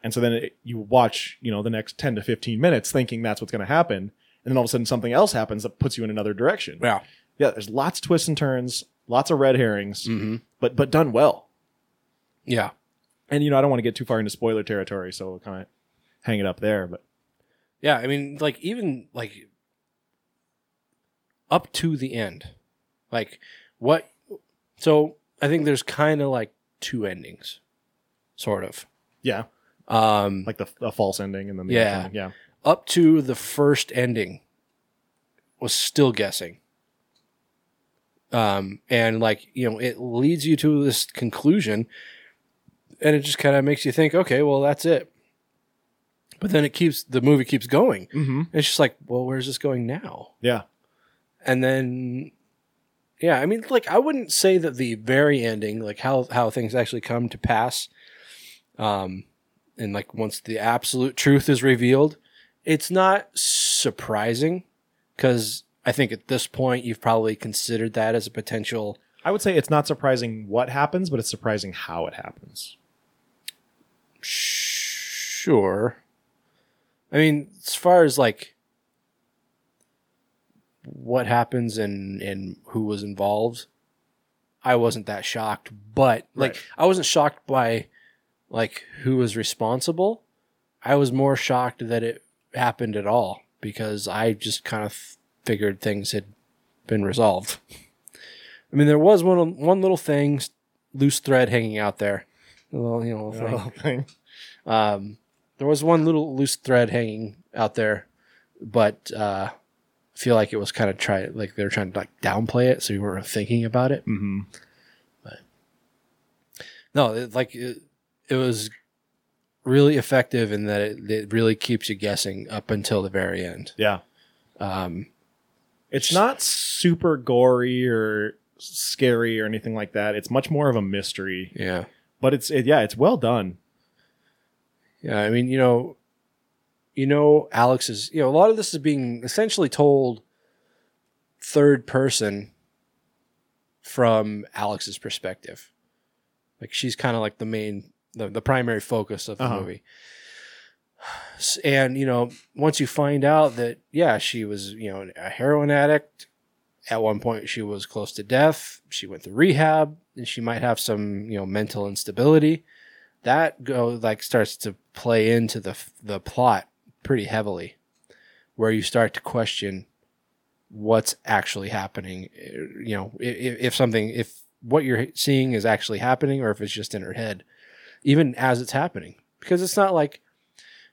[SPEAKER 3] and so then it, you watch, you know, the next ten to fifteen minutes, thinking that's what's going to happen, and then all of a sudden something else happens that puts you in another direction.
[SPEAKER 2] Yeah.
[SPEAKER 3] yeah. There's lots of twists and turns, lots of red herrings,
[SPEAKER 2] Mm-hmm.
[SPEAKER 3] but but done well.
[SPEAKER 2] Yeah.
[SPEAKER 3] And you know, I don't want to get too far into spoiler territory, so we'll kind of hang it up there. But
[SPEAKER 2] Yeah. I mean, like even like up to the end. Like what so I think there's kinda like two endings, sort of.
[SPEAKER 3] yeah,
[SPEAKER 2] Um
[SPEAKER 3] like the a false ending, and then the
[SPEAKER 2] Yeah.
[SPEAKER 3] other thing, yeah,
[SPEAKER 2] up to the first ending was still guessing. Um, and like, you know, it leads you to this conclusion and it just kind of makes you think, okay, well, that's it. But then it keeps, the movie keeps going.
[SPEAKER 3] mm-hmm.
[SPEAKER 2] It's just like, well, where's this going now?
[SPEAKER 3] yeah,
[SPEAKER 2] and then yeah i mean like i wouldn't say that the very ending like how how things actually come to pass um and like once the absolute truth is revealed it's not surprising because i think at this point you've probably considered that as a potential
[SPEAKER 3] I would say it's not surprising what happens, but it's surprising how it happens.
[SPEAKER 2] sure i mean as far as like what happens and and who was involved i wasn't that shocked but like
[SPEAKER 3] Right.
[SPEAKER 2] i wasn't shocked by like who was responsible i was more shocked that it happened at all because i just kind of figured things had been resolved i mean there was one one little thing loose thread hanging out there a little, you know, little thing.
[SPEAKER 3] thing.
[SPEAKER 2] Um, there was one little loose thread hanging out there, but uh, I feel like it was kind of try like they were trying to like downplay it, so you weren't thinking about it.
[SPEAKER 3] Mm-hmm.
[SPEAKER 2] No, it, like it, it was really effective in that it, it really keeps you guessing up until the very end.
[SPEAKER 3] Yeah.
[SPEAKER 2] Um,
[SPEAKER 3] It's not super gory or scary or anything like that. It's much more of a mystery,
[SPEAKER 2] yeah,
[SPEAKER 3] but it's it, yeah, it's well done.
[SPEAKER 2] yeah. I mean, you know, you know, Alex is you know a lot of this is being essentially told third person from Alex's perspective. Like she's kind of like the main, the, the primary focus of the
[SPEAKER 3] Uh-huh.
[SPEAKER 2] movie. S- And you know, once you find out that yeah, she was you know a heroin addict. At one point, she was close to death. She went through rehab, and she might have some you know mental instability. That go like starts to play into the f- the plot pretty heavily, where you start to question what's actually happening. eh, You know, if, if something, if what you're seeing is actually happening, or if it's just in her head, even as it's happening, because it's not like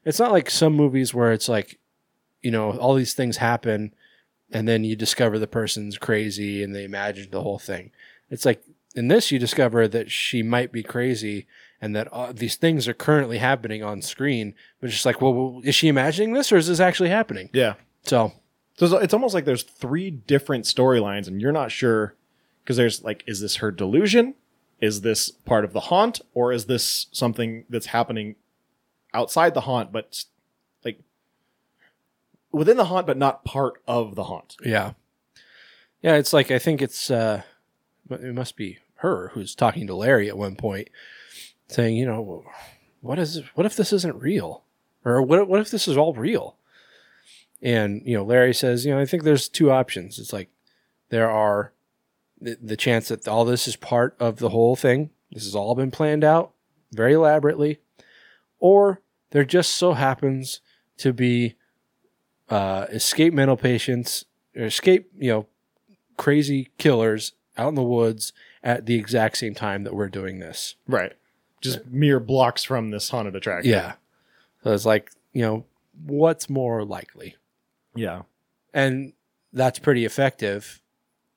[SPEAKER 2] it's not like some movies where it's like, you know, all these things happen, and then you discover the person's crazy and they imagined the whole thing. It's like in this, you discover that she might be crazy. And that uh, these things are currently happening on screen, but it's just like, well, is she imagining this or is this actually happening?
[SPEAKER 3] Yeah.
[SPEAKER 2] So,
[SPEAKER 3] So it's- it's almost like there's three different storylines, and you're not sure because there's like, is this her delusion? Is this part of the haunt, or is this something that's happening outside the haunt, but like within the haunt, but not part of the haunt?
[SPEAKER 2] Yeah. Yeah, it's like I think it's uh mu- it must be her who's talking to Larry at one point saying, you know, what is what if this isn't real? Or what what if this is all real? And, you know, Larry says, you know, I think there's two options. It's like there are the, the chance that all this is part of the whole thing. This has all been planned out very elaborately. Or there just so happens to be uh, escape mental patients or escape, you know, crazy killers out in the woods at the exact same time that we're doing this.
[SPEAKER 3] Right. Just mere blocks from this haunted attraction.
[SPEAKER 2] Yeah. So it's like, you know, what's more likely?
[SPEAKER 3] Yeah.
[SPEAKER 2] and that's pretty effective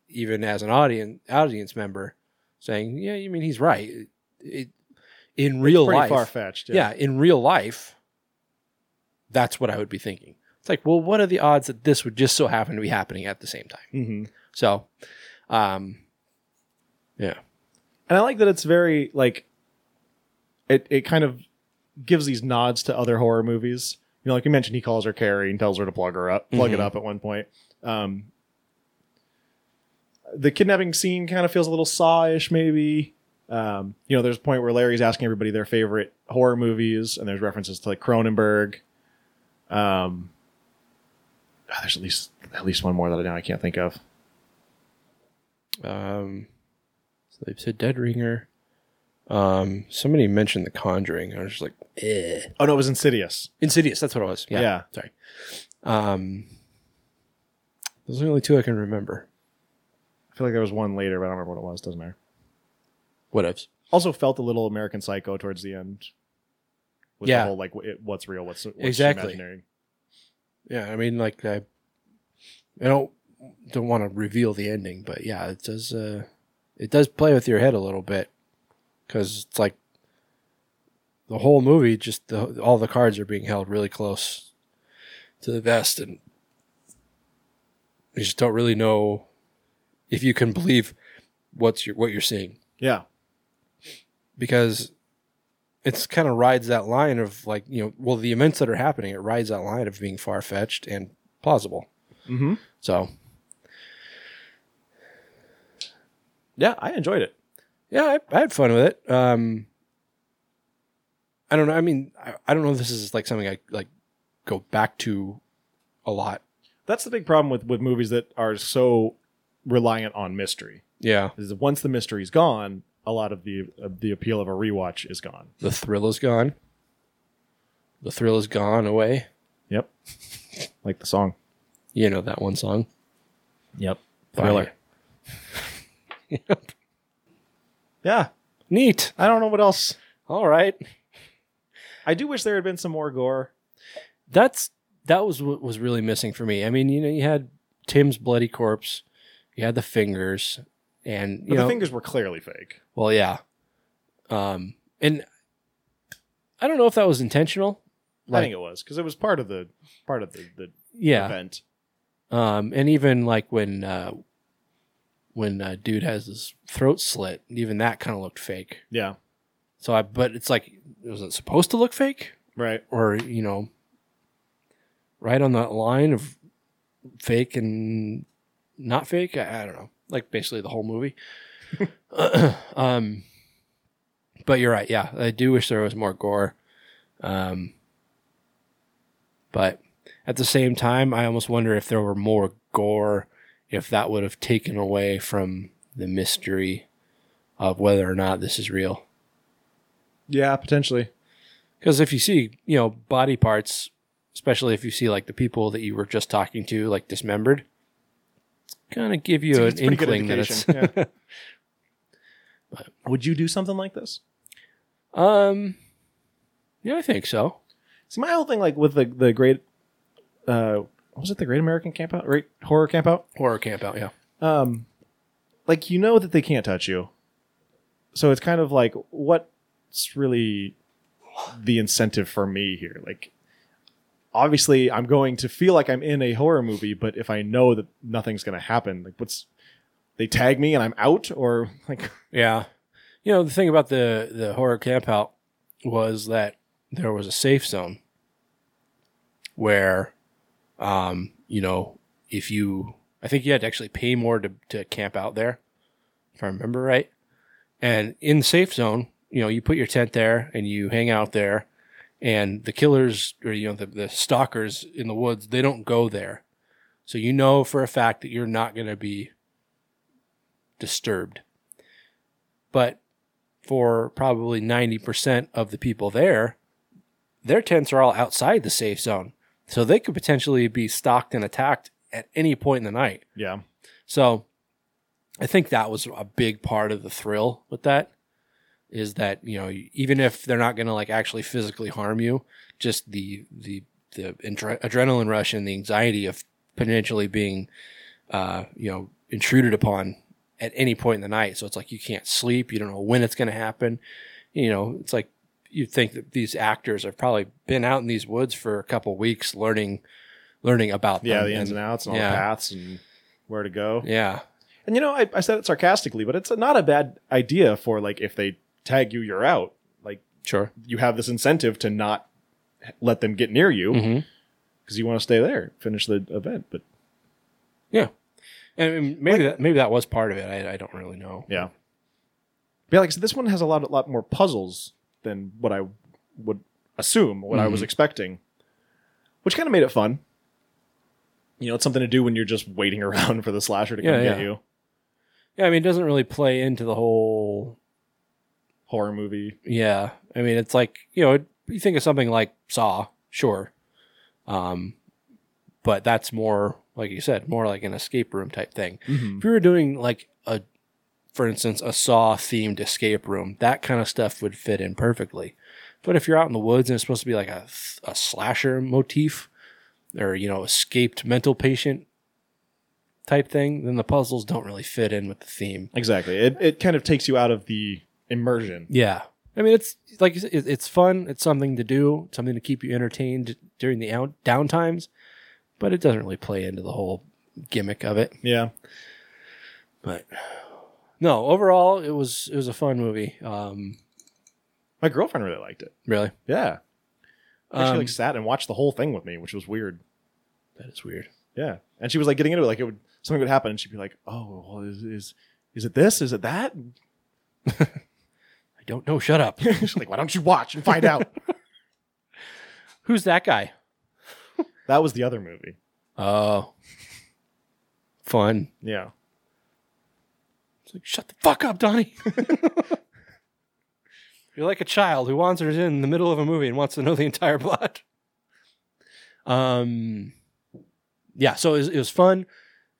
[SPEAKER 2] even as an audience audience member saying yeah you mean he's right it, it- in real
[SPEAKER 3] Pretty
[SPEAKER 2] life
[SPEAKER 3] far fetched.
[SPEAKER 2] yeah. in real life that's what i would be thinking it's like well what are the odds that this would just so happen to be happening at the same time
[SPEAKER 3] hmm
[SPEAKER 2] so um yeah
[SPEAKER 3] And I like that it's very like it it kind of gives these nods to other horror movies. You know, like you mentioned, he calls her Carrie and tells her to plug her up, plug it up at one point. Um, the kidnapping scene kind of feels a little saw-ish, maybe. Um, you know, there's a point where Larry's asking everybody their favorite horror movies, and there's references to like Cronenberg. Um, ah, there's at least at least one more that I now I can't think of.
[SPEAKER 2] um so they've said dead ringer um somebody mentioned the conjuring i was just like eh.
[SPEAKER 3] Oh no, it was Insidious.
[SPEAKER 2] Insidious, that's what it was. Yeah.
[SPEAKER 3] Yeah.
[SPEAKER 2] Sorry. Um those are the only two I can remember.
[SPEAKER 3] I feel like there was one later, but I don't remember what it was. Doesn't matter.
[SPEAKER 2] What ifs.
[SPEAKER 3] also felt a little American Psycho towards the end. With
[SPEAKER 2] Yeah.
[SPEAKER 3] the whole like wh- it, what's real, what's, what's
[SPEAKER 2] Exactly.
[SPEAKER 3] imaginary.
[SPEAKER 2] Yeah, I mean like I I don't don't want to reveal the ending, but yeah, it does uh it does play with your head a little bit cuz it's like the whole movie just the, all the cards are being held really close to the vest and you just don't really know if you can believe what's your what you're seeing.
[SPEAKER 3] Yeah,
[SPEAKER 2] because it's kind of rides that line of like you know well the events that are happening it rides that line of being far fetched and plausible
[SPEAKER 3] Mhm.
[SPEAKER 2] so
[SPEAKER 3] yeah, I enjoyed it.
[SPEAKER 2] yeah I, I had fun with it um i don't know i mean I, I don't know if this is like something i like go back to a lot
[SPEAKER 3] That's the big problem with with movies that are so reliant on mystery.
[SPEAKER 2] yeah
[SPEAKER 3] Is that once the mystery's gone, a lot of the of the appeal of a rewatch is gone.
[SPEAKER 2] the thrill is gone the thrill is gone away
[SPEAKER 3] Yep, like the song.
[SPEAKER 2] you know that one song
[SPEAKER 3] Yep,
[SPEAKER 2] by-
[SPEAKER 3] Thriller. Yeah,
[SPEAKER 2] neat
[SPEAKER 3] I don't know what else.
[SPEAKER 2] all right
[SPEAKER 3] I do wish there had been some more gore.
[SPEAKER 2] that's that was what was really missing for me. I mean, you know, you had Tim's bloody corpse, you had the fingers, and you
[SPEAKER 3] But
[SPEAKER 2] know,
[SPEAKER 3] the fingers were clearly fake.
[SPEAKER 2] well, yeah, um, and I don't know if that was intentional.
[SPEAKER 3] I
[SPEAKER 2] Like-
[SPEAKER 3] think it was because it was part of the part of the, the
[SPEAKER 2] Yeah,
[SPEAKER 3] event.
[SPEAKER 2] um, and even like when uh, when uh, dude has his throat slit, even that kind of looked fake.
[SPEAKER 3] Yeah,
[SPEAKER 2] So I, but it's like it wasn't supposed to look fake,
[SPEAKER 3] right.
[SPEAKER 2] or you know, right on that line of fake and not fake. I, I don't know, like basically the whole movie. um, but you're right. Yeah, I do wish there was more gore. Um, but at the same time, I almost wonder if there were more gore, if that would have taken away from the mystery of whether or not this is real.
[SPEAKER 3] Yeah, potentially.
[SPEAKER 2] Because if you see, you know, body parts, especially if you see like the people that you were just talking to, like dismembered, kind of give you an
[SPEAKER 3] It's- it's a pretty good
[SPEAKER 2] inkling that it's.
[SPEAKER 3] indication, yeah. Would you do something like this?
[SPEAKER 2] um, yeah, I think so.
[SPEAKER 3] See, my whole thing, like with the the great, uh, what was it the Great American Campout, Great Horror Campout?
[SPEAKER 2] Horror camp out, yeah.
[SPEAKER 3] Um, like you know that they can't touch you, so it's kind of like what's really the incentive for me here? Like, obviously, I'm going to feel like I'm in a horror movie, but if I know that nothing's going to happen, like what's they tag me and I'm out, or like
[SPEAKER 2] Yeah. You know, the thing about the, the horror camp out was that there was a safe zone where, um, you know, if you, I think you had to actually pay more to, to camp out there, if I remember right. And in the safe zone, you know, you put your tent there and you hang out there, and the killers or, you know, the, the stalkers in the woods, they don't go there. So you know for a fact that you're not going to be disturbed but for probably 90% of the people there, their tents are all outside the safe zone. So they could potentially be stalked and attacked at any point in the night.
[SPEAKER 3] yeah,
[SPEAKER 2] So I think that was a big part of the thrill with that is that, you know, even if they're not going to like actually physically harm you, just the the the adre- adrenaline rush and the anxiety of potentially being uh, you know intruded upon at any point in the night. So it's like you can't sleep. You don't know when it's going to happen. You know, it's like you'd think that these actors have probably been out in these woods for a couple weeks learning learning about
[SPEAKER 3] Yeah,
[SPEAKER 2] them
[SPEAKER 3] the ins and outs and all the
[SPEAKER 2] yeah.
[SPEAKER 3] paths and where to go.
[SPEAKER 2] Yeah,
[SPEAKER 3] And you know, I, I said it sarcastically, but it's not a bad idea for like if they tag you, you're out. Like
[SPEAKER 2] sure.
[SPEAKER 3] you have this incentive to not let them get near you because
[SPEAKER 2] Mhm.
[SPEAKER 3] you want to stay there, finish the event. But
[SPEAKER 2] Yeah, and I mean, maybe that maybe that was part of it. I, I don't really know.
[SPEAKER 3] yeah, but yeah, like I said, this one has a lot, lot more puzzles than what I would assume, what I
[SPEAKER 2] Mm-hmm.
[SPEAKER 3] was expecting, which kind of made it fun. You know, it's something to do when you're just waiting around for the slasher to come
[SPEAKER 2] Yeah,
[SPEAKER 3] get
[SPEAKER 2] yeah.
[SPEAKER 3] you.
[SPEAKER 2] Yeah, I mean, it doesn't really play into the whole.
[SPEAKER 3] Horror movie.
[SPEAKER 2] Yeah, I mean, it's like you know, you think of something like Saw, sure, um, but that's more like you said, more like an escape room type thing. If you were doing like a, for instance, a Saw themed escape room, that kind of stuff would fit in perfectly. But if you're out in the woods and it's supposed to be like a a slasher motif, or you know, escaped mental patient type thing, then the puzzles don't really fit in with the theme.
[SPEAKER 3] Exactly. It, it kind of takes you out of the immersion.
[SPEAKER 2] Yeah. I mean, it's like you said, it- it's fun. It's something to do, something to keep you entertained during the out, down times, but it doesn't really play into the whole gimmick of it.
[SPEAKER 3] Yeah.
[SPEAKER 2] But no, overall, it was it was a fun movie. Um,
[SPEAKER 3] My girlfriend really liked it.
[SPEAKER 2] really,
[SPEAKER 3] Yeah. she
[SPEAKER 2] Um,
[SPEAKER 3] like sat and watched the whole thing with me, which was weird.
[SPEAKER 2] that is weird.
[SPEAKER 3] Yeah. And she was like getting into it, like it would something would happen and she'd be like, Oh, well, is is, is it this? Is it that?
[SPEAKER 2] I don't know. Shut up.
[SPEAKER 3] She's like, Why don't you watch and find out?
[SPEAKER 2] Who's that guy?
[SPEAKER 3] that was the other movie.
[SPEAKER 2] Oh, fun.
[SPEAKER 3] Yeah.
[SPEAKER 2] It's like shut the fuck up, Donnie. You're like a child who wanders in the middle of a movie and wants to know the entire plot. Um, yeah. So it was, it was fun.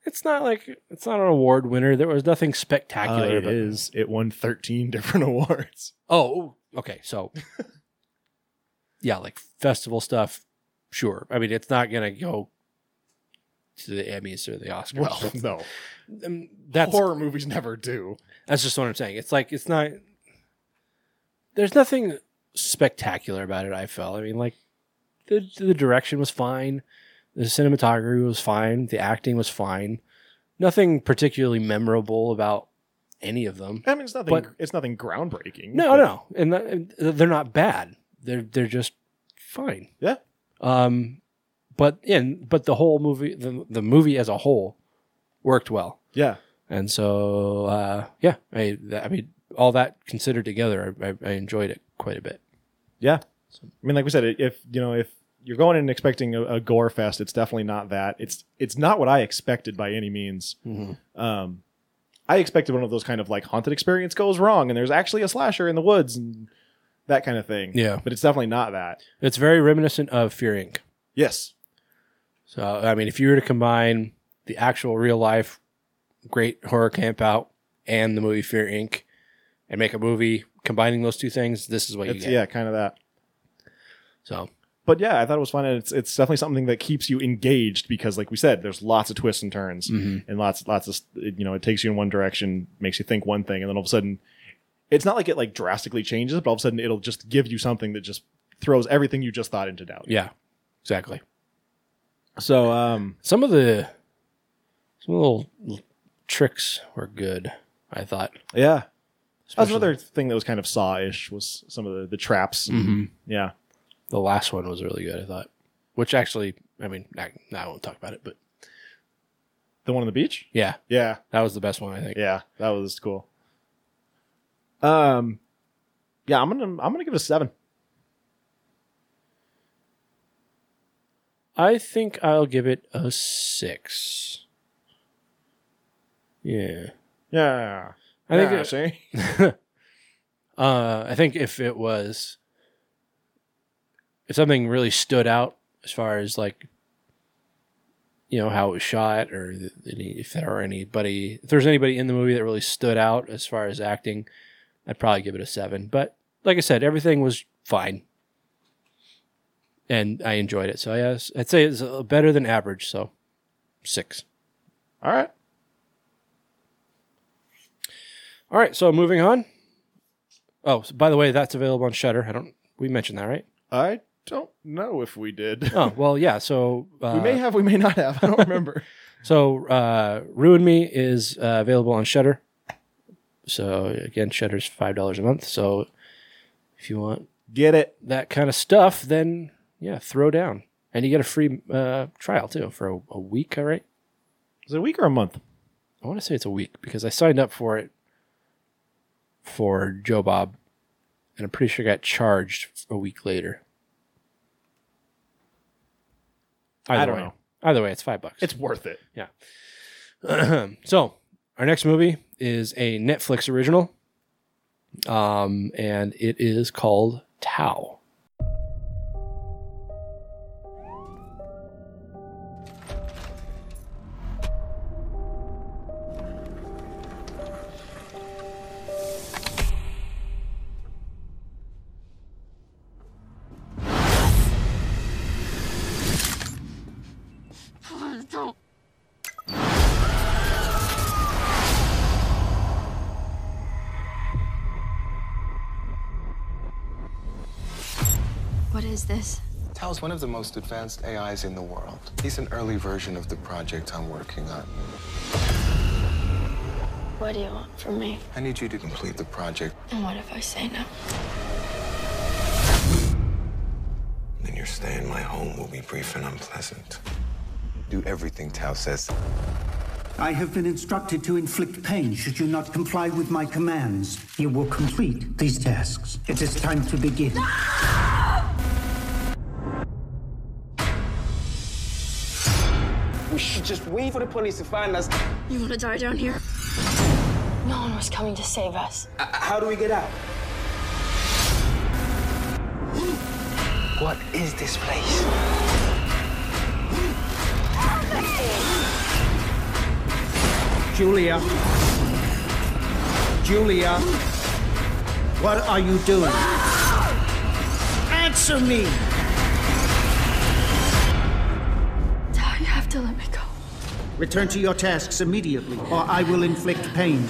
[SPEAKER 2] It's not like it's not an award winner. There was nothing
[SPEAKER 3] Uh,
[SPEAKER 2] spectacular.
[SPEAKER 3] it
[SPEAKER 2] but-
[SPEAKER 3] is. It won 13 different awards.
[SPEAKER 2] Oh, okay. So, yeah, like festival stuff. Sure. I mean, it's not gonna go to the Emmys or the Oscars.
[SPEAKER 3] Well, no.
[SPEAKER 2] Um, that's
[SPEAKER 3] Horror movies never do.
[SPEAKER 2] That's just what I'm saying. It's like it's not. There's nothing spectacular about it. I felt. I mean, like the the direction was fine, the cinematography was fine, the acting was fine. Nothing particularly memorable about any of them.
[SPEAKER 3] I mean it's nothing
[SPEAKER 2] But-
[SPEAKER 3] it's nothing groundbreaking.
[SPEAKER 2] No,
[SPEAKER 3] but-
[SPEAKER 2] no, and th- they're not bad. They're they're just fine.
[SPEAKER 3] Yeah.
[SPEAKER 2] Um, but and but the whole movie, the the movie as a whole, worked well.
[SPEAKER 3] Yeah.
[SPEAKER 2] And so, uh, yeah, I, that- I mean, all that considered together, I, I, I enjoyed it quite a bit.
[SPEAKER 3] Yeah. I mean, like we said, i- if you know, if you're going in expecting a, a gore fest, it's definitely not that. It's it's not what I expected by any means. Um, I expected one of those kind of like haunted experience goes wrong, and there's actually a slasher in the woods and that kind of thing.
[SPEAKER 2] Yeah.
[SPEAKER 3] but it's definitely not that.
[SPEAKER 2] It's very reminiscent of Fear Inc.
[SPEAKER 3] Yes.
[SPEAKER 2] So, I mean, if you were to combine the actual real life great horror camp out and the movie Fear Inc. and make a movie combining those two things, this is what you
[SPEAKER 3] It's,
[SPEAKER 2] get.
[SPEAKER 3] yeah, kind of that.
[SPEAKER 2] So,
[SPEAKER 3] But yeah, I thought it was fun, and it's it's definitely something that keeps you engaged because, like we said, there's lots of twists and turns,
[SPEAKER 2] Mm-hmm.
[SPEAKER 3] and lots lots of you know, it takes you in one direction, makes you think one thing, and then all of a sudden, it's not like it like drastically changes, but all of a sudden it'll just give you something that just throws everything you just thought into doubt.
[SPEAKER 2] yeah, exactly.
[SPEAKER 3] So um,
[SPEAKER 2] Some of the some little tricks were good, I thought.
[SPEAKER 3] yeah, that was
[SPEAKER 2] Especially-
[SPEAKER 3] another thing that was kind of saw-ish was some of the the traps. Yeah,
[SPEAKER 2] The last one was really good, I thought. Which actually, I mean, I, I won't talk about it, but
[SPEAKER 3] the one on the beach.
[SPEAKER 2] yeah,
[SPEAKER 3] Yeah,
[SPEAKER 2] that was the best one, I think.
[SPEAKER 3] yeah, that was cool. Um, yeah, I'm gonna I'm gonna give it a seven.
[SPEAKER 2] I think I'll give it a six. Yeah,
[SPEAKER 3] Yeah.
[SPEAKER 2] I think.
[SPEAKER 3] Yeah,
[SPEAKER 2] it-
[SPEAKER 3] see?
[SPEAKER 2] uh, I think if it was, if something really stood out as far as like, you know, how it was shot, or th- any, if there are anybody, if there's anybody in the movie that really stood out as far as acting, I'd probably give it a seven. But like I said, everything was fine. and I enjoyed it. So yes, I'd say it's uh, better than average. So six.
[SPEAKER 3] All right.
[SPEAKER 2] All right. So moving on. Oh, so by the way, that's available on Shutter. I don't. We mentioned that, right?
[SPEAKER 3] I don't know if we did.
[SPEAKER 2] Oh well, yeah. So uh,
[SPEAKER 3] we may have, we may not have. I don't remember.
[SPEAKER 2] So, uh, Ruin Me is uh, available on Shutter. So again, Shutter's five dollars a month. So if you want
[SPEAKER 3] Get it.
[SPEAKER 2] that kind of stuff, then yeah, throw down, and you get a free uh, trial too for a, a week. All right,
[SPEAKER 3] Is it a week or a month?
[SPEAKER 2] I want to say it's a week because I signed up for it for Joe Bob, and I'm pretty sure got charged a week later. Either
[SPEAKER 3] don't
[SPEAKER 2] way.
[SPEAKER 3] know.
[SPEAKER 2] Either way, it's five bucks.
[SPEAKER 3] It's worth it.
[SPEAKER 2] So, our next movie is a Netflix original, um, and it is called Tau.
[SPEAKER 6] Please don't. What is this?
[SPEAKER 10] Tal is one of the most advanced AIs in the world. He's an early version of the project I'm working on.
[SPEAKER 6] What do you want from me?
[SPEAKER 10] I need you to complete the project,
[SPEAKER 6] And what if I say no?
[SPEAKER 10] then your stay in my home will be brief and unpleasant. Do everything Tal says.
[SPEAKER 11] I have been instructed to inflict pain should you not comply with my commands. You will complete these tasks. It is time to begin.
[SPEAKER 10] We should just wait for the police to find us.
[SPEAKER 6] You want to die down here? No one was coming to save us.
[SPEAKER 10] How do we get out? What is this place?
[SPEAKER 11] Julia. Julia. What are you doing? Answer me!
[SPEAKER 6] Tao, you have to let me go.
[SPEAKER 11] Return to your tasks immediately, or I will inflict pain.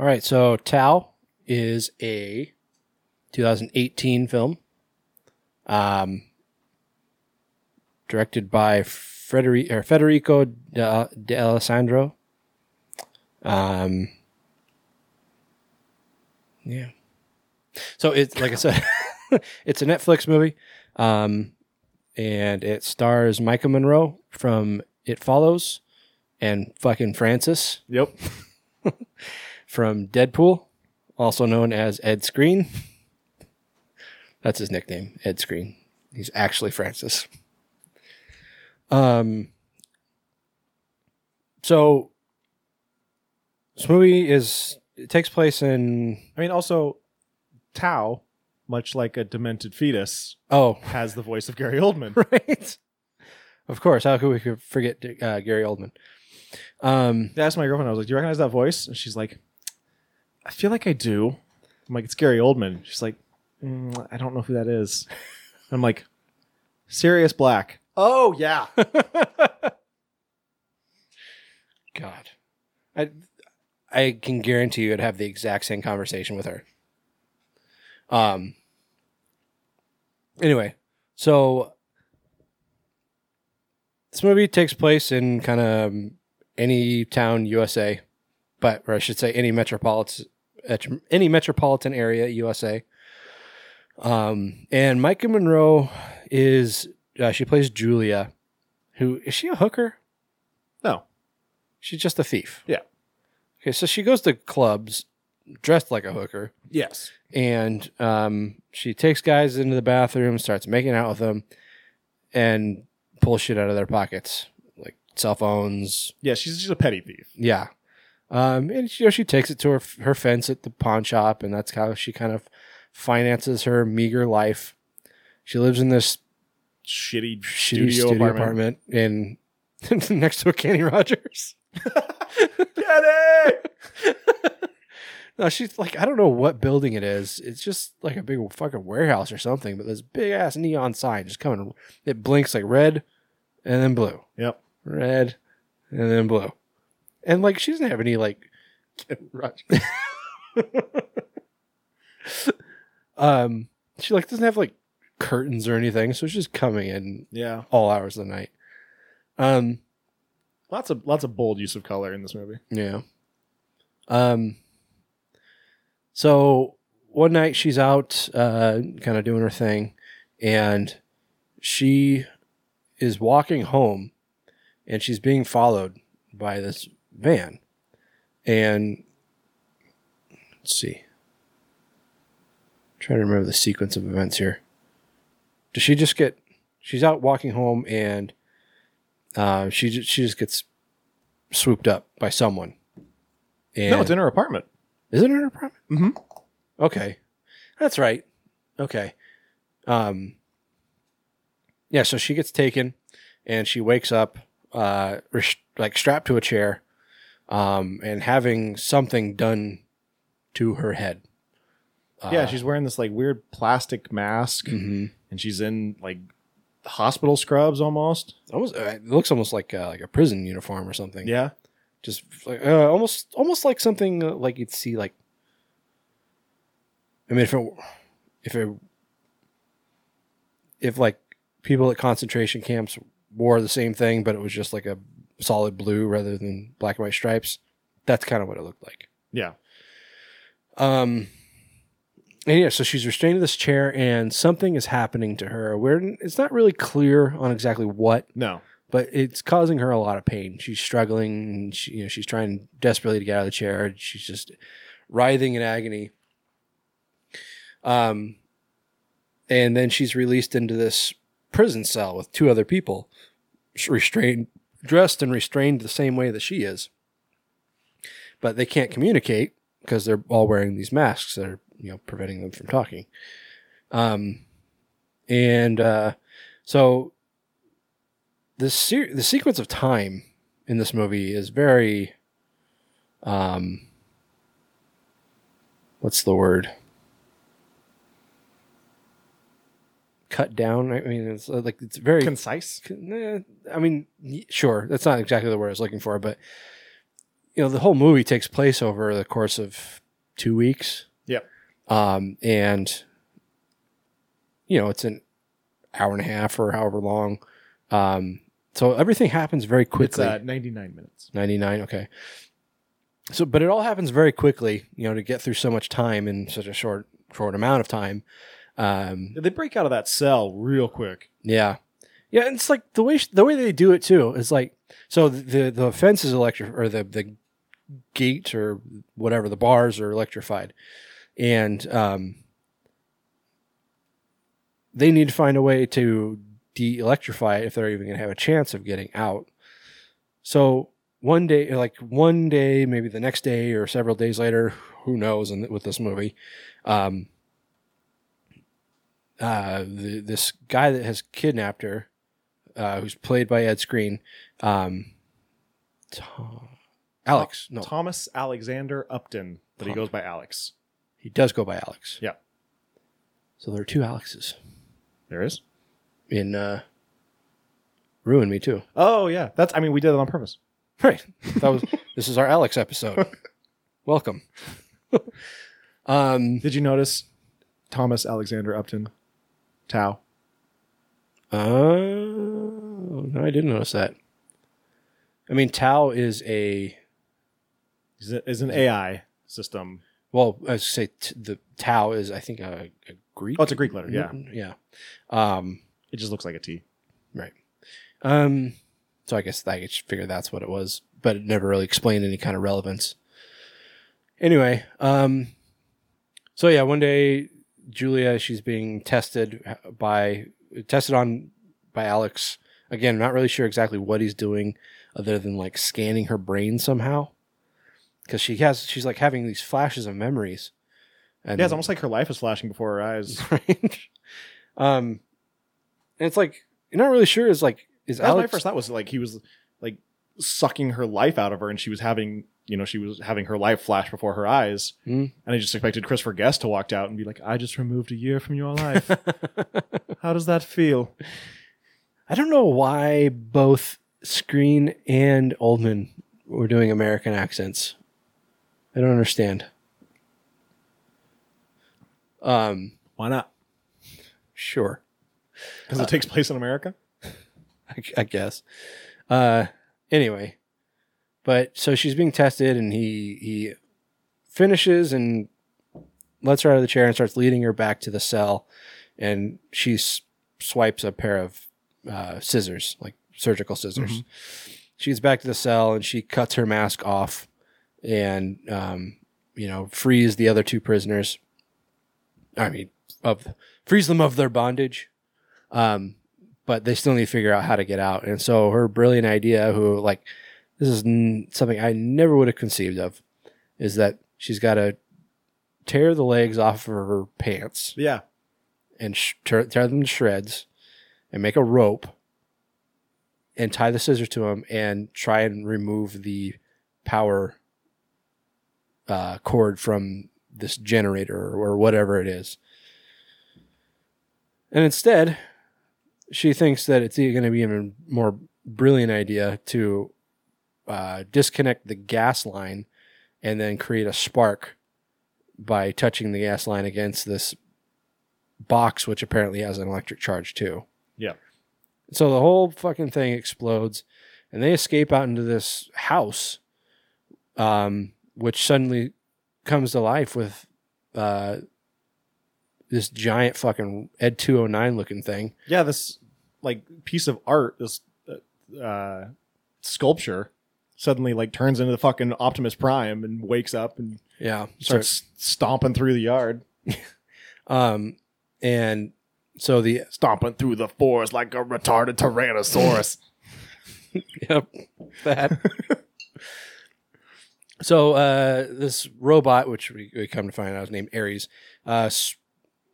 [SPEAKER 2] All right, so Tau is a 2018 film, um, directed by Frederico, or Federico De- D'Alessandro. Um, yeah. So it's like I said, it's a Netflix movie, um, and it stars Micah Monroe from It Follows, and fucking Francis
[SPEAKER 3] Yep.
[SPEAKER 2] from Deadpool, also known as Ed Screen. That's his nickname, Ed Screen. He's actually Francis. Um, so this movie is it takes place in
[SPEAKER 3] I mean, also, Tao, much like a demented fetus,
[SPEAKER 2] oh
[SPEAKER 3] has the voice of Gary Oldman.
[SPEAKER 2] right, of course. How could we forget uh, Gary Oldman? Um,
[SPEAKER 3] I asked my girlfriend, I was like, Do you recognize that voice? And she's like, I feel like I do. I'm like, It's Gary Oldman. She's like, "Mm, I don't know who that is. I'm like, Sirius Black. Oh, yeah.
[SPEAKER 2] God, I I can guarantee you, I'd have the exact same conversation with her. Um. Anyway, so this movie takes place in kind of any town USA, but or I should say any metropolitan any metropolitan area USA. Um, and Micah Monroe is uh, she plays Julia, who is she a hooker?
[SPEAKER 3] no.
[SPEAKER 2] She's just a thief.
[SPEAKER 3] Yeah.
[SPEAKER 2] Okay, so she goes to clubs dressed like a hooker,
[SPEAKER 3] Yes.
[SPEAKER 2] and um, she takes guys into the bathroom, starts making out with them, and pulls shit out of their pockets, like cell phones.
[SPEAKER 3] Yeah, she's just a petty thief.
[SPEAKER 2] Yeah. Um, and you know, she takes it to her her fence at the pawn shop, and that's how she kind of finances her meager life. She lives in this
[SPEAKER 3] Shitty,
[SPEAKER 2] shitty studio,
[SPEAKER 3] apartment.
[SPEAKER 2] apartment, in next to a Kenny Rogers.
[SPEAKER 3] Jenny!
[SPEAKER 2] No, she's like, I don't know what building it is. It's just like a big fucking warehouse or something, but this big ass neon sign just coming. It blinks like red and then blue,
[SPEAKER 3] Yep.
[SPEAKER 2] red and then blue. And like, she doesn't have any like. um, She like doesn't have like curtains or anything, so she's just coming in
[SPEAKER 3] Yeah.
[SPEAKER 2] all hours of the night. Um,
[SPEAKER 3] Lots of lots of bold use of color in this movie.
[SPEAKER 2] Yeah. Um. So one night she's out, uh, kind of doing her thing, and she is walking home, and she's being followed by this van, and let's see. Trying to remember the sequence of events here. Does she just get? She's out walking home, and uh, she ju- she just gets swooped up by someone. And
[SPEAKER 3] no, it's in her apartment.
[SPEAKER 2] is it in her apartment?
[SPEAKER 3] Mm-hmm.
[SPEAKER 2] Okay, that's right. Okay, um, yeah. So she gets taken, and she wakes up, uh, res- like strapped to a chair, um, and having something done to her head.
[SPEAKER 3] yeah, she's wearing this like weird plastic mask,
[SPEAKER 2] Mhm.
[SPEAKER 3] and she's in like hospital scrubs almost.
[SPEAKER 2] Almost, uh, it looks almost like uh, like a prison uniform or something.
[SPEAKER 3] Yeah,
[SPEAKER 2] just like uh, almost almost like something uh, like you'd see like i mean if it if it if like people at concentration camps wore the same thing but it was just like a solid blue rather than black and white stripes that's kind of what it looked like
[SPEAKER 3] yeah.
[SPEAKER 2] um and yeah so she's restrained to this chair and something is happening to her where it's not really clear on exactly what
[SPEAKER 3] No,
[SPEAKER 2] but it's causing her a lot of pain. She's struggling. And she, you know, she's trying desperately to get out of the chair. and She's just writhing in agony. Um, and then she's released into this prison cell with two other people, sh- restrained, dressed and restrained the same way that she is. But they can't communicate because they're all wearing these masks that are, you know, preventing them from talking. Um, and uh, so the ser- the sequence of time in this movie is very um what's the word cut down i mean it's uh, like it's very
[SPEAKER 3] concise.
[SPEAKER 2] eh, i mean y- sure that's not exactly the word i was looking for but you know the whole movie takes place over the course of 2 weeks
[SPEAKER 3] Yep.
[SPEAKER 2] um, and you know it's an hour and a half or however long. Um, so everything happens very
[SPEAKER 3] It's
[SPEAKER 2] quickly.
[SPEAKER 3] uh, 99 minutes.
[SPEAKER 2] Ninety nine, okay. So, but it all happens very quickly. You know, to get through so much time in such a short short amount of time. Um,
[SPEAKER 3] They break out of that cell real quick.
[SPEAKER 2] yeah, yeah. And it's like the way the way they do it too is like so the the fence is electric or the the gate or whatever the bars are electrified, and um, they need to find a way to de-electrify it if they're even going to have a chance of getting out. So one day, like one day, maybe the next day or several days later, who knows? And with this movie, um, uh, the, this guy that has kidnapped her, uh, who's played by Ed Screen, um, Tom- Alex. No,
[SPEAKER 3] Thomas Alexander Upton, but he goes by Alex.
[SPEAKER 2] he does go by Alex.
[SPEAKER 3] Yeah.
[SPEAKER 2] So there are two Alexes
[SPEAKER 3] There is.
[SPEAKER 2] in uh, Ruin Me Too.
[SPEAKER 3] Oh yeah, that's. I mean, we did it on purpose.
[SPEAKER 2] Right. That was this is our Alex episode. Welcome. um
[SPEAKER 3] Did you notice Thomas Alexander Upton? Tau.
[SPEAKER 2] oh, no, uh, I didn't notice that. I mean Tau is a
[SPEAKER 3] Is it- is an AI system.
[SPEAKER 2] well, I was gonna say t- the Tau is I think a, a Greek.
[SPEAKER 3] Oh, it's a Greek letter. Yeah,
[SPEAKER 2] Yeah. Um
[SPEAKER 3] it just looks like a T.
[SPEAKER 2] Right. Um, so I guess I just figured that's what it was, but it never really explained any kind of relevance. Anyway, um, so yeah, one day Julia, she's being tested uh, by tested on by Alex. Again, I'm not really sure exactly what he's doing, other than like scanning her brain somehow, because she has she's like having these flashes of memories. And
[SPEAKER 3] Yeah, it's almost like her life is flashing before her eyes.
[SPEAKER 2] right? um, and it's like you're not really sure. Is like is
[SPEAKER 3] That was my
[SPEAKER 2] Alex
[SPEAKER 3] first thought was like he was like sucking her life out of her, and she was having you know she was having her life flash before her eyes.
[SPEAKER 2] Mm.
[SPEAKER 3] And I just expected Christopher Guest to walk out and be like, "I just removed a year from your life. How does that feel?"
[SPEAKER 2] I don't know why both Screen and Oldman were doing American accents. I don't understand. Um,
[SPEAKER 3] Why not?
[SPEAKER 2] sure,
[SPEAKER 3] Because it takes place in America.
[SPEAKER 2] I, I guess. Uh, anyway, but so she's being tested, and he he finishes and lets her out of the chair and starts leading her back to the cell, and she s- swipes a pair of uh, scissors, like surgical scissors. She gets back to the cell and she cuts her mask off, and um, you know frees the other two prisoners. I mean, of frees them of their bondage. Um, but they still need to figure out how to get out. And so her brilliant idea, who like this is n- something I never would have conceived of, is that she's got to tear the legs off of her pants
[SPEAKER 3] Yeah.
[SPEAKER 2] and sh- tear, tear them to shreds and make a rope and tie the scissors to them and try and remove the power uh, cord from this generator or whatever it is. And instead, she thinks that it's going to be even more brilliant idea to uh, disconnect the gas line and then create a spark by touching the gas line against this box, which apparently has an electric charge too.
[SPEAKER 3] Yeah.
[SPEAKER 2] So the whole fucking thing explodes, and they escape out into this house, um, which suddenly comes to life with uh, this giant fucking Ed two hundred nine looking thing.
[SPEAKER 3] yeah this like piece of art this uh, uh sculpture suddenly like turns into the fucking optimus prime and wakes up and
[SPEAKER 2] Yeah,
[SPEAKER 3] starts stomping through the yard
[SPEAKER 2] Um, and so the
[SPEAKER 3] stomping through the forest like a retarded tyrannosaurus
[SPEAKER 2] yep that. so uh, this robot, which we, we come to find out is named Ares, uh, s-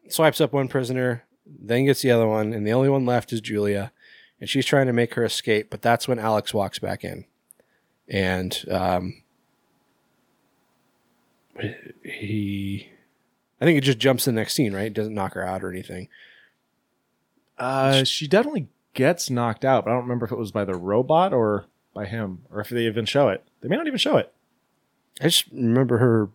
[SPEAKER 2] swipes up one prisoner, then gets the other one, and the only one left is Julia, and she's trying to make her escape. But that's when Alex walks back in, and um, he. I think it just jumps to the next scene, right? It doesn't knock her out or anything.
[SPEAKER 3] uh she definitely gets knocked out but i don't remember if it was by the robot or by him or if they even show it they may not even show it
[SPEAKER 2] I just remember her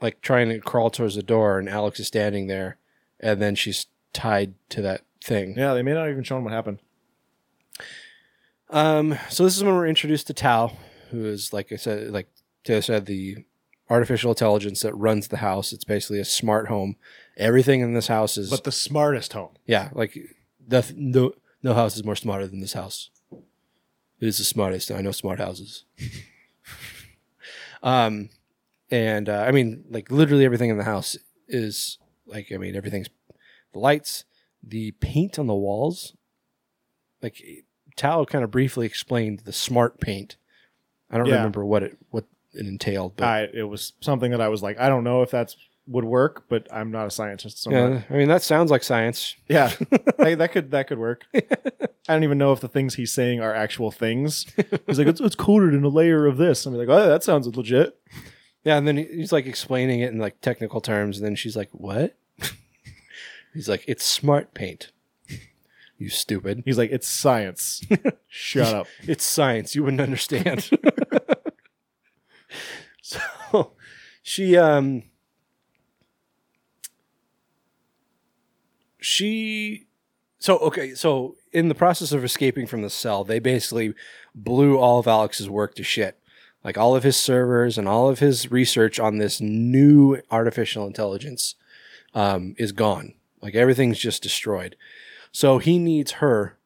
[SPEAKER 2] like trying to crawl towards the door, and Alex is standing there, and then she's tied to that thing.
[SPEAKER 3] yeah they may not even show him what happened
[SPEAKER 2] Um, so this is when we're introduced to Tao, who is like I said, like Taylor said, the artificial intelligence that runs the house. It's basically a smart home. Everything in this house is
[SPEAKER 3] but the smartest home
[SPEAKER 2] yeah, like the, no no house is more smarter than this house. It is the smartest. I know smart houses. um, and uh, I mean, like literally everything in the house is like I mean everything's the lights, the paint on the walls. Like Tao kind of briefly explained the smart paint. I don't
[SPEAKER 3] Yeah.
[SPEAKER 2] remember what it what it entailed, but
[SPEAKER 3] I, it was something that i was like i don't know if that's would work but i'm not a scientist so I'm not-
[SPEAKER 2] yeah, I mean that sounds like science.
[SPEAKER 3] Yeah, Hey, that could that could work. I don't even know if the things he's saying are actual things. He's like, it's, it's coated in a layer of this. I'm like, oh, that sounds legit.
[SPEAKER 2] Yeah, and then he- he's like explaining it in like technical terms, and then she's like, "What?" he's like, "It's smart paint." You stupid.
[SPEAKER 3] He's like, it's science. Shut up.
[SPEAKER 2] It's science. You wouldn't understand. so she um she so okay, so in the process of escaping from the cell, they basically blew all of Alex's work to shit. Like all of his servers and all of his research on this new artificial intelligence um, is gone. Like everything's just destroyed. So he needs her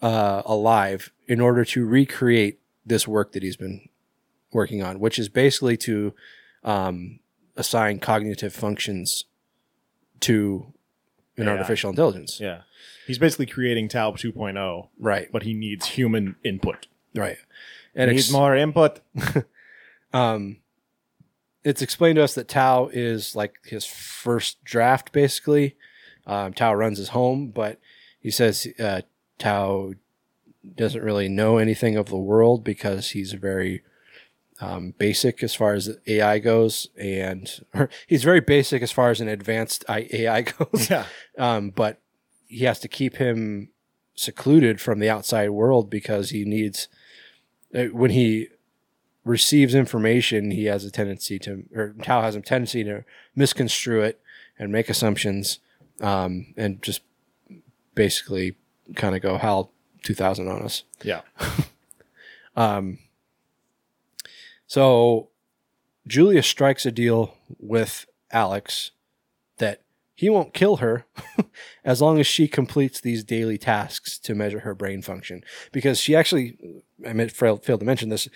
[SPEAKER 2] uh, alive in order to recreate this work that he's been working on, which is basically to um, assign cognitive functions to an
[SPEAKER 3] AI.
[SPEAKER 2] artificial intelligence.
[SPEAKER 3] Yeah, he's basically creating Taub 2.0,
[SPEAKER 2] Right,
[SPEAKER 3] oh, but he needs human input.
[SPEAKER 2] right. And
[SPEAKER 3] needs
[SPEAKER 2] ex-
[SPEAKER 3] more input.
[SPEAKER 2] um, it's explained to us that Tao is like his first draft, basically. Um, Tao runs his home, but he says uh, Tao doesn't really know anything of the world because he's very um, basic as far as AI goes, and or he's very basic as far as an advanced I- AI goes.
[SPEAKER 3] Yeah.
[SPEAKER 2] Um, but he has to keep him secluded from the outside world because he needs uh, when he receives information, he has a tendency to, or Tao has a tendency to misconstrue it and make assumptions, um, and just basically kind of go HAL 2000 on us.
[SPEAKER 3] Yeah.
[SPEAKER 2] Um, so Julia strikes a deal with Alex that he won't kill her as long as she completes these daily tasks to measure her brain function. Because she actually, I meant, failed, failed to mention this,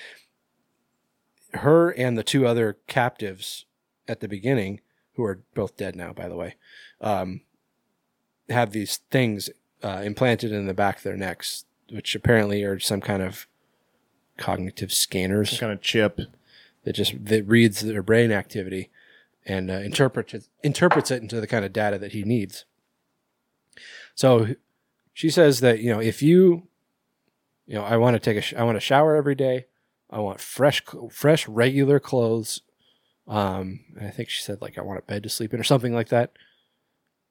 [SPEAKER 2] her and the two other captives at the beginning, who are both dead now, by the way, um, have these things uh, implanted in the back of their necks, which apparently are some kind of cognitive scanners
[SPEAKER 3] Some kind of chip.
[SPEAKER 2] that just that reads their brain activity and uh, interprets it, interprets it into the kind of data that he needs. So she says that you know if you you know I want to take a sh- I want to shower every day. I want fresh cl- fresh regular clothes. Um, and I think she said like I want a bed to sleep in or something like that.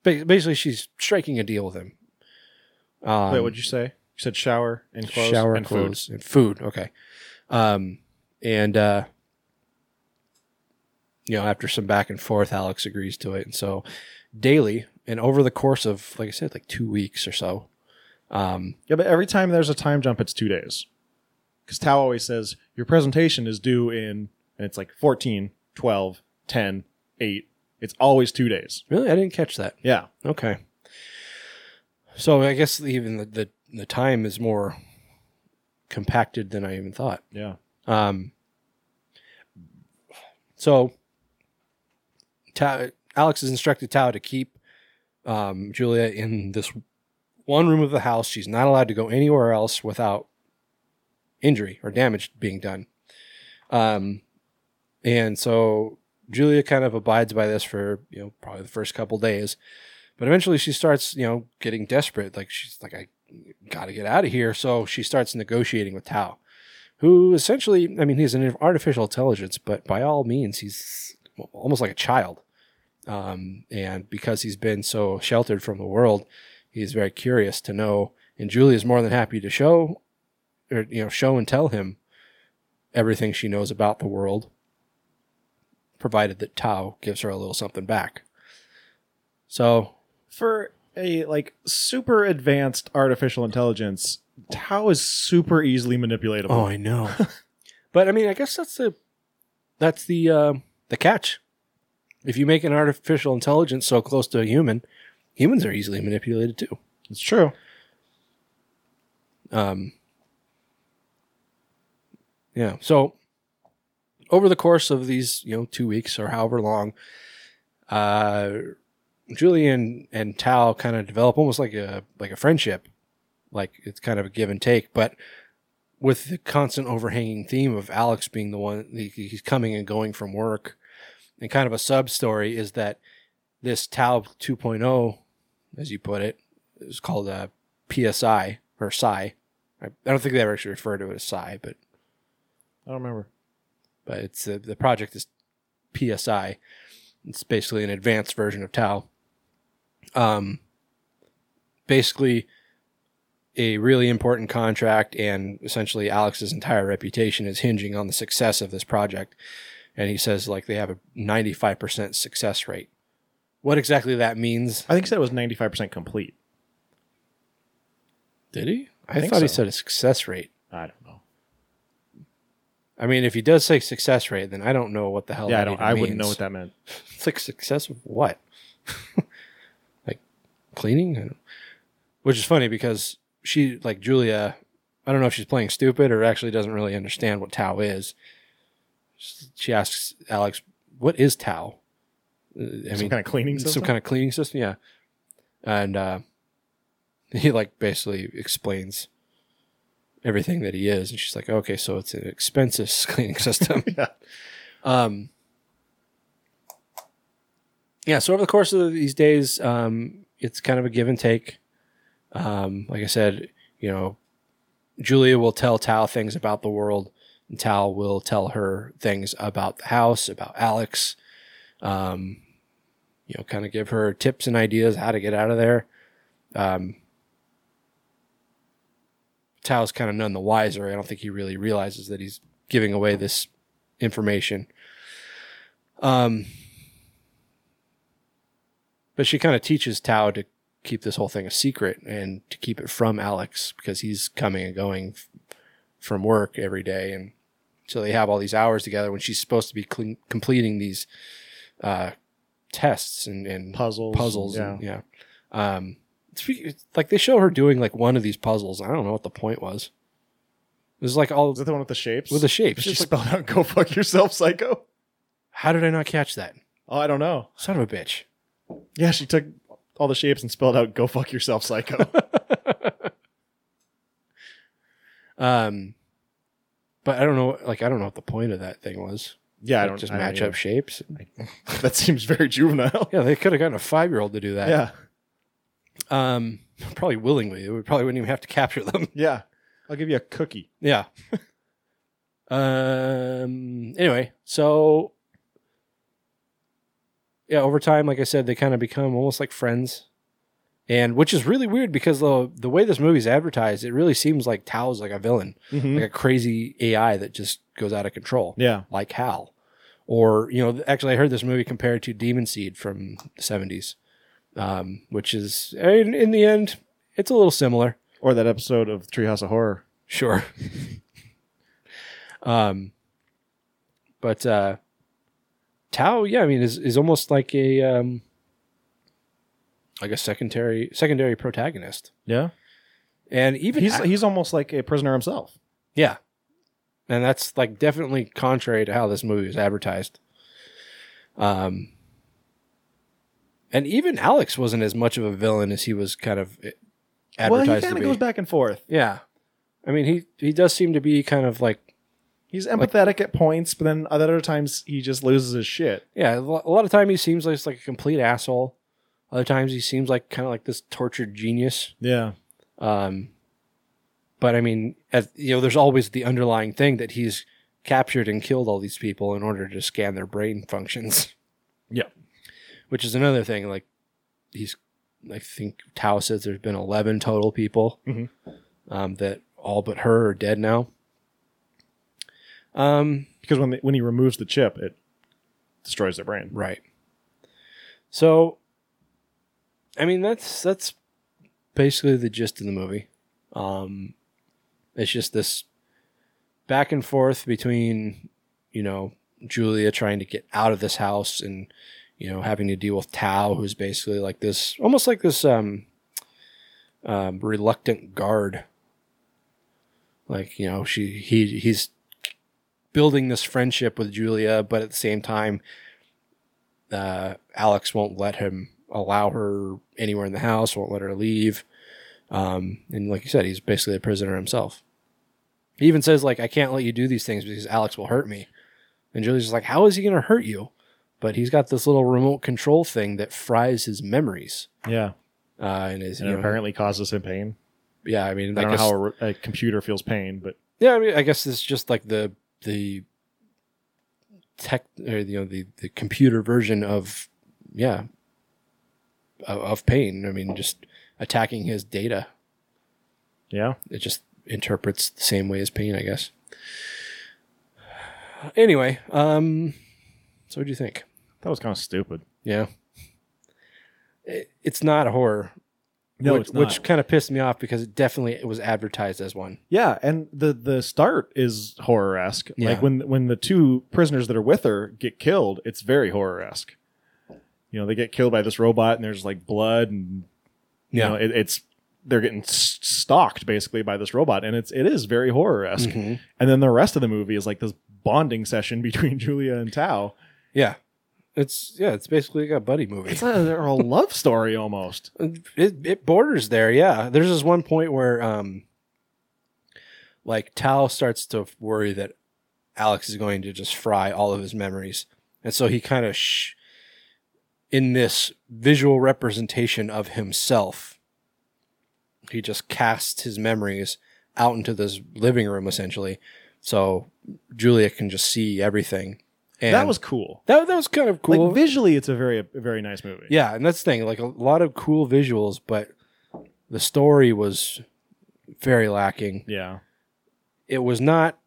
[SPEAKER 2] Ba- basically, she's striking a deal with him. Um,
[SPEAKER 3] Wait, what'd you say? You said shower and clothes
[SPEAKER 2] shower
[SPEAKER 3] and
[SPEAKER 2] clothes and food. Okay, um, and uh, you know, after some back and forth, Alex agrees to it, and so daily and over the course of, like I said, like two weeks or so, um,
[SPEAKER 3] food. Yeah, but every time there's a time jump, it's two days. Because Tao always says, your presentation is due in, and it's like 14, 12, 10, 8. It's always two days.
[SPEAKER 2] really, I didn't catch that.
[SPEAKER 3] Yeah.
[SPEAKER 2] Okay. So I guess even the the, the time is more compacted than I even thought.
[SPEAKER 3] Yeah.
[SPEAKER 2] Um, so Tao, Alex has instructed Tao to keep um, Julia in this one room of the house. She's not allowed to go anywhere else without injury or damage being done. Um, and so Julia kind of abides by this for you know probably the first couple days, but eventually she starts you know getting desperate. Like she's like I got to get out of here. So she starts negotiating with Tao who essentially, I mean, he's an artificial intelligence, but by all means, he's almost like a child. Um, and because he's been so sheltered from the world, he's very curious to know. And Julia's more than happy to show, or you know, show and tell him everything she knows about the world, provided that Tao gives her a little something back. So
[SPEAKER 3] For a like super advanced artificial intelligence, Tao is super easily manipulatable.
[SPEAKER 2] Oh, I know. but I mean, I guess that's the that's the um the catch. If you make an artificial intelligence so close to a human, humans are easily manipulated too.
[SPEAKER 3] It's true.
[SPEAKER 2] Um, yeah. So over the course of these, you know, two weeks or however long, uh, Julian and Tal kind of develop almost like a like a friendship, like it's kind of a give and take, but with the constant overhanging theme of Alex being the one he- he's coming and going from work, and kind of a sub story is that this Tau 2.0, oh, as you put it, is called uh, PSI or psi. I I don't think they ever actually refer to it as psi, but
[SPEAKER 3] I don't remember.
[SPEAKER 2] but it's uh, the, the project is PSI. It's basically an advanced version of Tau. Um, basically, a really important contract, and essentially Alex's entire reputation is hinging on the success of this project. And he says like they have a ninety five percent success rate. What exactly that means?
[SPEAKER 3] I think he said it was 95% complete.
[SPEAKER 2] Did he? I,
[SPEAKER 3] think
[SPEAKER 2] thought he
[SPEAKER 3] so.
[SPEAKER 2] said a success rate.
[SPEAKER 3] I don't know.
[SPEAKER 2] I mean, if he does say success rate, then I don't know what the hell.
[SPEAKER 3] yeah,
[SPEAKER 2] that
[SPEAKER 3] I don't
[SPEAKER 2] even
[SPEAKER 3] I wouldn't
[SPEAKER 2] means.
[SPEAKER 3] know what that meant.
[SPEAKER 2] It's like success of what? like cleaning? I don't- Which is funny because she, like Julia, I don't know if she's playing stupid or actually doesn't really understand what Tau is. She asks Alex, what is Tau? Uh, I
[SPEAKER 3] some kind of cleaning system.
[SPEAKER 2] some kind of cleaning system, yeah. And uh, he like basically explains everything that he is, and she's like, "Okay, so it's an expensive cleaning system."
[SPEAKER 3] Yeah.
[SPEAKER 2] Um. Yeah. So over the course of these days, um, it's kind of a give and take. Um, like I said, you know, Julia will tell Tal things about the world, and Tal will tell her things about the house, about Alex. Um, you know, kind of give her tips and ideas how to get out of there. Um, Tao's kind of none the wiser. I don't think he really realizes that he's giving away this information. Um, but she kind of teaches Tao to keep this whole thing a secret and to keep it from Alex because he's coming and going f- from work every day, and so they have all these hours together when she's supposed to be clean, completing these uh, tests and, and
[SPEAKER 3] Puzzles,
[SPEAKER 2] puzzles, and, yeah. Um, it's, re- it's like they show her doing like one of these puzzles. I don't know what the point was. It was like all
[SPEAKER 3] Is that the one with the shapes?
[SPEAKER 2] With the shapes.
[SPEAKER 3] She
[SPEAKER 2] It's like-
[SPEAKER 3] spelled out "Go fuck yourself, psycho."
[SPEAKER 2] How did I not catch that?
[SPEAKER 3] Oh, I don't know.
[SPEAKER 2] Son of a bitch.
[SPEAKER 3] Yeah, she took all the shapes and spelled out "Go fuck yourself, psycho."
[SPEAKER 2] Um, but I don't know. Like I don't know what the point of that thing was.
[SPEAKER 3] yeah, I
[SPEAKER 2] Like,
[SPEAKER 3] don't
[SPEAKER 2] just
[SPEAKER 3] I don't
[SPEAKER 2] match
[SPEAKER 3] either.
[SPEAKER 2] up shapes.
[SPEAKER 3] That seems very juvenile.
[SPEAKER 2] Yeah, they could have gotten a five year old to do that.
[SPEAKER 3] yeah,
[SPEAKER 2] Um, probably willingly. We probably wouldn't even have to capture them.
[SPEAKER 3] yeah. I'll give you a cookie.
[SPEAKER 2] Yeah. um. Anyway, so yeah, over time, like I said, they kind of become almost like friends, and which is really weird because the the way this movie's advertised, it really seems like Tao's like a villain, like a crazy AI that just goes out of control.
[SPEAKER 3] Yeah.
[SPEAKER 2] like Hal, or you know, actually, I heard this movie compared to Demon Seed from the seventies, um, which is in, in the end, it's a little similar.
[SPEAKER 3] Or that episode of Treehouse of Horror.
[SPEAKER 2] Sure. um, but uh, Tao, yeah, I mean, is is almost like a um, like a secondary secondary protagonist,
[SPEAKER 3] Yeah,
[SPEAKER 2] and even
[SPEAKER 3] he's
[SPEAKER 2] I-
[SPEAKER 3] he's almost like a prisoner himself.
[SPEAKER 2] yeah, and that's like definitely contrary to how this movie was advertised. Um, and even Alex wasn't as much of a villain as he was kind of eh,
[SPEAKER 3] Well,
[SPEAKER 2] advertised to
[SPEAKER 3] he kind
[SPEAKER 2] be.
[SPEAKER 3] of goes back and forth.
[SPEAKER 2] Yeah, I mean, he he does seem to be kind of like
[SPEAKER 3] He's empathetic at points, but then at other times he just loses his shit.
[SPEAKER 2] Yeah, a lo- a lot of time he seems like, like a complete asshole. Other times he seems like kind of like this tortured genius.
[SPEAKER 3] Yeah,
[SPEAKER 2] Um, but I mean, as, you know, there's always the underlying thing that he's captured and killed all these people in order to scan their brain functions.
[SPEAKER 3] Yeah.
[SPEAKER 2] which is another thing. Like he's, I think Tao says there's been 11 total people
[SPEAKER 3] Mhm.
[SPEAKER 2] um, that all but her are dead now. Um,
[SPEAKER 3] because when the, when he removes the chip, it destroys their brain.
[SPEAKER 2] Right. So, I mean, that's that's basically the gist of the movie. Um, it's just this back and forth between, you know, Julia trying to get out of this house and, you know, having to deal with Tao, who's basically like this, almost like this um, um, reluctant guard. Like you know, she he he's building this friendship with Julia, but at the same time, uh, Alex won't let him allow her anywhere in the house, won't let her leave. Um, and like you said, he's basically a prisoner himself. He even says like, I can't let you do these things because Alex will hurt me. And Julie's just like, how is he going to hurt you? But he's got this little remote control thing that fries his memories.
[SPEAKER 3] Yeah,
[SPEAKER 2] Uh, and is,
[SPEAKER 3] and
[SPEAKER 2] you
[SPEAKER 3] it
[SPEAKER 2] know,
[SPEAKER 3] apparently causes him pain.
[SPEAKER 2] yeah, I mean,
[SPEAKER 3] I don't
[SPEAKER 2] guess-
[SPEAKER 3] know how a, re- a computer feels pain, but
[SPEAKER 2] Yeah, I mean, I guess it's just like the the tech, or, you know, the the computer version of yeah of, of pain. I mean, just attacking his data.
[SPEAKER 3] yeah,
[SPEAKER 2] It just interprets the same way as pain, I guess. Anyway, um, so what do you think?
[SPEAKER 3] that was kind of stupid.
[SPEAKER 2] Yeah, it, it's not a horror. which, which kind of pissed me off because it definitely it was advertised as one.
[SPEAKER 3] Yeah, and the the start is horror esque.
[SPEAKER 2] Yeah.
[SPEAKER 3] Like when when the two prisoners that are with her get killed, it's very horror esque. You know, they get killed by this robot, and there's like blood, and you know, it, it's they're getting s- stalked basically by this robot, and it's it is very horror esque.
[SPEAKER 2] Mhm.
[SPEAKER 3] And then the rest of the movie is like this bonding session between Julia and Tao.
[SPEAKER 2] yeah. It's yeah, it's basically like a buddy movie.
[SPEAKER 3] It's a, they're a love story almost.
[SPEAKER 2] it it borders there. Yeah, there's this one point where um, like Tal starts to worry that Alex is going to just fry all of his memories, and so he kind of sh- in this visual representation of himself, he just casts his memories out into this living room essentially. So Julia can just see everything. And
[SPEAKER 3] that was cool.
[SPEAKER 2] that, that was kind of cool.
[SPEAKER 3] Like visually, it's a very a very nice movie.
[SPEAKER 2] yeah, and that's the thing, like a lot of cool visuals, but the story was very lacking.
[SPEAKER 3] Yeah.
[SPEAKER 2] it was not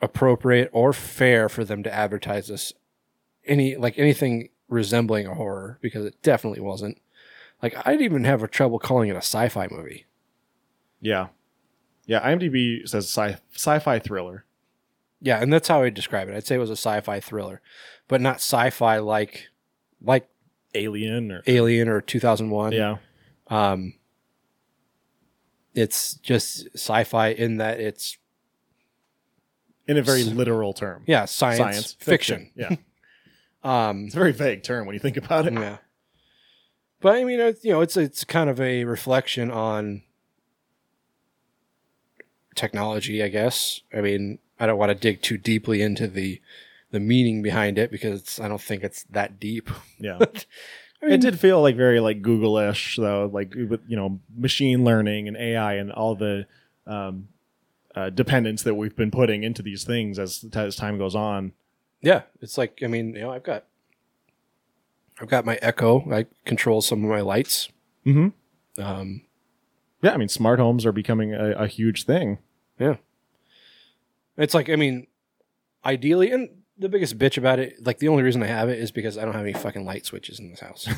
[SPEAKER 2] appropriate or fair for them to advertise this any like anything resembling a horror because it definitely wasn't. Like I'd even have a trouble calling it a sci-fi movie.
[SPEAKER 3] Yeah. Yeah. IMDb says sci sci-fi thriller.
[SPEAKER 2] Yeah, and that's how I'd describe it. I'd say it was a sci-fi thriller, but not sci-fi like like
[SPEAKER 3] Alien or
[SPEAKER 2] Alien or 2001.
[SPEAKER 3] Yeah.
[SPEAKER 2] Um it's just sci-fi in that it's
[SPEAKER 3] In a very literal term.
[SPEAKER 2] yeah, science, fiction.
[SPEAKER 3] Yeah.
[SPEAKER 2] Um
[SPEAKER 3] It's a very vague term when you think about it.
[SPEAKER 2] Yeah. But I mean, it's, you know, it's it's kind of a reflection on technology, I guess. I mean, I don't want to dig too deeply into the the meaning behind it because it's, I don't think it's that deep.
[SPEAKER 3] Yeah.
[SPEAKER 2] I mean,
[SPEAKER 3] it did feel like very like Google-ish though, like with you know machine learning and AI and all the um, uh, dependence that we've been putting into these things as as time goes on.
[SPEAKER 2] Yeah, it's like I mean, you know, I've got I've got my Echo. I control some of my lights.
[SPEAKER 3] Mm-hmm.
[SPEAKER 2] Um,
[SPEAKER 3] Yeah, I mean, smart homes are becoming a, a huge thing.
[SPEAKER 2] It's like, I mean, ideally, and the biggest bitch about it, like the only reason I have it is because I don't have any fucking light switches in this house.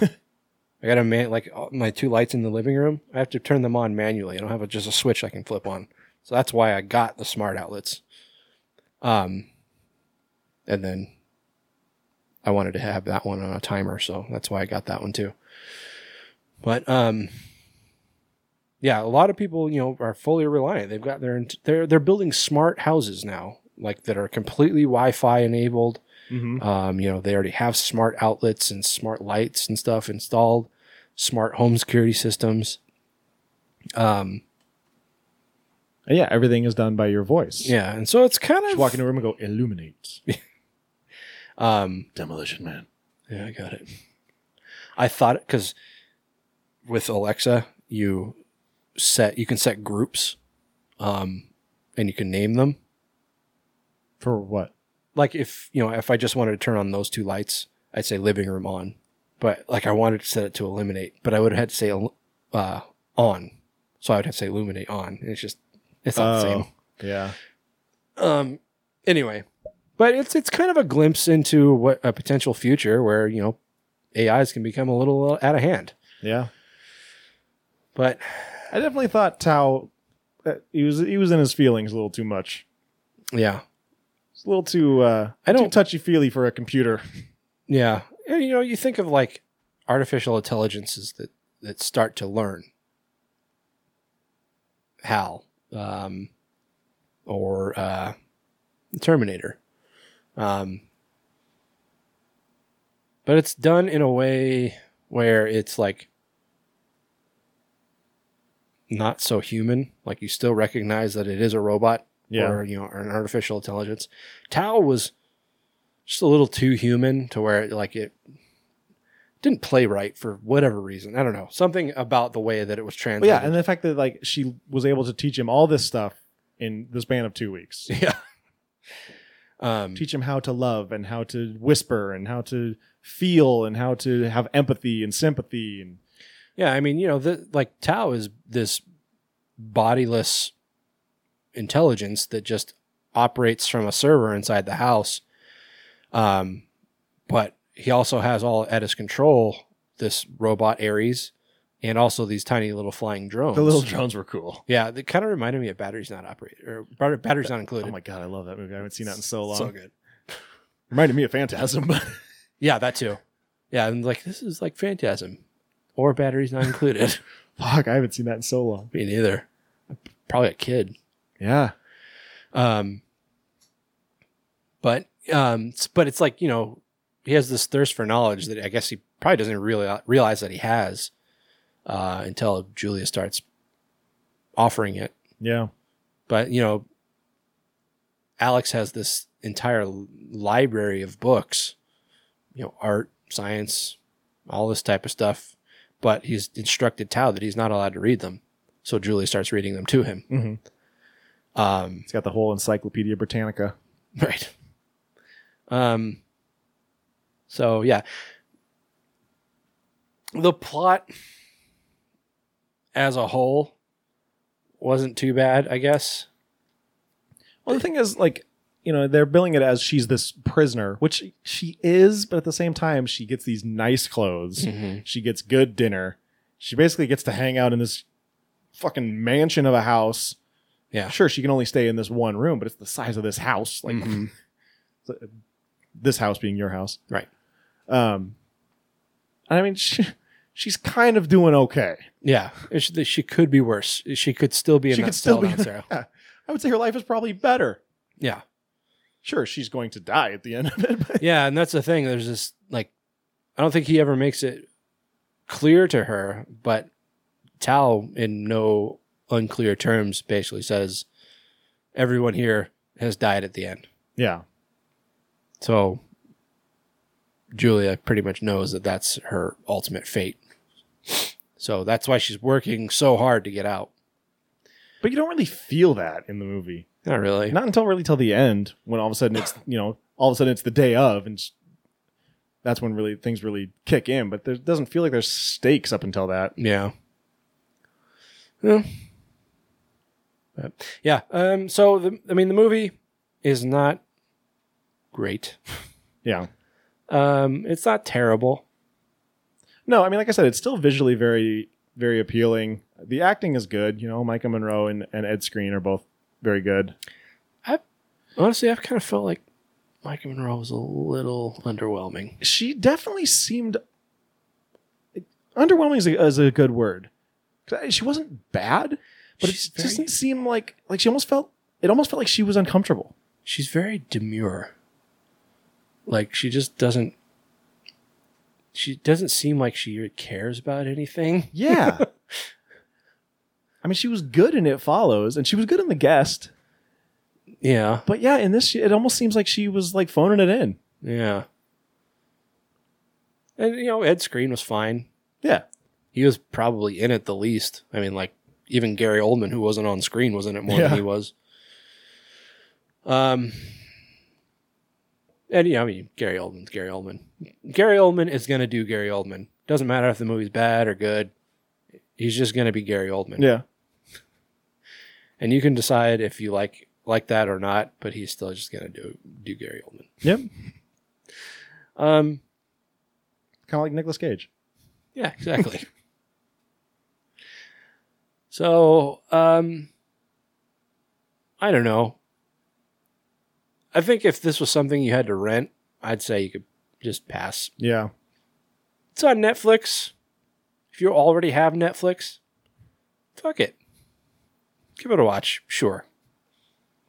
[SPEAKER 2] I got a man, like all- my two lights in the living room. I have to turn them on manually. I don't have a, just a switch I can flip on. So that's why I got the smart outlets. Um, and then I wanted to have that one on a timer, so that's why I got that one too. But um, yeah, a lot of people, you know, are fully reliant. They've got their they're they're building smart houses now, like that are completely Wi-Fi enabled.
[SPEAKER 3] Mm-hmm.
[SPEAKER 2] Um, you know, they already have smart outlets and smart lights and stuff installed, smart home security systems. Um,
[SPEAKER 3] yeah, everything is done by your voice.
[SPEAKER 2] yeah, and so it's kind
[SPEAKER 3] Just
[SPEAKER 2] of
[SPEAKER 3] walk into a room and go illuminate.
[SPEAKER 2] um,
[SPEAKER 3] Demolition man.
[SPEAKER 2] Yeah, I got it. I thought because with Alexa, you set you can set groups, um, and you can name them.
[SPEAKER 3] For what?
[SPEAKER 2] Like if you know, if I just wanted to turn on those two lights, I'd say living room on. But like I wanted to set it to eliminate, but I would have had to say el- uh, on, so I would have to say illuminate on. And it's just it's not the same.
[SPEAKER 3] Yeah.
[SPEAKER 2] Um. Anyway, but it's it's kind of a glimpse into what a potential future where you know AIs can become a little out of hand.
[SPEAKER 3] Yeah.
[SPEAKER 2] But
[SPEAKER 3] I definitely thought Tao. Uh, he was he was in his feelings a little too much.
[SPEAKER 2] yeah,
[SPEAKER 3] It's a little too. Uh,
[SPEAKER 2] I don't-
[SPEAKER 3] touchy feely for a computer.
[SPEAKER 2] yeah, And, you know, you think of like artificial intelligences that that start to learn. Hal, um, or uh, Terminator, um, but it's done in a way where it's like not so human. Like you still recognize that it is a robot,
[SPEAKER 3] Yeah.
[SPEAKER 2] or you know, or an artificial intelligence. Tao was just a little too human to where it, like it didn't play right for whatever reason. I don't know something about the way that it was
[SPEAKER 3] Well,
[SPEAKER 2] translated.
[SPEAKER 3] yeah, and the fact that like she was able to teach him all this stuff in the span of two weeks,
[SPEAKER 2] yeah. Um,
[SPEAKER 3] teach him how to love and how to whisper and how to feel and how to have empathy and sympathy and
[SPEAKER 2] yeah, I mean, you know, the, like Tao is this bodiless intelligence that just operates from a server inside the house. Um, but he also has all at his control this robot Ares and also these tiny little flying drones.
[SPEAKER 3] the little drones were cool.
[SPEAKER 2] yeah, that kind of reminded me of batteries not operated or batter- batteries not included.
[SPEAKER 3] Oh my god, I love that movie. I haven't seen that in so long.
[SPEAKER 2] so good.
[SPEAKER 3] Reminded me of Phantasm. but-
[SPEAKER 2] Yeah, that too. Yeah, and like this is like Phantasm or batteries not included.
[SPEAKER 3] Fuck, I haven't seen that in so long.
[SPEAKER 2] Me neither. Probably a kid.
[SPEAKER 3] Yeah,
[SPEAKER 2] Um, but um, s- but it's like you know he has this thirst for knowledge that I guess he probably doesn't really uh, realize that he has uh, until Julia starts offering it.
[SPEAKER 3] yeah,
[SPEAKER 2] But you know, Alex has this entire l- library of books, you know, art, science, all this type of stuff. But he's instructed Tao that he's not allowed to read them. So Julie starts reading them to him.
[SPEAKER 3] Mm-hmm.
[SPEAKER 2] Um,
[SPEAKER 3] It's got the whole Encyclopedia Britannica.
[SPEAKER 2] Right. Um so yeah. The plot as a whole wasn't too bad, I guess.
[SPEAKER 3] Well, the thing is, like, you know, they're billing it as she's this prisoner, which she is, but at the same time, she gets these nice clothes. She gets good dinner. She basically gets to hang out in this fucking mansion of a house.
[SPEAKER 2] Yeah.
[SPEAKER 3] Sure, she can only stay in this one room, but it's the size of this house. Like, this house being your house.
[SPEAKER 2] Right.
[SPEAKER 3] Um, I mean, she, she's kind of doing okay.
[SPEAKER 2] Yeah. She, she could be worse. She could still be in
[SPEAKER 3] she
[SPEAKER 2] that
[SPEAKER 3] could still
[SPEAKER 2] cell
[SPEAKER 3] be.
[SPEAKER 2] down there.
[SPEAKER 3] Yeah. I would say her life is probably better.
[SPEAKER 2] Yeah.
[SPEAKER 3] Sure, she's going to die at the end of it, but
[SPEAKER 2] Yeah, and that's the thing. There's this like I don't think he ever makes it clear to her, but Tal in no unclear terms basically says everyone here has died at the end.
[SPEAKER 3] yeah.
[SPEAKER 2] So Julia pretty much knows that that's her ultimate fate. So that's why she's working so hard to get out.
[SPEAKER 3] But you don't really feel that in the movie.
[SPEAKER 2] Not really.
[SPEAKER 3] Not until really till the end when all of a sudden it's you know all of a sudden it's the day of and s- that's when really things really kick in. But there doesn't feel like there's stakes up until that.
[SPEAKER 2] Yeah. Yeah. But, yeah. Um, so the, I mean, the movie is not great.
[SPEAKER 3] Yeah.
[SPEAKER 2] Um, it's not terrible.
[SPEAKER 3] No, I mean like I said, it's still visually very very appealing. The acting is good. You know, Micah Monroe and, and Ed Screen are both very good.
[SPEAKER 2] Honestly, I've kind of felt like Micah Monroe was a little underwhelming.
[SPEAKER 3] She definitely seemed underwhelming is a, is a good word. 'Cause She wasn't bad, but
[SPEAKER 2] She's
[SPEAKER 3] it
[SPEAKER 2] very-
[SPEAKER 3] just didn't seem like like she almost felt it almost felt like she was uncomfortable.
[SPEAKER 2] She's very demure. Like she just doesn't. She doesn't seem like she cares about anything.
[SPEAKER 3] Yeah. I mean, she was good in It Follows, and she was good in The Guest.
[SPEAKER 2] Yeah.
[SPEAKER 3] But yeah, in this, it almost seems like she was like phoning it in.
[SPEAKER 2] Yeah. And you know, Ed Screen was fine.
[SPEAKER 3] Yeah.
[SPEAKER 2] He was probably in it the least. I mean, like even Gary Oldman, who wasn't on screen, was in it more
[SPEAKER 3] Yeah.
[SPEAKER 2] than he was. Um. And you know, I mean, Gary Oldman's Gary Oldman. Gary Oldman is gonna do Gary Oldman. Doesn't matter if the movie's bad or good. He's just gonna be Gary Oldman.
[SPEAKER 3] Yeah.
[SPEAKER 2] And you can decide if you like like that or not, but he's still just gonna do do Gary Oldman.
[SPEAKER 3] Yep.
[SPEAKER 2] Um.
[SPEAKER 3] kind of like Nicolas Cage.
[SPEAKER 2] Yeah, exactly. so, um, I don't know. I think if this was something you had to rent, I'd say you could just pass.
[SPEAKER 3] Yeah.
[SPEAKER 2] It's on Netflix. If you already have Netflix, fuck it. Give it a watch. Sure.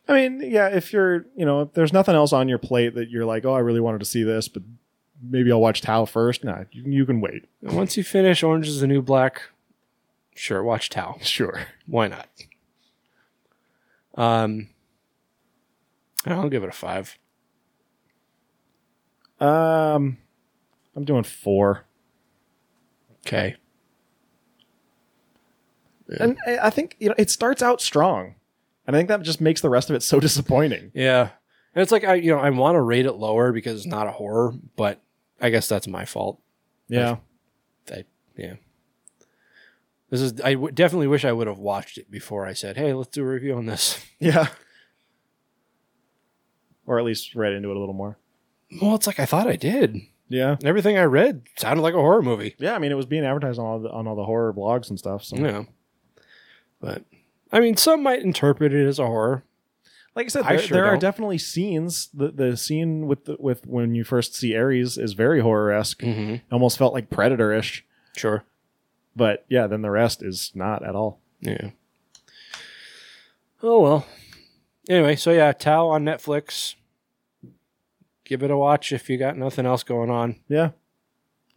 [SPEAKER 3] I mean, yeah, if you're, you know, if there's nothing else on your plate that you're like, oh, I really wanted to see this, but maybe I'll watch Tao first. Nah, you, you can wait.
[SPEAKER 2] And once you finish Orange is the New Black, sure, watch Tao.
[SPEAKER 3] Sure.
[SPEAKER 2] Why not? Um, I'll give it a five.
[SPEAKER 3] Um, I'm doing four.
[SPEAKER 2] Okay.
[SPEAKER 3] And I I think, you know, it starts out strong. And I think that just makes the rest of it so disappointing.
[SPEAKER 2] Yeah. And it's like I you know, I want to rate it lower because it's not a horror, but I guess that's my fault.
[SPEAKER 3] Yeah.
[SPEAKER 2] I yeah. This is I w- definitely wish I would have watched it before I said, "Hey, let's do a review on this."
[SPEAKER 3] Yeah. Or at least read into it a little more.
[SPEAKER 2] Well, it's like I thought I did.
[SPEAKER 3] Yeah.
[SPEAKER 2] Everything I read sounded like a horror movie.
[SPEAKER 3] Yeah, I mean it was being advertised on all the, on all the horror blogs and stuff. So
[SPEAKER 2] Yeah. But I mean, some might interpret it as a horror.
[SPEAKER 3] like I said,
[SPEAKER 2] I
[SPEAKER 3] there,
[SPEAKER 2] sure
[SPEAKER 3] there are
[SPEAKER 2] don't.
[SPEAKER 3] definitely scenes. The the scene with the, with when you first see Ares is very horror esque.
[SPEAKER 2] Mhm.
[SPEAKER 3] Almost felt like Predator ish.
[SPEAKER 2] Sure.
[SPEAKER 3] But yeah, then the rest is not at all.
[SPEAKER 2] Yeah. Oh well. Anyway, so yeah, Tao on Netflix. Give it a watch if you got nothing else going on.
[SPEAKER 3] Yeah.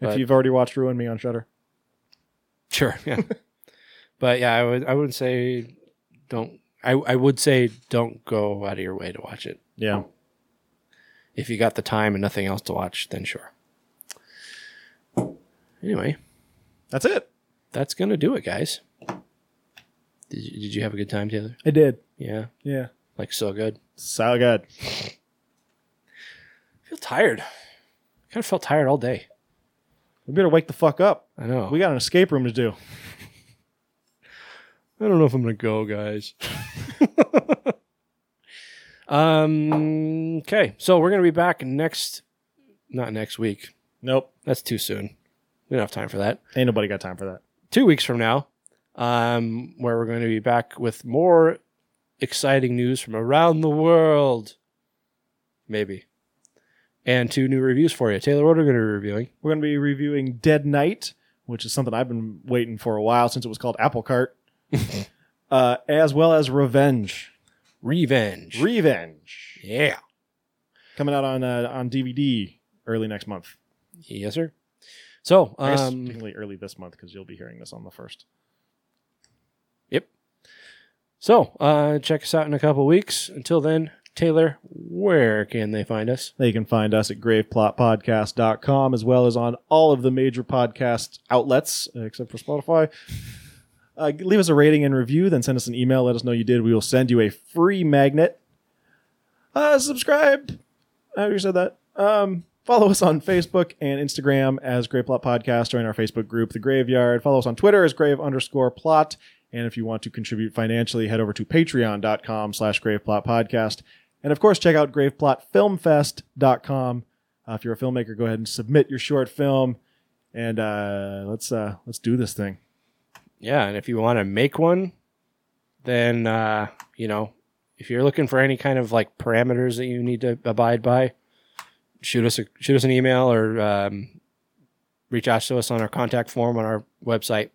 [SPEAKER 3] if
[SPEAKER 2] But-
[SPEAKER 3] you've already watched Ruin Me on Shutter,
[SPEAKER 2] Sure. Yeah. but yeah, I would I would say don't I, I would say don't go out of your way to watch it.
[SPEAKER 3] yeah,
[SPEAKER 2] If you got the time and nothing else to watch, then sure. Anyway,
[SPEAKER 3] that's it.
[SPEAKER 2] that's gonna do it, guys. Did you, did you have a good time, Taylor?
[SPEAKER 3] I did.
[SPEAKER 2] Yeah,
[SPEAKER 3] Yeah.
[SPEAKER 2] like so good.
[SPEAKER 3] So good.
[SPEAKER 2] I feel tired. I kind of felt tired all day.
[SPEAKER 3] We better wake the fuck up.
[SPEAKER 2] I know.
[SPEAKER 3] We got an escape room to do.
[SPEAKER 2] I don't know if I'm gonna go, guys. um. Okay, so we're gonna be back next, not next week.
[SPEAKER 3] Nope.
[SPEAKER 2] That's too soon. We don't have time for that.
[SPEAKER 3] Ain't nobody got time for that.
[SPEAKER 2] Two weeks from now, um, where we're going to be back with more exciting news from around the world, maybe, and two new reviews for you. Taylor, what are we going to be reviewing?
[SPEAKER 3] We're going to be reviewing Dead Knight, which is something I've been waiting for a while since it was called Apple Cart, uh, as well as Revenge.
[SPEAKER 2] Revenge.
[SPEAKER 3] Revenge
[SPEAKER 2] yeah.
[SPEAKER 3] coming out on uh, on DVD early next month.
[SPEAKER 2] Yes, sir. So,
[SPEAKER 3] I guess
[SPEAKER 2] um,
[SPEAKER 3] technically early this month because you'll be hearing this on the first.
[SPEAKER 2] yep. So, uh, check us out in a couple weeks. Until then, Taylor, where can they find us?
[SPEAKER 3] They can find us at graveplotpodcast.com as well as on all of the major podcast outlets uh, except for Spotify. Uh, g- leave us a rating and review, then send us an email. Let us know you did. We will send you a free magnet. Uh, subscribe. I already said that. Um, follow us on Facebook and Instagram as Grave Plot Podcast. Join our Facebook group, The Graveyard. Follow us on Twitter as Grave underscore Plot. And if you want to contribute financially, head over to patreon.com slash graveplot podcast. And of course, check out graveplotfilmfest.com. Uh, if you're a filmmaker, go ahead and submit your short film. And uh, let's uh, let's do this thing.
[SPEAKER 2] Yeah, and if you want to make one, then uh, you know, if you're looking for any kind of like parameters that you need to abide by, shoot us a, shoot us an email or um, reach out to us on our contact form on our website,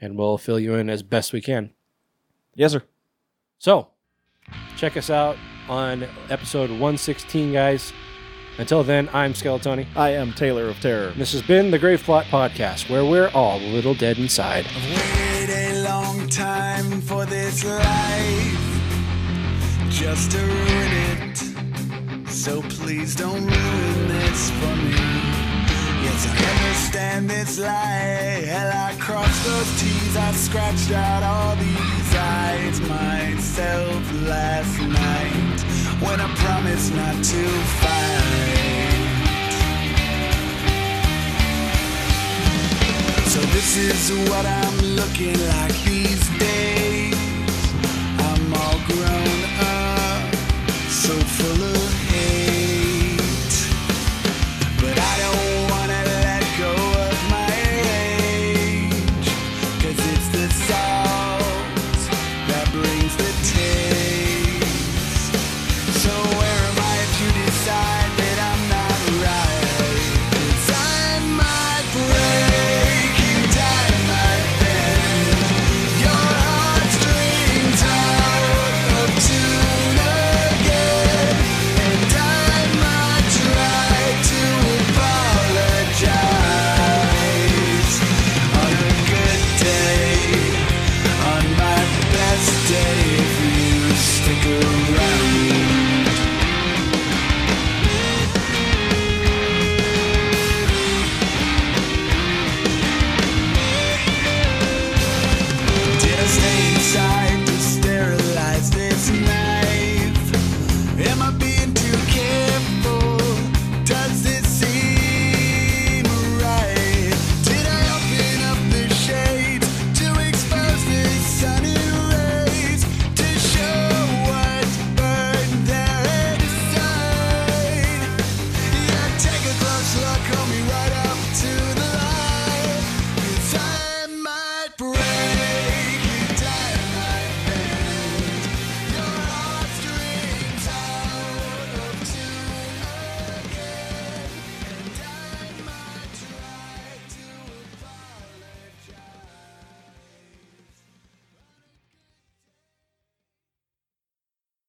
[SPEAKER 2] and we'll fill you in as best we can.
[SPEAKER 3] Yes, sir.
[SPEAKER 2] So, check us out on episode 116, guys. Until then, I'm Skeletoni.
[SPEAKER 3] I am Taylor of Terror.
[SPEAKER 2] This has been the Grave Plot Podcast, where we're all a little dead inside.
[SPEAKER 4] Wait a long time for this life just to ruin it. So please don't ruin this for me. Yes, I understand this lie. Hell, I crossed those T's. I scratched out all these I's myself last night when I promised not to fight. So this is what I'm looking like these